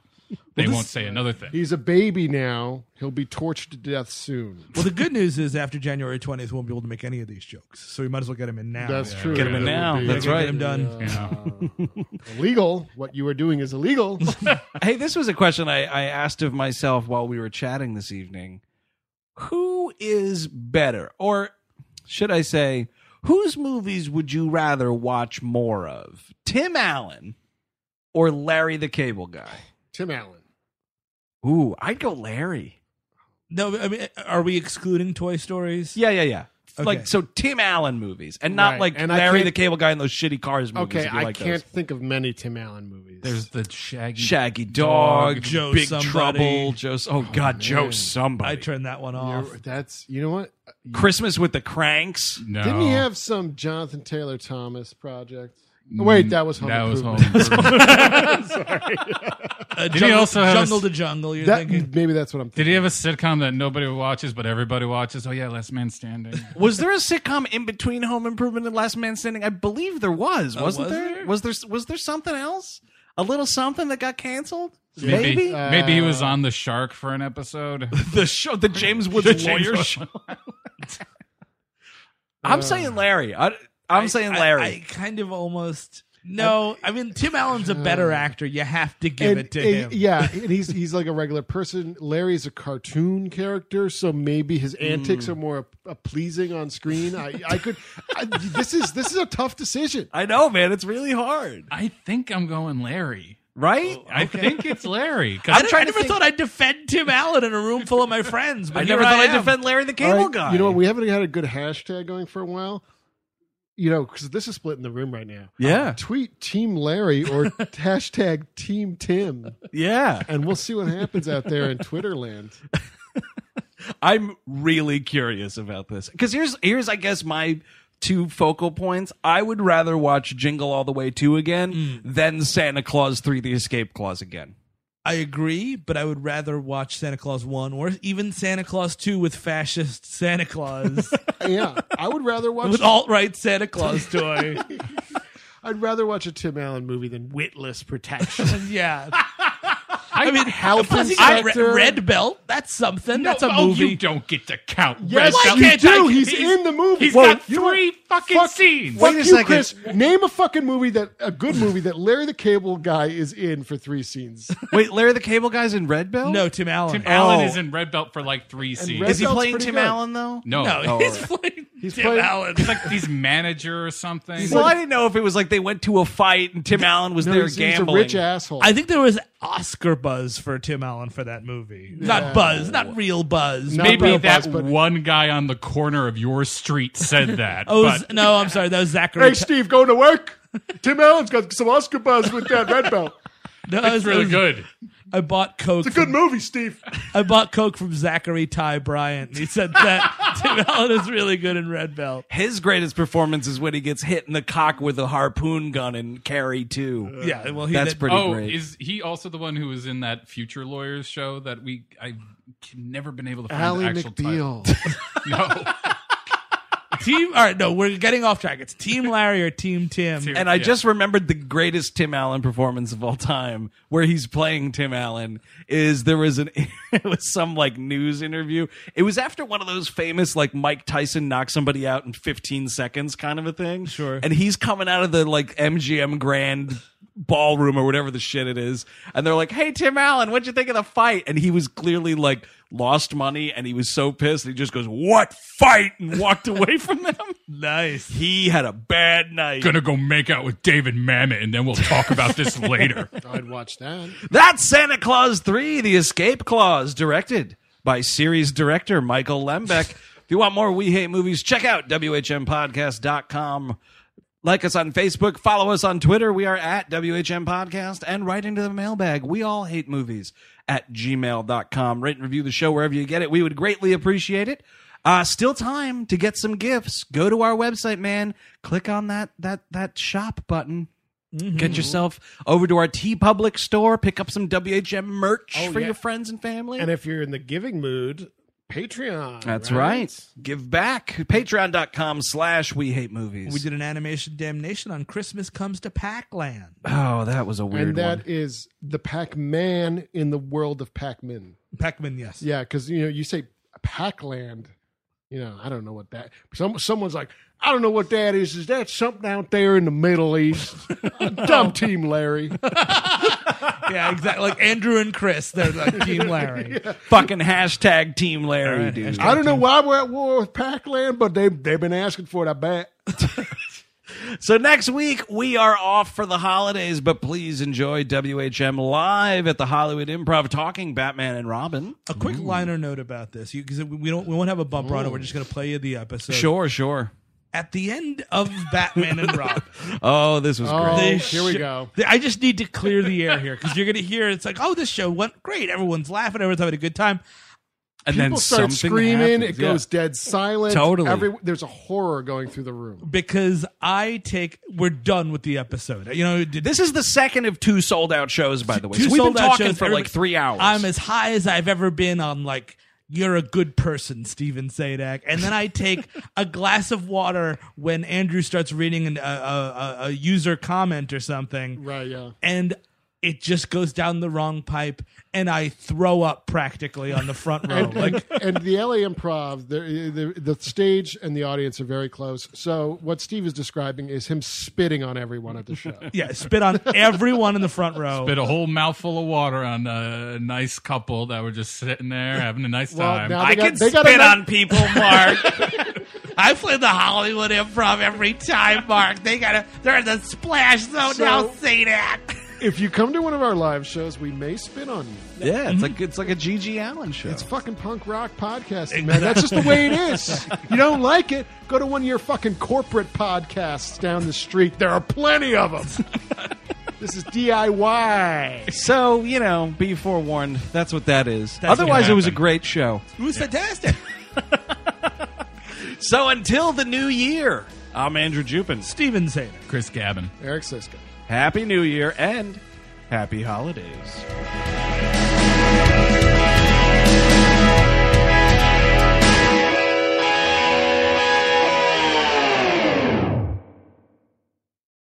They
Well,
won't
this-
say another thing.
He's a baby now. He'll be tortured to death soon.
Well, the good news is after January 20th, we won't be able to make any of these jokes. So we might as well get them in now.
That's true.
Oh, Get them in
That
now.
would be-
That's right. Get them done.
*laughs* Yeah. illegal. What you are doing is illegal. *laughs*
*laughs* hey, this was a question I, I asked of myself while we were chatting this evening. Who is better? Or should I say, whose movies would you rather watch more of? Tim Allen or Larry the Cable Guy?
Tim Allen.
Ooh, I'd go Larry.
No, I mean, are we excluding Toy Stories?
Yeah, yeah, yeah.
Okay.
Like so, Tim Allen movies, and not
Right,
like
and I
Larry
can't-
the Cable Guy and those shitty Cars movies.
Okay,
if you
I
like those.
can't think of many Tim Allen movies.
There's the shaggy,
Shaggy Dog,
Joe
Big
Somebody.
Trouble, Joe. Oh God, Joe
I
somebody.
turned that one off.
You're- that's you know what?
Christmas with the Cranks.
No,
Didn't he have some Jonathan Taylor Thomas project? Oh, wait, that was Home
That was
Improvement. *laughs*
Home
Sorry.
Uh,
Did he
jungle,
also have a
jungle
s-
to jungle? You're
That-
thinking
maybe that's what I'm
Did he have a sitcom that nobody watches but everybody watches? Oh yeah, Last Man Standing.
Was there a sitcom in between Home Improvement and Last Man Standing? I believe there was.
Uh,
Wasn't
was
there? Was there? Was there something else? A little something that got canceled?
Maybe uh,
Maybe.
maybe, he was on the shark for an episode.
*laughs* the show, the James Woods lawyer show. *laughs* I'm saying Larry. I, I'm saying Larry.
I, I kind of almost. No, I mean Tim Allen's a better actor. You have to give
And-
it to him.
and- Yeah, and he's he's like a regular person. Larry's a cartoon character, so maybe his antics
Hmm.
are more uh, pleasing on screen. I I could I, this is this is a tough decision.
I know, man. It's really hard.
*laughs* I think I'm going Larry.
Right?
I think it's Larry. 'cause
I, I never thought I'd defend Tim Allen in a room full of my friends. But
I
here
never thought I'd
am.
defend Larry the
All
Cable
right,
Guy.
You know what? We haven't had a good hashtag going for a while. You know, because this is splitting the room right now. Um,
Yeah.
tweet Team Larry
*laughs*
or hashtag Team Tim,
yeah.
and we'll see what happens out there in Twitter land.
I'm really curious about this because here's here's I guess my two focal points. I would rather watch Jingle All the Way two again
Hmm.
than Santa Claus three: The Escape Clause again.
I agree, but I would rather watch Santa Claus 1 or even Santa Claus 2 with fascist Santa Claus,
Yeah, I would rather watch.
with alt right Santa Claus toy.
I'd rather watch a Tim Allen movie than Witless Protection.
yeah.
I,
I mean,
Help
plus he got a re-
Inspector.
Red Belt. That's something. That's a
oh,
movie.
you don't get to count.
Yes,
Red
you do.
Belt.
he's, in the movie.
He's got
You know what?
three fucking
Fuck-
scenes.
Fuck
Wait a
you,
second.
Chris. Name a fucking movie that a good movie that Larry the Cable Guy is in for three scenes.
*laughs* Wait, Larry the Cable Guy's in Red Bell?
No, Tim Allen.
Tim Allen
Oh.
is in Red Belt for like three scenes.
Red
is he
Bell's
playing
pretty
Tim
good.
Allen though?
no,
no, Oh, he's playing
He's
Tim
playing-
Allen.
Oh, he's like he's manager or something.
Well, I didn't know if it was like they went to a fight and Tim Allen was
No,
there
he's, he's a
gambling.
rich asshole.
I think there was Oscar buzz for Tim Allen for that movie. Not buzz, not real buzz.
No.
Maybe
Red Belt,
that
but-
one guy on the corner of your
*laughs*
street said that.
Oh,
but-
Z- no, I'm sorry. That was Zachary.
hey, Steve, going to work? Tim Allen's got some Oscar buzz with that red belt.
no, that
that's
was-
really
that was-
good.
I bought Coke.
It's a good
from-
movie,
*laughs*
Steve.
I bought Coke from Zachary Ty Bryant. and He said that *laughs* Tim Allen is really good in Red Belt.
His greatest performance is when he gets hit in the cock with a harpoon gun in Carrie Two.
Yeah, well, he
That's
did-
pretty
Oh,
great.
is he also the one who was in that Future Lawyers show that we I've never been able to find
Ally
the actual title.
McBeal.
*laughs*
*laughs*
No,
Team. All right, no, we're getting off track. It's Team Larry or Team Tim.
*laughs*
Tim.
And I
Yeah.
just remembered the greatest Tim Allen performance of all time, where he's playing Tim Allen. Is there was an *laughs* it was some like news interview. It was after one of those famous like Mike Tyson knocked somebody out in 15 seconds kind of a thing.
Sure.
And he's coming out of the like MGM Grand ballroom or whatever the shit it is, and they're like, "Hey Tim Allen, what'd you think of the fight?" And he was clearly like lost money, and he was so pissed. He just goes, "What fight?" and walked away from them.
*laughs* Nice.
He had a bad night.
gonna go make out with David Mamet, and then we'll talk about *laughs* this later.
I'd watch that.
That's Santa Claus 3, The Escape Clause, directed by series director Michael Lembeck, If you want more We Hate Movies, check out WHMPodcast.com. Like us on Facebook, follow us on Twitter. We are at WHM Podcast and write into the mailbag. We all hate movies at gmail.com. Rate and review the show wherever you get it. We would greatly appreciate it. Uh, still time to get some gifts. Go to our website, man. Click on that that that shop button. Get yourself over to our T Public store. Pick up some WHM merch
Oh,
for
yeah.
your friends and family.
And if you're in the giving mood, Patreon.
That's right. Give back. Patreon.com slash We Hate Movies.
We did an animation damnation on Christmas Comes to Pac-Land.
Oh, that was a weird
and that
one.
is the Pac-Man in the world of Pac-Man.
*laughs* Pac-Man, yes.
Yeah, because you know you say Pac-Land. You know, I don't know what that. Some someone's like, I don't know what that is. Is that something out there in the Middle *laughs* East? Dumb team, Larry.
yeah, exactly. Like Andrew and Chris, they're like *laughs* Team Larry.
Fucking hashtag Team Larry, dude.
I don't know why we're at war with Pac-Land, but they they've been asking for it. I bet.
So next week we are off for the holidays, but please enjoy WHM live at the Hollywood Improv talking Batman and Robin.
A quick liner note about this, because we don't, we won't have a bump on it. We're just going to play you the episode.
Sure, sure.
At the end of Batman *laughs* and Rob,
Oh, this was
They
great.
sh- I just need to clear the air here because you're going to hear it's like, oh, this show went great. Everyone's laughing. Everyone's having a good time.
People start screaming. it goes dead silent.
Totally.
Every, there's a horror going through the room.
because I take we're done with the episode. You know, did,
this is the second of two sold out shows, by the way.
two
So we've been
sold-out
talking
shows,
for like
everybody-
three hours.
I'm as high as I've ever been on like you're a good person, Steven Sadak. And then I take a glass of water when Andrew starts reading an, a, a, a- a user comment or something.
Right. Yeah.
And it just goes down the wrong pipe, and I throw up practically on the front row.
*laughs*
and,
like
and- and the LA Improv, the, the the stage and the audience are very close. So what Steve is describing is him spitting on everyone at the *laughs* show.
yeah, spit on everyone in the front row.
Spit a whole mouthful of water on a nice couple that were just sitting there having a nice
Well,
time.
now they I got- can they got a spit nice- on
people, Mark.
I play the Hollywood improv every time, Mark. They gotta they're in the splash zone
So-
now, Sadak.
If you come to one of our live shows, we may spit on you.
yeah, it's like it's like a GG Allen show.
It's fucking punk rock podcasting, man. That's just the way it *laughs* is. You don't like it? Go to one of your fucking corporate podcasts down the street. There are plenty of *laughs* them. This is DIY.
so you know, be forewarned. That's what that is.
That's what
Otherwise, it was a
happened.
great show.
It was fantastic.
So until the new year, I'm Andrew Jupin,
Steven Sadak,
Chris Gabin.
Eric Siska.
Happy New Year and happy holidays.